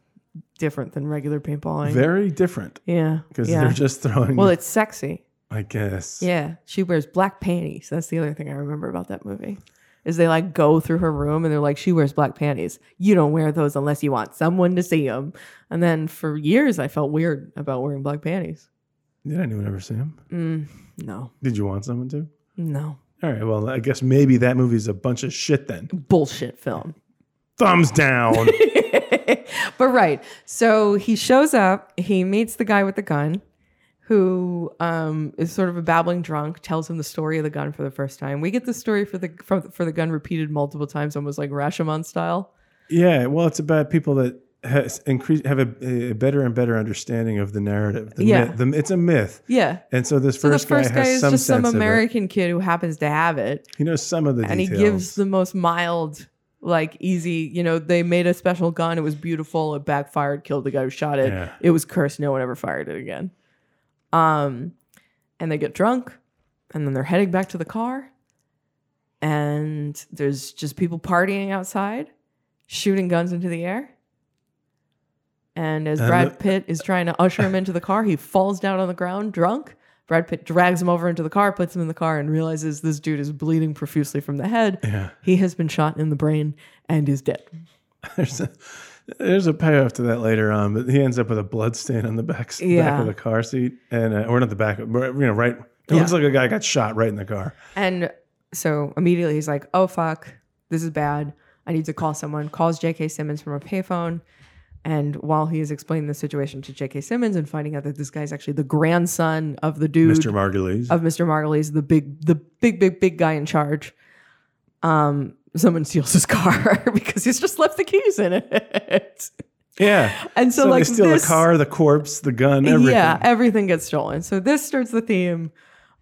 C: different than regular paintballing.
B: very different
C: yeah.
B: because
C: yeah.
B: they're just throwing.
C: well, it's sexy.
B: I guess.
C: Yeah. She wears black panties. That's the other thing I remember about that movie. Is they like go through her room and they're like, she wears black panties. You don't wear those unless you want someone to see them. And then for years, I felt weird about wearing black panties.
B: Did anyone ever see him?
C: Mm, no,
B: Did you want someone to?
C: no.
B: All right. Well, I guess maybe that movie's a bunch of shit then.
C: Bullshit film.
B: Thumbs down.
C: but right. So he shows up, he meets the guy with the gun who um, is sort of a babbling drunk, tells him the story of the gun for the first time. We get the story for the for, for the gun repeated multiple times, almost like Rashomon style.
B: yeah. Well, it's about people that has increased have a, a better and better understanding of the narrative. The
C: Yeah.
B: myth- the- it's a myth.
C: Yeah.
B: And so this
C: So
B: first,
C: the first guy,
B: has
C: is
B: some
C: just some
B: sense of it.
C: American kid who happens to have it,
B: He knows some of the
C: and he
B: details.
C: gives the most mild, like easy. You know, they made a special gun. It was beautiful. It backfired, killed the guy who shot it.
B: Yeah.
C: It was cursed. No one ever fired it again. Um, and they get drunk, and then they're heading back to the car, and there's just people partying outside, shooting guns into the air. And as
B: And
C: Brad
B: the-
C: Pitt is trying to usher him into the car, he falls down on the ground drunk. Brad Pitt drags him over into the car, puts him in the car, and realizes this dude is bleeding profusely from the head.
B: Yeah.
C: He has been shot in the brain and is dead.
B: There's a, there's a payoff to that later on, but he ends up with a blood stain on the back, s-
C: Yeah.
B: back of the car seat, and uh, or not the back, but you know, right. It
C: Yeah.
B: looks like a guy got shot right in the car.
C: And so immediately he's like, oh, fuck, this is bad. I need to call someone. Calls J.K. Simmons from a payphone. And while he is explaining the situation to J.K. Simmons and finding out that this guy's actually the grandson of the dude
B: Mr. Margulies.
C: of Mr. Margulies, the big, the big, big, big guy in charge, um, someone steals his car because he's just left the keys in it.
B: yeah.
C: And so,
B: So,
C: like
B: they steal
C: this,
B: the car, the corpse, the gun, everything.
C: yeah, everything gets stolen. So this starts the theme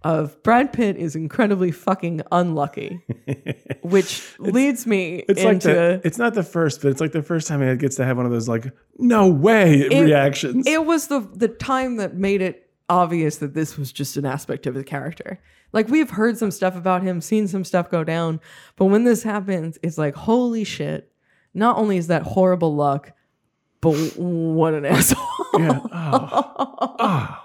C: of Brad Pitt is incredibly fucking unlucky, which leads me
B: It's like
C: into
B: the, it's not the first, but it's like the first time it gets to have one of those like no way reactions.
C: it was the the time that made it obvious that this was just an aspect of his character. Like we've heard some stuff about him, seen some stuff go down, but when this happens, it's like holy shit. Not only is that horrible luck, but what an asshole.
B: yeah. Oh. Ah.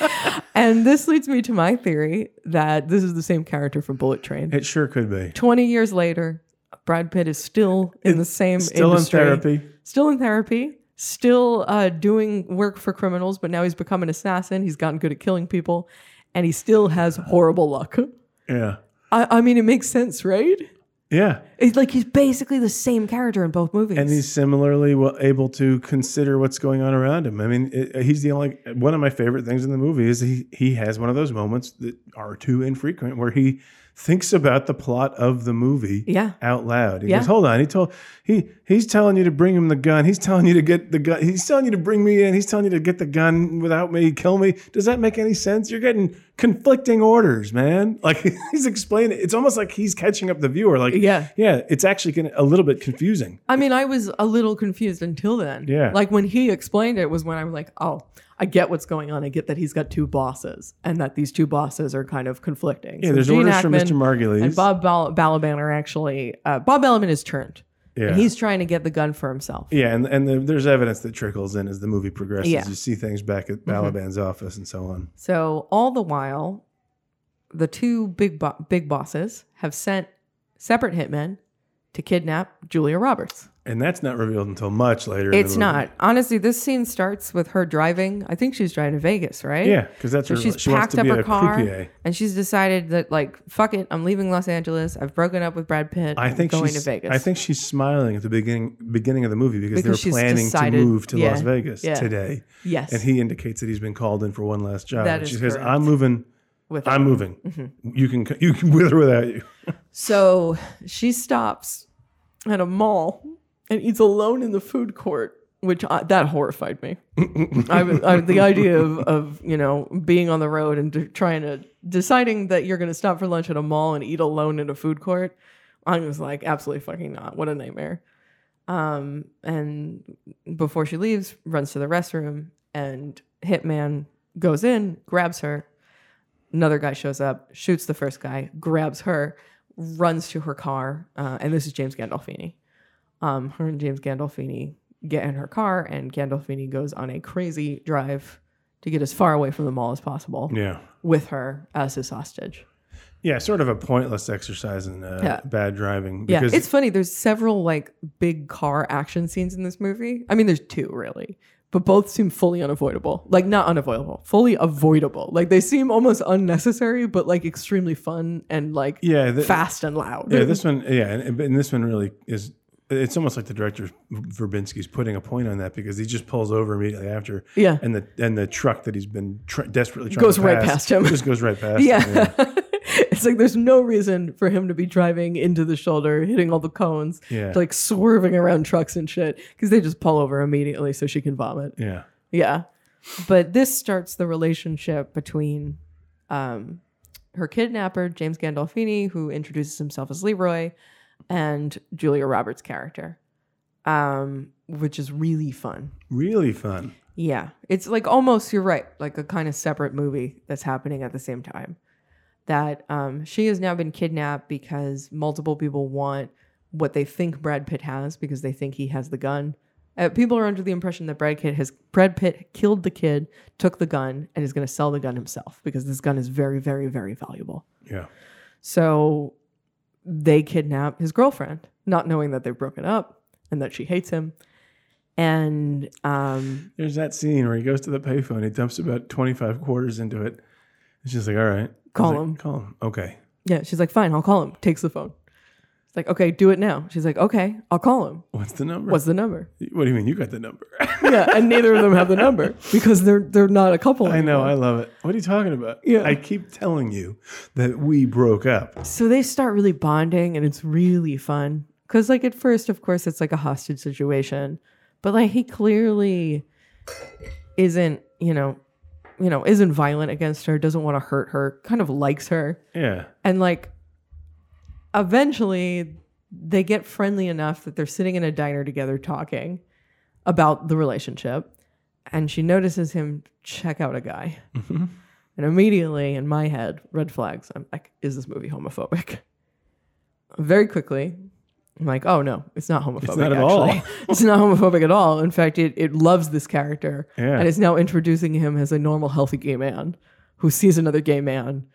B: Oh.
C: And this leads me to my theory that this is the same character from Bullet Train.
B: It sure could be.
C: 20 years later, Brad Pitt is still in the same
B: Still
C: industry.
B: in therapy.
C: Still in therapy. Still uh, doing work for criminals, but now he's become an assassin. He's gotten good at killing people, and he still has horrible luck.
B: Yeah.
C: I, I mean, it makes sense, right?
B: Yeah.
C: It's like he's basically the same character in both movies.
B: And he's similarly wa- able to consider what's going on around him. I mean, it, he's the only one of my favorite things in the movie is he he has one of those moments that are too infrequent where he thinks about the plot of the movie
C: Yeah.
B: out loud. He
C: Yeah.
B: goes, "Hold on." He told he he's telling you to bring him the gun. He's telling you to get the gun. He's telling you to bring me in. He's telling you to get the gun without me. Kill me. Does that make any sense? You're getting conflicting orders, man. Like he's explaining. It's almost like he's catching up the viewer. Like
C: Yeah.
B: yeah. It's actually gonna, a little bit confusing.
C: I mean, I was a little confused until then.
B: Yeah.
C: Like when he explained it was when I was like, oh, I get what's going on. I get that he's got two bosses and that these two bosses are kind of conflicting.
B: Yeah,
C: So
B: there's
C: Gene
B: orders
C: Hackman
B: from Mr. Margulies.
C: And Bob Bal- Balaban are actually, uh, Bob Balaban is turned.
B: yeah.
C: And he's trying to get the gun for himself.
B: yeah, and, and the, there's evidence that trickles in as the movie progresses.
C: Yeah. Mm-hmm.
B: You see things back at Balaban's office and so on.
C: So all the while, the two big, bo- big bosses have sent separate hitmen to kidnap Julia Roberts.
B: And that's not revealed until much later. in the
C: It's
B: movie.
C: not. Honestly, this scene starts with her driving. I think she's driving to Vegas, right?
B: Yeah, because that's
C: So
B: her.
C: she's
B: she wants
C: packed
B: to
C: up
B: be
C: her
B: a
C: car
B: croupier.
C: and she's decided that like fuck it, I'm leaving Los Angeles. I've broken up with Brad Pitt.
B: I think
C: I'm going
B: she's,
C: to Vegas.
B: I think she's smiling at the beginning beginning of the movie because,
C: Because
B: they
C: she's
B: were planning
C: decided-
B: to move to
C: yeah,
B: Las Vegas
C: yeah.
B: today,
C: yes.
B: and he indicates that he's been called in for one last job.
C: That
B: and
C: is
B: she says,
C: correct.
B: "I'm moving.
C: with
B: I'm
C: her. Mm-hmm.
B: moving. You can c- you can with or without you."
C: So she stops at a mall and eats alone in the food court, which I, that horrified me. I, was- I, the idea of, of you know being on the road and de- trying to deciding that you're going to stop for lunch at a mall and eat alone in a food court, I was like, absolutely fucking not. What a nightmare. Um, and before she leaves, runs to the restroom and Hitman goes in, grabs her, another guy shows up, shoots the first guy, grabs her, runs to her car, uh, and this is James Gandolfini. Um, her and James Gandolfini get in her car, and Gandolfini goes on a crazy drive to get as far away from the mall as possible
B: Yeah.
C: with her as his hostage.
B: Yeah, sort of a pointless exercise in uh,
C: Yeah.
B: bad driving.
C: Yeah,
B: Because
C: it's funny. There's several like big car action scenes in this movie. I mean, there's two really, but both seem fully unavoidable. Like not unavoidable, fully avoidable. Like they seem almost unnecessary, but like extremely fun and like
B: yeah, the-
C: fast and loud.
B: Yeah, this one. Yeah, and, and this one really is. It's almost like the director Verbinski's putting a point on that because he just pulls over immediately after.
C: Yeah.
B: and the and the truck that he's been tr- desperately trying
C: Goes
B: to
C: right
B: pass
C: past him.
B: Just goes right past.
C: yeah.
B: him, yeah.
C: it's like there's no reason for him to be driving into the shoulder, hitting all the cones,
B: Yeah.
C: like swerving around trucks and shit, because they just pull over immediately so she can vomit.
B: yeah.
C: Yeah. But this starts the relationship between um, her kidnapper, James Gandolfini, who introduces himself as Leroy, and Julia Roberts' character, um, which is really fun.
B: Really fun.
C: Yeah. It's like almost, you're right, like a kind of separate movie that's happening at the same time. that um, she has now been kidnapped because multiple people want what they think Brad Pitt has because they think he has the gun. Uh, people are under the impression that Brad Pitt has Brad Pitt killed the kid, took the gun, and is going to sell the gun himself because this gun is very, very, very valuable.
B: Yeah.
C: So they kidnap his girlfriend, not knowing that they've broken up and that she hates him. And um,
B: There's that scene where he goes to the payphone. He dumps about 25 quarters into it. It's just like, all right. I was
C: Call
B: like,
C: him.
B: Call him. Okay.
C: yeah, she's like, "Fine, I'll call him." Takes the phone. It's like, "Okay, do it now." She's like, "Okay, I'll call him."
B: What's the number?
C: What's the number?
B: what do you mean? You got the number.
C: yeah, and neither of them have the number because they're they're not a couple.
B: I know.
C: anymore.
B: I love it. What are you talking about?
C: Yeah.
B: I keep telling you that we broke up.
C: So they start really bonding, and it's really fun. Because like at first, of course, it's like a hostage situation, but like he clearly isn't, you know, you know, isn't violent against her. Doesn't want to hurt her. Kind of likes her,
B: Yeah.
C: and like eventually they get friendly enough that they're sitting in a diner together talking about the relationship and she notices him check out a guy
B: Mhm.
C: and immediately in my head red flags i'm like is this movie homophobic very quickly i'm like oh no it's not homophobic
B: not at all.
C: actually. it's not homophobic at all in fact it, it loves this character
B: Yeah.
C: and is now introducing him as a normal healthy gay man who sees another gay man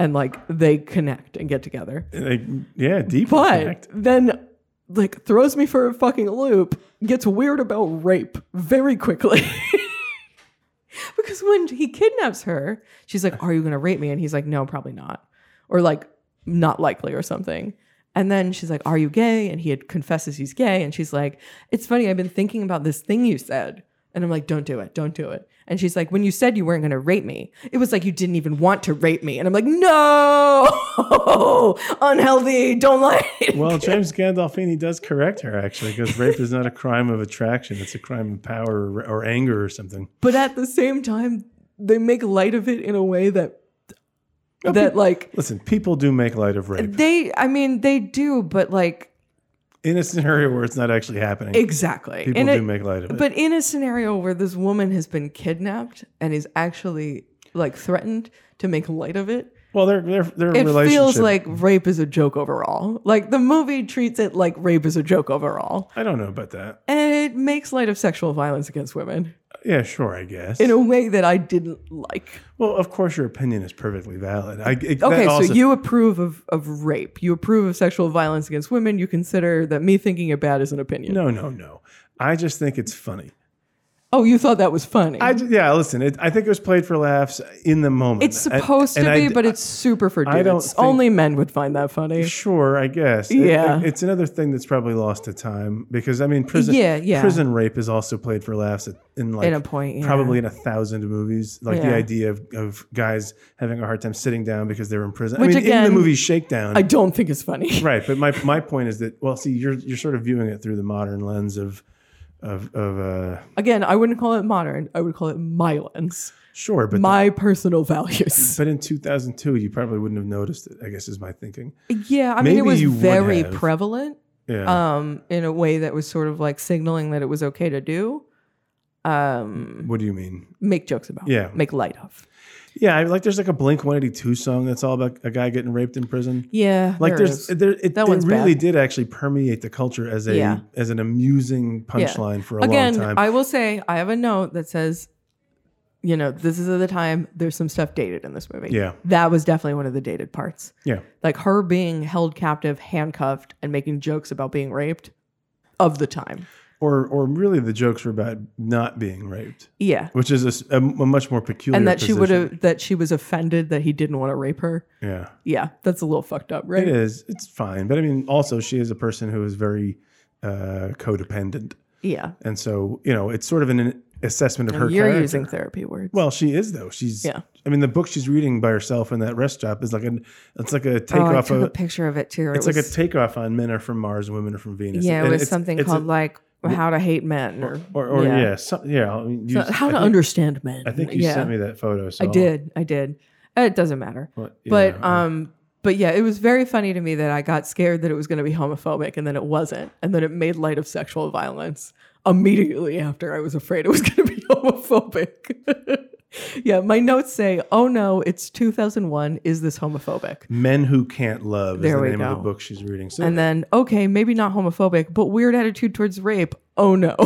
C: and like they connect and get together
B: And they- yeah. Deep.
C: but
B: connect.
C: then like throws me for a fucking loop gets weird about rape very quickly because when he kidnaps her she's like are you going to rape me and he's like no probably not or like not likely or something and then she's like are you gay and he had confesses he's gay and she's like it's funny i've been thinking about this thing you said and i'm like don't do it don't do it and she's like when you said you weren't going to rape me it was like you didn't even want to rape me and i'm like no unhealthy don't like
B: Well, James Gandolfini does correct her actually, because rape is not a crime of attraction; it's a crime of power or, or anger or something.
C: but at the same time they make light of it in a way that that like
B: Listen, people do make light of rape
C: they i mean they do but like
B: in a scenario where it's not actually happening.
C: exactly
B: people
C: In
B: do
C: a-
B: make light of it.
C: but in a scenario where this woman has been kidnapped and is actually like threatened to make light of it
B: well, their their their
C: it
B: relationship
C: feels like rape is a joke overall like the movie treats it like rape is a joke overall
B: I don't know about that.
C: and it makes light of sexual violence against women
B: Yeah, sure, I guess.
C: in a way that i didn't like
B: well, of course, your opinion is perfectly valid. I, it, that
C: Okay, so
B: also-
C: you approve of, of rape. You approve of sexual violence against women. You consider that me thinking it bad is an opinion.
B: no no no. I just think it's funny.
C: Oh, you thought that was funny.
B: I ju- yeah, listen. It, I think it was played for laughs in the moment.
C: it's
B: And-
C: supposed
B: and
C: to
B: I
C: be,
B: d-
C: but it's super for dudes.
B: I don't think-
C: Only men would find that funny.
B: Sure, I guess. It-
C: Yeah.
B: it- it's another thing that's probably lost to time because I mean, prison.
C: Yeah, yeah.
B: Prison rape is also played for laughs at, in like
C: In a point, yeah.
B: probably in a thousand movies. Like the
C: Yeah.
B: idea of, of guys having a hard time sitting down because they're in prison.
C: Which
B: I mean, in
C: again-
B: the movie Shakedown.
C: I don't think it's funny.
B: right, but my my point is that well, see, you're you're sort of viewing it through the modern lens of of of uh
C: Again, I wouldn't call it modern. I would call it my lens,
B: sure, but.
C: my personal values.
B: but in 2002, you probably wouldn't have noticed it. I guess is my thinking.
C: Yeah, I mean,
B: Maybe
C: it was
B: you would
C: very
B: have.
C: prevalent.
B: Yeah,
C: Um, in a way that was sort of like signaling that it was okay to do. Um,
B: what do you mean?
C: make jokes about.
B: Yeah.
C: make light of.
B: Yeah, I, like there's like a Blink 182 song that's all about a guy getting raped in prison.
C: Yeah,
B: Like
C: there
B: there's
C: is.
B: there, it,
C: That
B: it
C: one's
B: really
C: bad.
B: did actually permeate the culture as a
C: Yeah.
B: as an amusing
C: Yeah.
B: punchline for a
C: Again,
B: long time.
C: I will say I have a note that says, you know, this is at the time. There's some stuff dated in this movie.
B: Yeah.
C: that was definitely one of the dated parts.
B: yeah,
C: Like her being held captive, handcuffed, and making jokes about being raped, of the time.
B: or or really the jokes were about not being raped,
C: Yeah,
B: which is a s- a, m- a much more peculiar.
C: and that she would
B: position.
C: have that she was offended that he didn't want to rape her.
B: Yeah,
C: Yeah, that's a little fucked up,
B: it
C: right?
B: is. It's fine, but I mean, also she is a person who is very uh, codependent,
C: Yeah,
B: and so you know it's sort of an assessment of her.
C: you're
B: character.
C: using therapy words.
B: Well, she is though. She's.
C: Yeah.
B: I mean, the book she's reading by herself in that rest stop is like an. It's like a
E: Oh, I
B: takeoff
E: took a
B: of.
E: picture of it too.
B: It's like a takeoff on men are from Mars, women are from Venus.
E: yeah, it
B: And
E: was
B: it's-
E: something
B: it's a-
E: called like
C: How to hate men, or,
B: or, or yeah,
C: yeah.
B: some, yeah. I mean, you,
C: So how
B: I
C: to
B: think-
C: understand men.
B: I think you
C: yeah.
B: sent me that photo. So
C: I did. I did. Uh, It doesn't matter.
B: But,
C: But
B: yeah, uh,
C: um but yeah, it was very funny to me that I got scared that it was going to be homophobic and then it wasn't and then it made light of sexual violence immediately after I was afraid it was going to be homophobic. Yeah, my notes say, "Oh no, it's 2001. Is this homophobic?"
B: Men Who Can't Love is
C: There
B: the
C: we
B: name of the
C: go.
B: book she's reading. So
C: And then, okay, maybe not homophobic, but weird attitude towards rape. Oh no,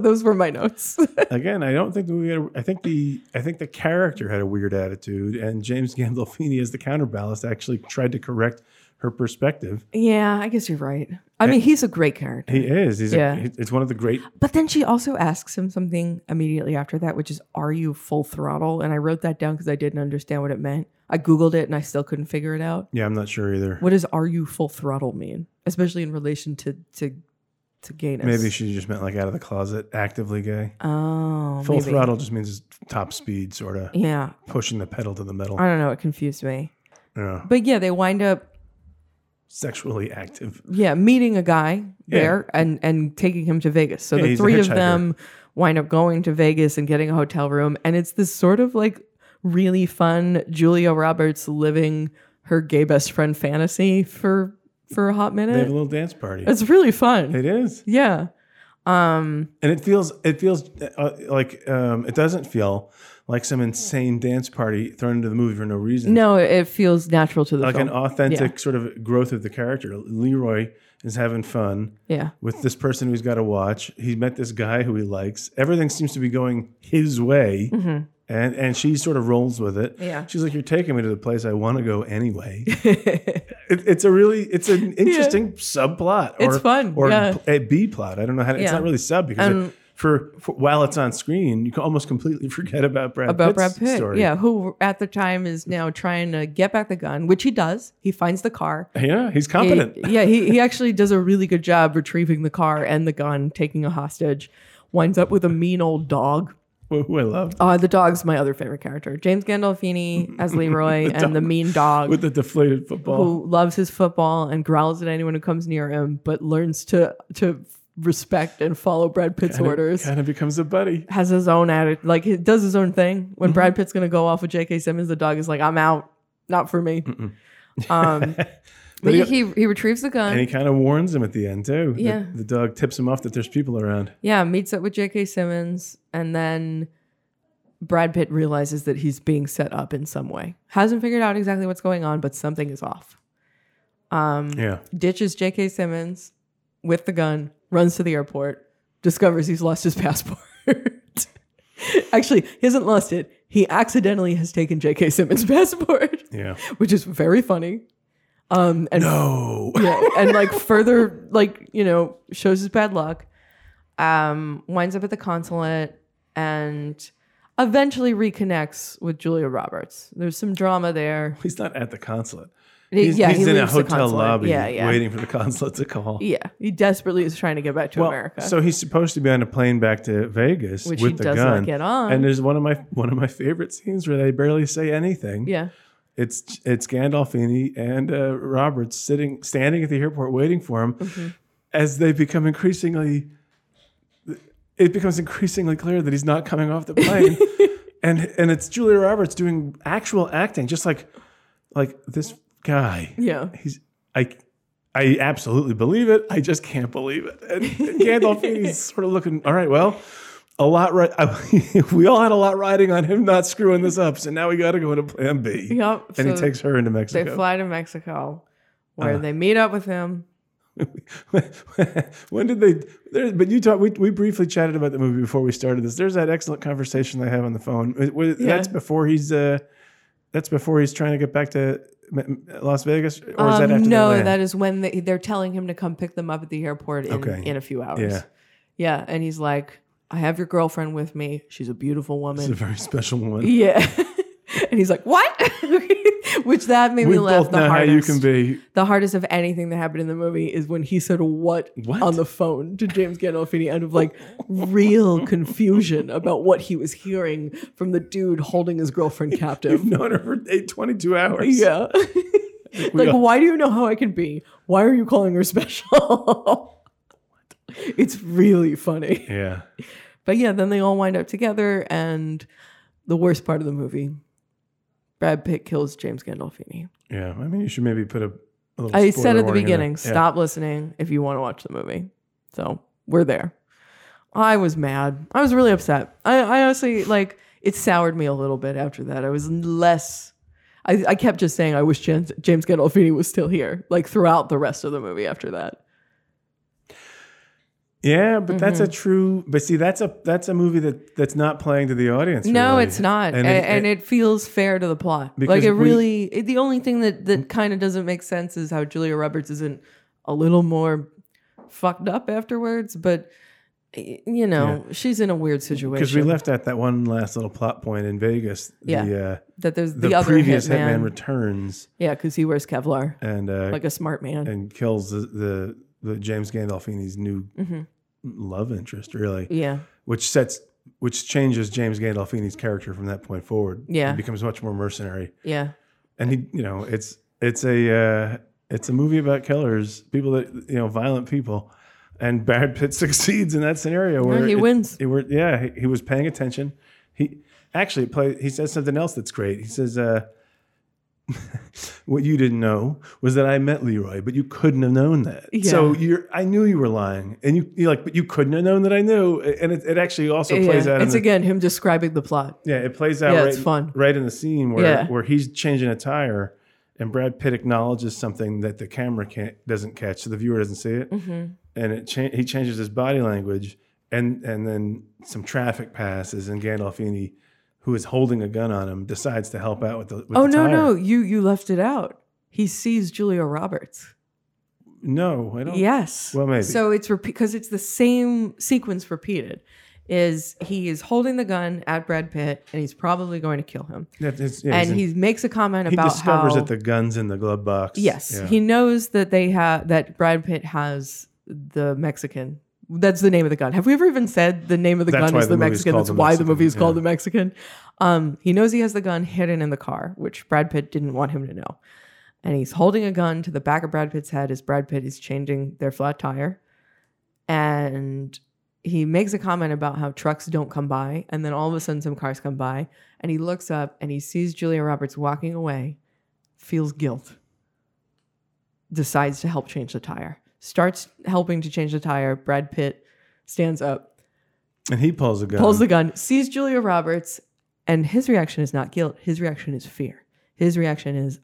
C: those were my notes.
B: again, I don't think the movie. Had a, I think the I think the character had a weird attitude, and James Gandolfini as the counterbalance actually tried to correct her perspective.
C: yeah, I guess you're right. I mean, he's a great character.
B: He is. He's
C: Yeah.
B: a, he- it's one of the great.
C: But then she also asks him something immediately after that, which is, Are you full throttle? And I wrote that down because I didn't understand what it meant. I Googled it and I still couldn't figure it out.
B: Yeah, I'm not sure either.
C: What does Are you full throttle mean? Especially in relation to to, to gayness.
B: Maybe she just meant like out of the closet, actively gay.
C: Oh.
B: Full
C: maybe.
B: throttle just means top speed, sort of
C: Yeah.
B: pushing the pedal to the metal.
C: I don't know. It confused me.
B: Yeah.
C: But yeah, they wind up
B: Sexually active.
C: yeah, meeting a guy
B: Yeah.
C: there and and taking him to Vegas. So
B: Yeah,
C: the
B: he's a
C: three of
B: hitchhiker.
C: them wind up going to Vegas and getting a hotel room, and it's this sort of like really fun Julia Roberts living her gay best friend fantasy for for a hot
B: They have a
C: minute.
B: little dance party.
C: Eh. It's really fun.
B: It is.
C: Yeah. Um
B: and it feels it feels uh, like um, it doesn't feel like some insane dance party thrown into the movie for no reason.
C: no, it feels natural to the
B: like
C: film.
B: an authentic sort of growth of the character. Leroy is having fun
C: yeah.
B: with this person who's got to watch. He met this guy who he likes. Everything seems to be going his way. And, and she sort of rolls with it.
C: Mm-hmm. Yeah.
B: she's like, "You're taking me to the place I want to go anyway." it, it's a really, it's an interesting subplot. Or,
C: It's fun,
B: Or
C: yeah.
B: pl- a B plot. I don't know how. To, It's
C: Yeah. Um,
B: not really sub because it-
C: And-
B: for, for while it's on screen, you can almost completely forget about Brad
C: about
B: Pitt's
C: Brad Pitt.
B: story.
C: Yeah, who at the time is now trying to get back the gun, which he does. He finds the car.
B: yeah, he's
C: He-
B: competent.
C: yeah, he, he actually does a really good job retrieving the car and the gun, taking a hostage, winds up with a mean old dog.
B: who I love
C: Uh, the dog's my other favorite character. James Gandolfini as Leroy and the mean dog
B: with the deflated football.
C: who loves his football and growls at anyone who comes near him, but learns to to respect and follow Brad Pitt's orders.
B: Kind of becomes a buddy.
C: has his own attitude, like he does his own thing. When Brad Pitt's gonna go off with J.K. Simmons, the dog is like, "I'm out, not for me." Um, but he, he he retrieves the gun.
B: And he kind of warns him at the end too. The-
C: Um, Yeah.
B: The, dog tips him off that there's people around.
C: Yeah, meets up with J.K. Simmons, and then Brad Pitt realizes that he's being set up in some way. Hasn't figured out exactly what's going on, but something is off. Um,
B: Yeah.
C: Ditches J.K. Simmons with the gun, runs to the airport, discovers he's lost his passport. Actually, he hasn't lost it. He accidentally has taken J.K. Simmons' passport,
B: Yeah.
C: which is very funny. Um, and
B: No.
C: yeah, and like further, like you know, shows his bad luck. Um, winds up at the consulate and eventually reconnects with Julia Roberts. There's some drama there.
B: He's not at the consulate.
C: He-
B: He's,
C: yeah,
B: he's
C: he
B: in a
C: leaves the
B: hotel
C: consulate.
B: lobby
C: Yeah, yeah,
B: waiting for the consulate to call.
C: yeah. He desperately is trying to get back to
B: Well,
C: America.
B: so he's supposed to be on a plane back to Vegas
C: Which
B: with
C: he
B: the
C: does not
B: gun.
C: get on.
B: And there's one of my one of my favorite scenes where they barely say anything.
C: yeah,
B: It's it's Gandolfini and uh, Roberts sitting standing at the airport waiting for him as they become increasingly it becomes increasingly clear that he's not coming off the plane. and and it's Julia Roberts doing actual acting just like like this guy.
C: yeah.
B: He's I I absolutely believe it. I just can't believe it. And, and Gandolfini's sort of looking, all right, well, a lot right we all had a lot riding on him not screwing this up. So now we got to go into plan B.
C: Yep.
B: And he
C: so
B: takes her into
C: They
B: Mexico. Uh-huh.
C: fly to Mexico, where they meet up with him.
B: when did they? There, but you talked. We, we briefly chatted about the movie before we started this. There's that excellent conversation they have on the phone. It- it-
C: Yeah.
B: That's before he's. Uh, that's before he's trying to get back to M- M- Las Vegas, or is that
C: Um,
B: after
C: no,
B: they land?
C: that is when they, they're telling him to come pick them up at the airport in,
B: Okay.
C: in a few hours.
B: Yeah.
C: Yeah, And he's like, I have your girlfriend with me. She's a beautiful
B: It's a
C: woman.
B: very special one.
C: yeah. and he's like, What? Which that made
B: we
C: me laugh
B: both
C: the
B: know how
C: hardest.
B: you can be.
C: The hardest of anything that happened in the movie is when he said what,
B: What?
C: on the phone to James Gandolfini out of like real confusion about what he was hearing from the dude holding his girlfriend captive.
B: You've known her for eight, 22 hours.
C: Yeah. like,
B: all-
C: why do you know how I can be? Why are you calling her special? it's really funny.
B: Yeah.
C: But yeah, then they all wind up together, and the worst part of the movie Brad Pitt kills James Gandolfini.
B: Yeah. I mean, you should maybe put a. a little
C: I said
B: spoiler
C: at the
B: warning in
C: beginning,
B: there. Yeah.
C: stop listening if you want to watch the movie. So we're there. I was mad. I was really upset. I, I honestly, like, it soured me a little bit after that. I was less. I, I kept just saying I wish James, James Gandolfini was still here, like throughout the rest of the movie after that.
B: Yeah, but that's
C: Mm-hmm.
B: a true. But see, that's a that's a movie that that's not playing to the audience.
C: No,
B: really.
C: it's not, and,
B: And it-
C: and
B: it-
C: it feels fair to the plot.
B: Because
C: Like it
B: we- Mm.
C: really, it, the only thing that that kind of doesn't make sense is how Julia Roberts isn't a little more fucked up afterwards, but y- you know she's in a weird situation
B: because we left out that one last little plot point in Vegas.
C: Yeah.
B: the, uh,
C: that there's the,
B: the,
C: other
B: previous
C: hitman,
B: hitman. returns
C: yeah, because he wears Kevlar
B: and uh,
C: like a smart man.
B: and kills the, the the James Gandolfini's new love interest, really,
C: Mm-hmm. yeah,
B: which sets which changes James Gandolfini's character from that point forward.
C: Yeah.
B: he becomes much more mercenary,
C: yeah,
B: and he you know it's it's a uh, it's a movie about killers, people that you know violent people, and Brad Pitt succeeds in that scenario where
C: he
B: it-
C: wins.
B: It were yeah, he, he was paying attention. He actually play. He says something else that's great. He says. Uh, what you didn't know was that I met Leroy, but you couldn't have known that. So
C: Yeah.
B: you're, I knew you were lying, and you, you're like, but you couldn't have known that I knew. And it, it actually also plays
C: Yeah.
B: out. in
C: It's
B: the-
C: again him describing the plot.
B: yeah, it plays out
C: Yeah,
B: right,
C: it's fun.
B: right in the scene where,
C: Yeah.
B: where he's changing a tire and Brad Pitt acknowledges something that the camera can't doesn't catch, so the viewer doesn't see it.
C: Mm-hmm.
B: And it cha- he changes his body language and and then some traffic passes and Gandolfini, who is holding a gun on him, decides to help out with the with the
C: Oh no,
B: tire.
C: no, you you left it out. He sees Julia Roberts.
B: No, I don't
C: Yes.
B: Well, maybe.
C: So it's because it's the same sequence repeated. Is he is holding the gun at Brad Pitt and he's probably going to kill him.
B: That is- yeah,
C: and
B: in-
C: he makes a comment
B: he
C: about
B: discovers
C: how
B: that the guns in the glove box.
C: yes,
B: Yeah.
C: he knows that they have that Brad Pitt has the Mexican. That's the name of the gun. Have we ever even said the name of the
B: That's
C: gun
B: why
C: is the,
B: the movie's
C: Mexican?
B: called
C: That's
B: The
C: why the
B: Mexican,
C: movie is called
B: yeah.
C: the Mexican. Um, he knows he has the gun hidden in the car, which Brad Pitt didn't want him to know. And he's holding a gun to the back of Brad Pitt's head as Brad Pitt is changing their flat tire. And he makes a comment about how trucks don't come by. And then all of a sudden, some cars come by. And he looks up and he sees Julia Roberts walking away, feels guilt decides to help change the tire. Starts helping to change the tire. Brad Pitt stands up,
B: and he pulls a gun.
C: pulls the gun, sees Julia Roberts, and his reaction is not guilt. His reaction is fear. His reaction is,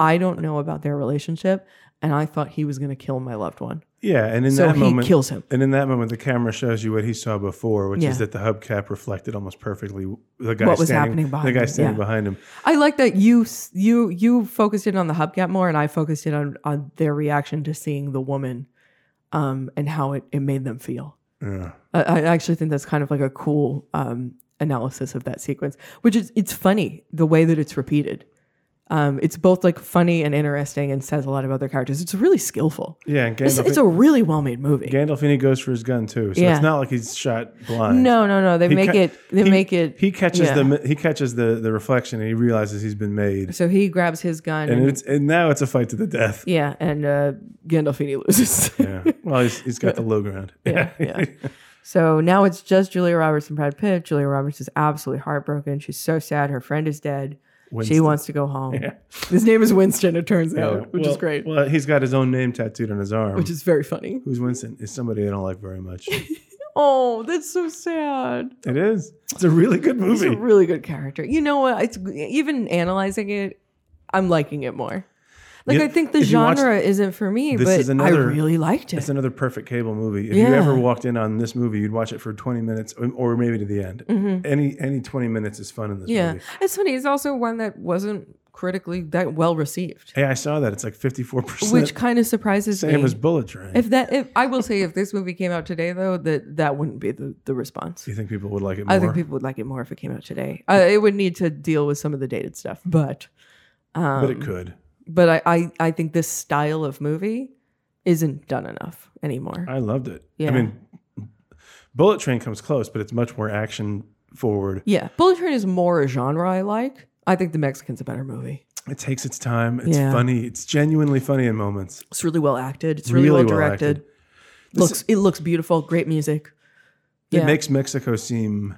C: I don't know about their relationship, and I thought he was going to kill my loved one.
B: yeah, and in
C: so
B: that
C: he
B: moment,
C: kills him.
B: And in that moment, the camera shows you what he saw before, which is
C: Yeah.
B: that the hubcap reflected almost perfectly the guy
C: What was
B: standing,
C: happening behind
B: the guy
C: him,
B: standing
C: yeah.
B: behind him.
C: I like that you s- you you focused in on the hubcap more, and I focused in on on their reaction to seeing the woman, um, and how it it made them feel.
B: Yeah.
C: I, I actually think that's kind of like a cool um, analysis of that sequence, which is it's funny the way that it's repeated. Um, it's both like funny and interesting, and says a lot about their characters. It's really skillful.
B: Yeah, and
C: It's,
B: Gandalf,
C: it's a really well made movie.
B: Gandolfini goes for his gun too, so
C: Yeah.
B: it's not like he's shot blind.
C: No, no, no. They
B: He
C: make
B: ca-
C: it. They
B: he-
C: make it.
B: He catches
C: yeah.
B: the he catches the the reflection, and he realizes he's been made,
C: So he grabs his gun. And
B: and it's and now it's a fight to the death.
C: yeah, and uh, Gandolfini loses.
B: Yeah, well, he's, he's got the low ground.
C: Yeah, yeah. So now it's just Julia Roberts and Brad Pitt. Julia Roberts is absolutely heartbroken. She's so sad. Her friend is dead. She
B: Winston.
C: wants to go home. His name is Winston, it turns
B: Yeah.
C: out, which is
B: Well-
C: great,
B: Well, he's got his own name tattooed on his arm.
C: which is very funny.
B: Who's Winston? Is somebody I don't like very much. it
C: Oh, that's so sad.
B: is. It's a really good
C: He's
B: movie.
C: a really good character. You know what? It's even analyzing it, I'm liking it more. Like
B: Yeah,
C: I think the
B: if you watch-
C: genre isn't for me,
B: This
C: but
B: is another-
C: I really liked it.
B: It's another perfect cable movie. If
C: Yeah.
B: you ever walked in on this movie, you'd watch it for 20 minutes or- or maybe to the end. Any any 20 minutes is fun in this
C: Mm-hmm. yeah,
B: movie.
C: it's funny. It's also one that wasn't critically that well received,
B: Hey, I saw that. It's like 54%.
C: which kind of surprises me.
B: same as Bullet Train.
C: If that, if I will say, if this movie came out today, though, that that wouldn't be the the response.
B: Do you think people would like it more?
C: I think people would like it more if it came out today. Uh, it would need to deal with some of the dated stuff, but um,
B: but it could.
C: but I, I I think this style of movie isn't done enough anymore.
B: I loved it.
C: Yeah.
B: I mean, Bullet Train comes close, but it's much more action forward.
C: yeah, Bullet Train is more a genre I like. I think The Mexican's a better movie.
B: It takes its time. It's
C: Yeah.
B: funny. It's genuinely funny in moments.
C: It's really well acted. It's really, well directed.
B: acted.
C: looks it looks beautiful. Great music.
B: It
C: Yeah.
B: makes Mexico seem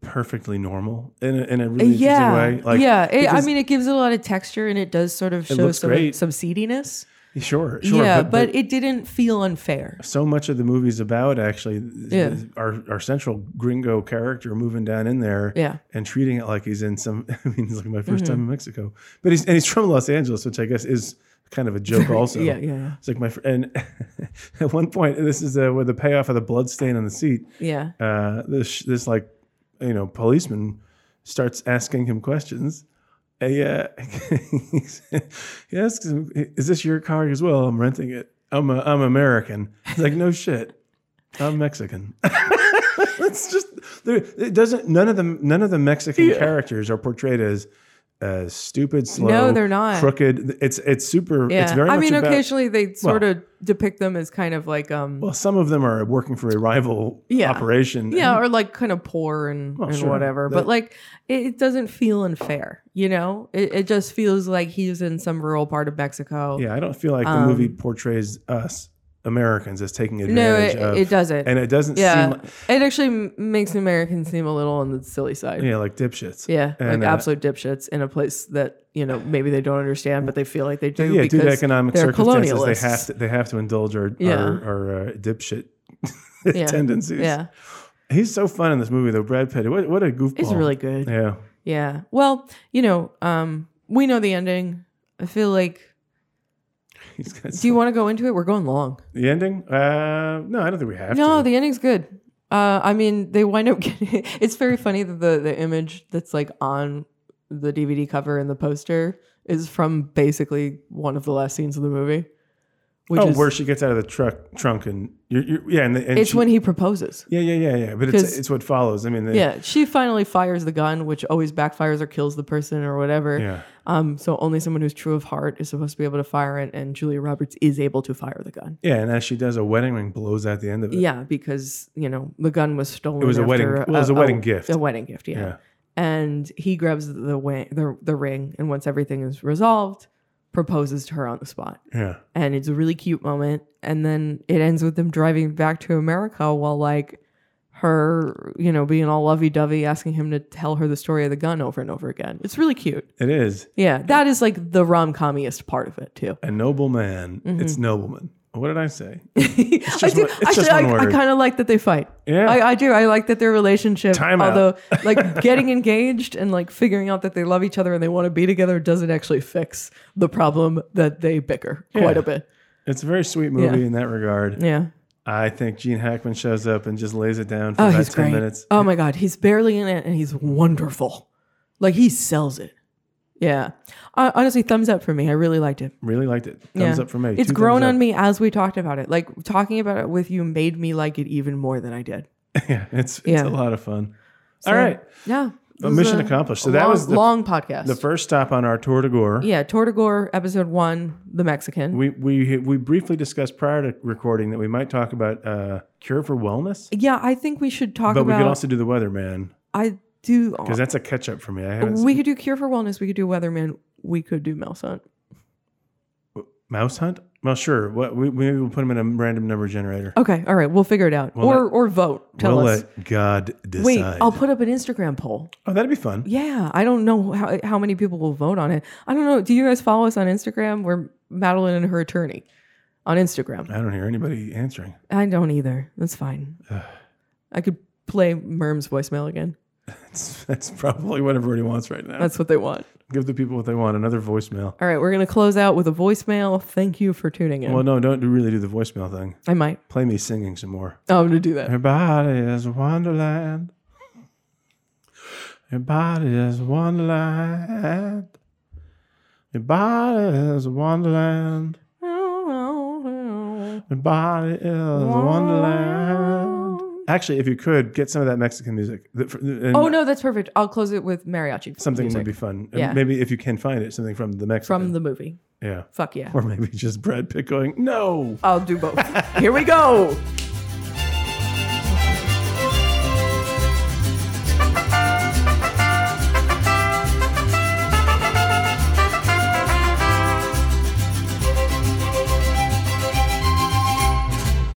B: perfectly normal in a, in a
C: Uh,
B: really
C: yeah,
B: interesting way. Like,
C: yeah. It, I
B: because-
C: mean, it gives it a lot of texture, and it does sort of
B: It
C: show
B: looks
C: some
B: great.
C: some seediness.
B: Sure, sure.
C: yeah, but, it didn't feel unfair.
B: so much of the movie's about actually is-
C: Yeah.
B: is our our central gringo character moving down in there
C: Yeah. Mm-hmm.
B: and treating it like he's in some. I mean, it's like my 1st time in Mexico, but he's and he's from Los Angeles, which I guess is kind of a joke also.
C: yeah, yeah, yeah.
B: It's like my fr- and at one point, this is uh, where the payoff of the blood stain on the seat.
C: Yeah.
B: Uh, this this like you know policeman starts asking him questions. Uh, yeah, he asks him, "Is this your car?" as well, "I'm renting it. I'm a, I'm American." He's like, "No shit, I'm Mexican." it's just there, it doesn't none of the none of the Mexican characters are portrayed as. Uh, stupid, slow.
C: they're not.
B: crooked. It's it's super.
C: Yeah.
B: It's very.
C: I
B: much
C: mean,
B: about-
C: occasionally they sort of depict them as kind of like, um,
B: Well, some of them are working for a rival
C: Yeah.
B: operation.
C: yeah, or like kind of poor and,
B: Well,
C: and
B: sure.
C: whatever.
B: That-
C: but like, it, it doesn't feel unfair, you know? It, it just feels like he's in some rural part of Mexico.
B: Yeah, I don't feel like the
C: Um,
B: movie portrays us Americans as taking
C: No,
B: advantage
C: it,
B: of.
C: it doesn't.
B: and it doesn't
C: yeah.
B: seem like,
C: it actually m- makes Americans seem a little on the silly side.
B: yeah, like dipshits.
C: Yeah,
B: And,
C: like
B: uh,
C: absolute dipshits in a place that you know maybe they don't understand, but they feel like they do.
B: yeah, due
C: because
B: to economic
C: they're
B: circumstances,
C: colonialists.
B: they have to they have to indulge our
C: Yeah.
B: our, our uh, dipshit
C: Yeah.
B: tendencies.
C: Yeah,
B: he's so fun in this movie though. Brad Pitt, what, what a goofball!
C: it's really good. Yeah.
B: yeah.
C: Well, you know, um, we know the ending. I feel like.
B: He's got
C: Do you want to go into it? We're going long.
B: the ending? Uh, no, I don't think we have
C: No,
B: to.
C: the ending's good. Uh, I mean, they wind up getting. It's very funny that the the image that's like on the DVD cover and the poster is from basically one of the last scenes of the movie. Which
B: oh,
C: is,
B: where she gets out of the truck trunk and you're, you're, yeah, and, the, and
C: it's
B: she-
C: when he proposes.
B: yeah, yeah, yeah, yeah. But it's
C: 'Cause-
B: it's what follows. I mean, the,
C: Yeah, she finally fires the gun, which always backfires or kills the person or whatever.
B: yeah.
C: Um, so only someone who's true of heart is supposed to be able to fire it, and Julia Roberts is able to fire the gun.
B: Yeah, and as she does, a wedding ring blows out the end of it.
C: Yeah, because you know the gun was stolen.
B: It was a
C: after uh, oh,
B: wedding- well, it was a wedding gift.
C: A wedding gift, yeah.
B: Yeah.
C: And he grabs the, wa- the the ring, and once everything is resolved, proposes to her on the spot.
B: Yeah.
C: And it's a really cute moment. And then it ends with them driving back to America while like her, you know, being all lovey dovey, asking him to tell her the story of the gun over and over again. It's really cute.
B: It is
C: Yeah, that is like the rom commiest part of it too.
B: a noble man.
C: Mm-hmm.
B: It's nobleman. What did I say?
C: I
B: just
C: do.
B: one- it's
C: I,
B: just
C: do- I,
B: one word.
C: kind of like that they fight.
B: Yeah.
C: I, I do. I like that their relationship,
B: Time out.
C: although like getting engaged and like figuring out that they love each other and they want to be together doesn't actually fix the problem that they bicker quite
B: Yeah.
C: a bit.
B: It's a very sweet movie
C: Yeah.
B: in that regard.
C: Yeah.
B: I think Gene Hackman shows up and just lays it down for
C: Oh,
B: about
C: he's
B: ten
C: great.
B: minutes.
C: Oh my god, he's barely in it, and he's wonderful. Like he sells it. Yeah, I, honestly, thumbs up for me. I really liked it.
B: Really liked it. Thumbs
C: yeah.
B: up for me.
C: It's
B: Two
C: grown
B: thumbs
C: on
B: up.
C: me as we talked about it. Like talking about it with you made me like it even more than I did.
B: yeah, it's it's
C: Yeah.
B: a lot of fun.
C: So,
B: All right,
C: Yeah.
B: Well,
C: this is
B: mission
C: a-
B: accomplished. So
C: a
B: that
C: long-
B: was the-
C: long podcast.
B: the first stop on our tour de Gore.
C: yeah, Tortagore, episode one, the Mexican.
B: We we we briefly discussed prior to recording that we might talk about uh, cure for wellness,
C: yeah, I think we should talk
B: but we
C: about.
B: could also do the weatherman
C: I do.
B: because that's a catch up for me. I haven't
C: We could do Cure for Wellness. We could do Weatherman. We could do Mouse Hunt.
B: Mouse hunt? Well, sure. What we maybe we'll put them in a random number generator.
C: Okay, all right, we'll figure it out.
B: We'll
C: or or vote. Tell
B: we'll
C: us.
B: let God decide.
C: Wait, I'll put up an Instagram poll.
B: oh, that'd be fun.
C: Yeah, I don't know how, how many people will vote on it. I don't know. Do you guys follow us on Instagram? We're Madeline and her attorney on Instagram.
B: I don't hear anybody answering.
C: I don't either. That's fine.
B: uh.
C: I could play Merm's voicemail again.
B: That's, that's probably what everybody wants right now.
C: That's what they want.
B: Give the people what they want. Another voicemail.
C: All right, we're going to close out with a voicemail. Thank you for tuning in.
B: Well, no, don't do- really do the voicemail thing.
C: I might.
B: Play me singing some more.
C: Oh, I'm going to do that.
B: Your body is wonderland. Your body is wonderland. Your body is wonderland. Your body is wonderland. Actually, if you could get some of that Mexican music, The- for- the- and
C: Oh, no, that's perfect. I'll close it with mariachi.
B: something
C: music
B: would be fun.
C: Yeah.
B: Maybe if you can find it, something from the Mexican.
C: from the movie.
B: yeah,
C: Fuck yeah.
B: or maybe just Brad Pitt going no.
C: I'll do both. Here we go.